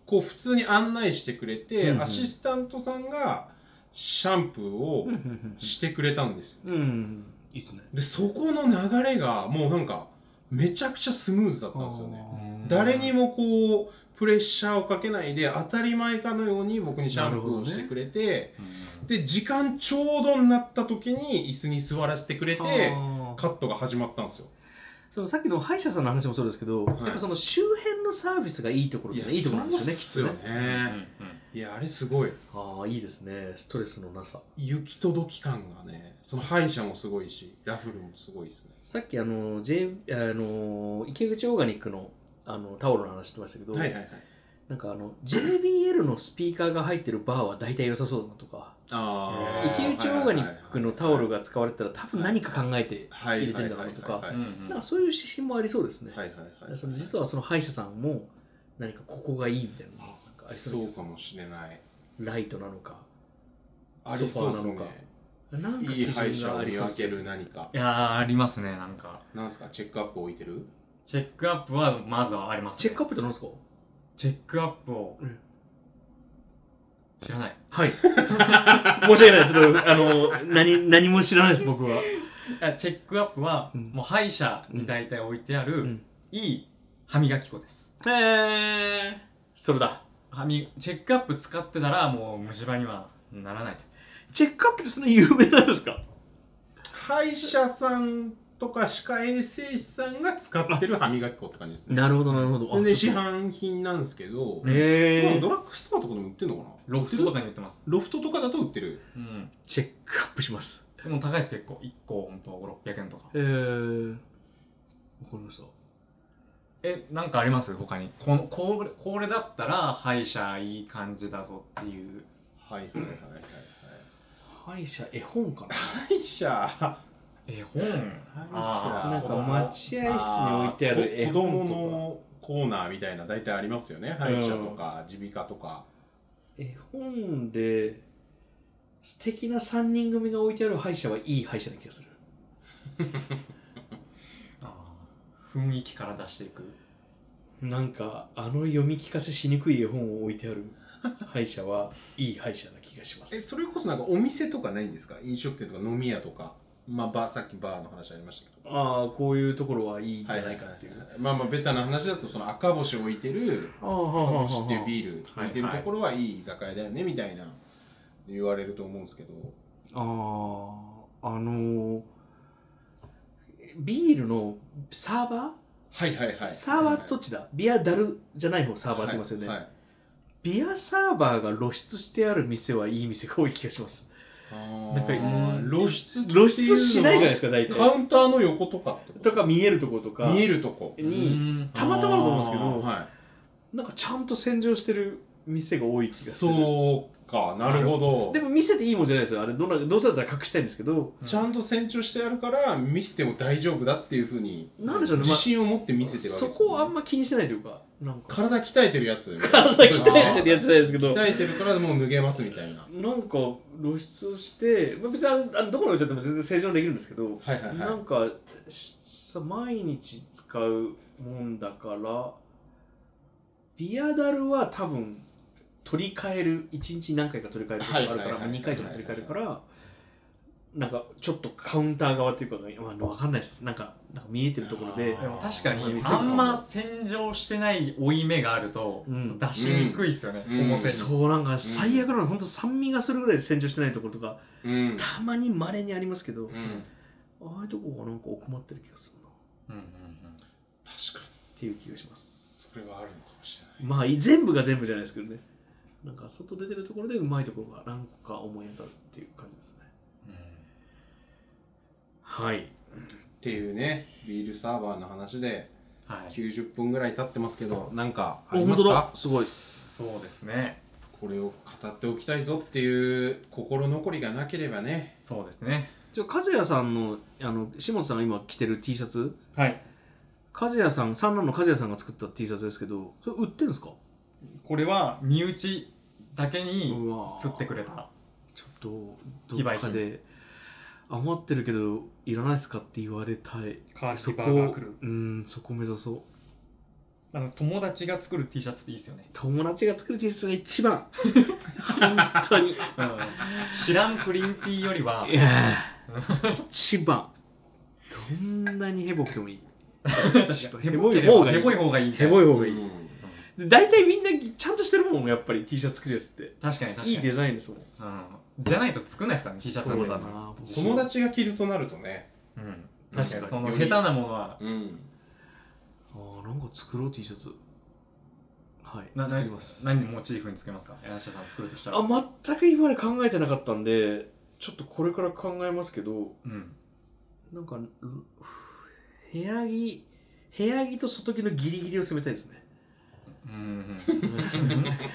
B: こう普通に案内してくれて、
C: うんうん
B: アシスタントさんがシャンプーを
C: うんうん
B: してくれたんですよ。
C: うん。うん。いいっすね。
B: でそこの流れがもうなんかめちゃくちゃスムーズだったんですよね。
A: うん
B: 誰にもこうプレッシャーをかけないで当たり前かのように僕にシャンプーをしてくれて、
A: うん
B: で時間ちょうどになった時に椅子に座らせてくれ
C: あ
B: て
C: ー
B: カットが始まったんですよ。
C: そのさっきの歯医者さんの話もそうですけど、
B: はい
C: やっぱその周辺のサービスがいいところっていいところなんですよね、きっと
B: そ
C: ね。
B: うっすよね。いやあれすごい。
C: ああ、いいですね。ストレスのなさ。
B: 行き届き感がねその歯医者もすごいしラフルもすごいですね
C: さっきあの、J、あの、池口オーガニックのあのタオルの話してましたけど、
B: はいはいはい
C: なんかあの、JBL のスピーカーが入ってるバーは大体良さそうだなとか、
B: あ
A: ー
C: 池口オーガニックのタオルが使われてたら多分何か考えて
B: 入
C: 入れてんだろうなとか
B: はい
A: うんうん
C: なんかそういう指針もありそうですね。
B: はいはいはい
C: その実はその歯医者さんも何かここがいいみたいなのがなんかありそう
B: そ
C: で
B: う
C: す
B: かもしれない
C: ライトなのか
B: ありそうですね
C: ソファーなのかなんか
B: いい
C: 基
B: 歯医者
C: 準が
B: を
C: あり
B: 見
C: そ
B: 分
C: う
B: け
C: です
B: る何か
A: いやーありますねなんか
B: なんですかチェックアップ置いてる
A: チェックアップはまずはあります、ね、
C: チェックアップって何ですか
A: チェックアップを、
C: うん
A: 知らない
C: はい申し訳ないちょっとあの何何も知らないです僕は
A: あチェックアップは、
C: うん
A: もう歯医者に大体置いてある、
C: うん
A: いい歯磨き粉です
C: へえー、それだ
A: 歯みチェックアップ使ってたらもう虫歯にはならない
C: チェックアップってそんな有名なんですか
B: 歯医者さんとか歯科衛生士さんが使ってる歯磨き粉って感じですね
C: なるほどなるほど
B: 全然市販品なんですけど、
C: え
B: でも
C: ー、
B: ドラッグストアとかでも売ってるのかな
A: ロフトとかに売ってます
B: ロフトとかだと売ってる
A: うん
C: チェックアップします
A: でも高いです結構1個ほんと600円とか
C: えー、わかりました
A: えなんかあります他にこのこれこれだったら歯医者いい感じだぞっていう
B: はいはいはいはいはい
C: 歯医者絵本かな
B: 歯医者
A: 絵本
B: 歯医者
A: あ
C: なんか待合室に置いてある絵
B: 子
C: 本とか
B: 供のコーナーみたいな大体ありますよね歯医者とか耳鼻科とか
C: 絵本で素敵な3人組が置いてある歯医者はいい歯医者な気がする
A: ーあー雰囲気から出していく
C: なんかあの読み聞かせしにくい絵本を置い てある歯医者はいい歯医者な気がしま
B: え
C: す
B: それこそなんかお店とかないんですか飲食店とか飲み屋とかまあバーさっきバーの話ありましたけど
C: ああこういうところはいいんじゃないかっていう、
B: はははまあまあベタな話だとその赤星置いてる
C: ああは
B: 赤
C: あはあ
B: 星っていうビール
A: はい
B: 置いてるところはいい居酒屋だよねみたいな言われると思うんですけど
C: あああのービールのサーバー、
B: はいはいはい
C: サーバーってどっちだビアダルじゃない方サーバーって言いますよね、
B: はいはい
C: ビアサーバーが露出してある店はいい店が多い気がします
B: なん
A: かうん
B: 露出
C: 露出しないじゃないですすか大体
B: カウンターの横とかってこと
C: とか見えるところとか
B: 見えるとこ
C: に
A: うん
C: たまたまだと思うんですけど
B: あーはい
C: なんかちゃんと洗浄してる店が多い気がする
B: そうかなるほど
C: でも見せていいもんじゃないですよあれどんなどうせだったら隠したいんですけど
B: ちゃんと船長してあるから見せても大丈夫だっていうふうに
C: なんでしょうね
B: 自信を持って見せてるわけ
C: そ
B: ですよ
C: こ
B: ね
C: をあんま気にしてないというかなんか
B: 体鍛えてるやつ
C: 体鍛えてるやつじゃないですけど
B: 鍛えてるからもう脱げますみたいな
C: なんか露出して、まあ、別にあれあのどこに置いてあっても全然正常にできるんですけど
B: はいはい
C: な
B: は
C: んかしさ毎日使うもんだからビアダルは多分取り替える1日に何回か取り替えることがある
B: は
C: か
B: い
C: ら
B: はいはいはい
C: 2回とか取り替えるからなんかちょっとカウンター側というか、まあ、分かんないですなんかなんか見えてるところ
A: で
C: で
A: も確かに
C: 店か
A: あんま洗浄してない負い目があると、
C: うん
A: そう出しにくいっすよね、
B: うん
A: 表に、
B: うん
C: そうなんか最悪なの本当酸味がするぐらい洗浄してないところとか
B: いうん
C: たまにまれにありますけど、
B: う
C: あ
B: ん
C: あいうとこがなんか奥まってる気がするなっ
A: うんうん
B: 確かに
C: ていう気がします
B: それはあるのかもしれない
C: まあい全部が全部じゃないですけどねなんか外出てるところでうまいところが何個か思い当たるっていう感じですね
A: うん
C: はい
B: っていうねビールサーバーの話で
A: はい、
B: 90分ぐらい経ってますけど、なんかあ
C: お
B: り
C: 本
B: ま
C: 当
B: す
C: だ
B: か
C: すごい
A: そうですね
B: これを語っておきたいぞっていう心残りがなければね。
A: そうですね
C: じゃあ和也さんのあの下本さんが今着てる T シャツ
A: はい
C: 和也さん三男の和也さんが作った T シャツですけどそれ売ってんですか
A: これは身内だけに
C: うわ
A: 吸ってくれた
C: ちょっと
A: 非
C: ど
A: 売
C: っ
A: 品
C: かで余ってるけどいらないですかって言われたい
A: カー
C: そ
A: リ
C: こ
A: バーが来る
C: うんそこ目指そう
A: あの友達が作る T シャツっていいですよね、
C: 友達が作る T シャツが一番本当にい
A: 知らんプリンティーよりは
C: やー一番どんなにヘボくてもいい一番
A: ヘ
C: ヘ
A: ボ
C: ボ
A: い
C: い方
A: 方が
C: が
A: いいヘ
C: いい
A: ボい方がいいみた
C: ヘ
A: いな
C: ボい方
B: う
C: がいい
B: ん
C: で大体みんなちゃんとしてるもんやっぱり T シャツ作るやつって
A: 確かに確かに
C: いいデザインですもん
A: うん、じゃないと作んないですからね T シャツは
C: そう
A: た
C: だ
A: だの
C: な
B: 友達が着るとなるとね。
A: うん確かにその
B: よ
A: 下
B: り
A: 手なものは
B: うん。
C: あーなんか作ろう T シャツは
A: ない
C: 作ります
A: 何モチーフにつけますか柳下さん作るとしたら
C: あ全く今まで考えてなかったんでちょっとこれから考えますけど
A: うん
C: なんかう部屋着部屋着と外着のギリギリを攻めたいです ね
A: うんうん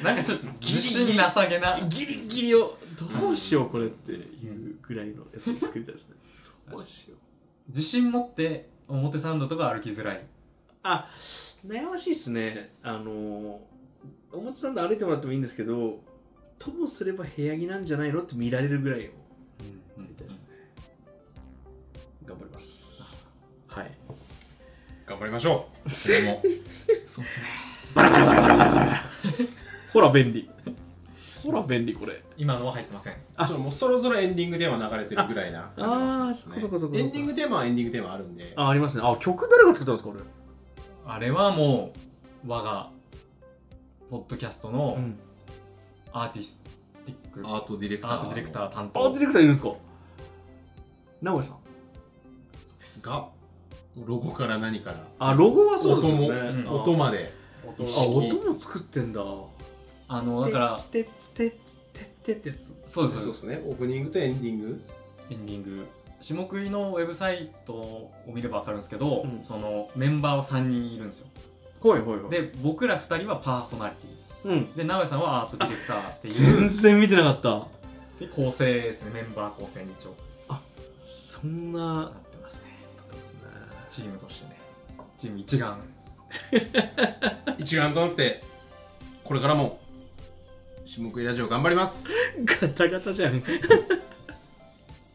A: なんかちょっと自信なさげな
C: ギリギリをどうしようこれっていうぐらいのやつを作りたいですねどうしよう
A: 自信持って表参道とか歩きづらい
C: あ悩ましいですねあの表参道歩いてもらってもいいんですけどともすれば部屋着なんじゃないのって見られるぐらいをやりたいですね頑張りますはい
B: 頑張りましょう。それも。
A: そうですね
C: ほら便利ほら便利これ
A: 今のは入ってません
B: ちょっともうそろそろエンディングテーマ流れてるぐらいな感じ
C: あ
B: が
C: あ
B: し
C: そ
B: ま
C: こ
B: す
C: そ
B: ね
C: こそこ
B: エンディングテーマはエンディングテーマあるんで。
C: あありますねあ曲誰が作ったんですかこれ
A: あれはもう我がポッドキャストの
C: ん
A: アーティスティック、ア
B: アートディレクタ
A: ー
B: ー。
A: トディレクター担
C: あ
A: 当
C: ディレクターいるんですか名古屋さん
B: が、ロゴから何から。
C: あロゴはそうですよ
A: 音
C: ね
A: も
C: あ
B: 音まで。
A: 音
B: 意
C: あ
B: 識
C: 音も作ってんだ
A: あのだから
C: つてつてつてってってやつ
A: そうで
B: そうですすね。オープニングとエンディング。
A: エンディング下食いのウェブサイトを見れば分かるんですけど、
C: うん
A: そのメンバーは3人いるんですよ
C: はいはいはい
A: で僕ら2人はパーソナリティ
C: うん
A: で直江さんはアートディレクターってい
C: 全
A: う
C: 然見てなかった
A: で構成ですねメンバー構成に一応
C: そん
A: な
C: な
A: ってますね
C: ですね
A: チームとしてねチーム一丸
B: 一丸となって、これからも、下食いラジオ頑張ります。
C: ガタガタじゃんありがとう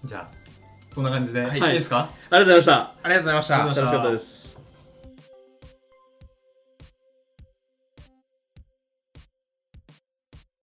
A: じゃあそんな感じで、
B: は
A: い
B: い
A: いですか、
C: ございました
B: ありがとうございました
A: ありがとうございまし。た
C: 楽しかったです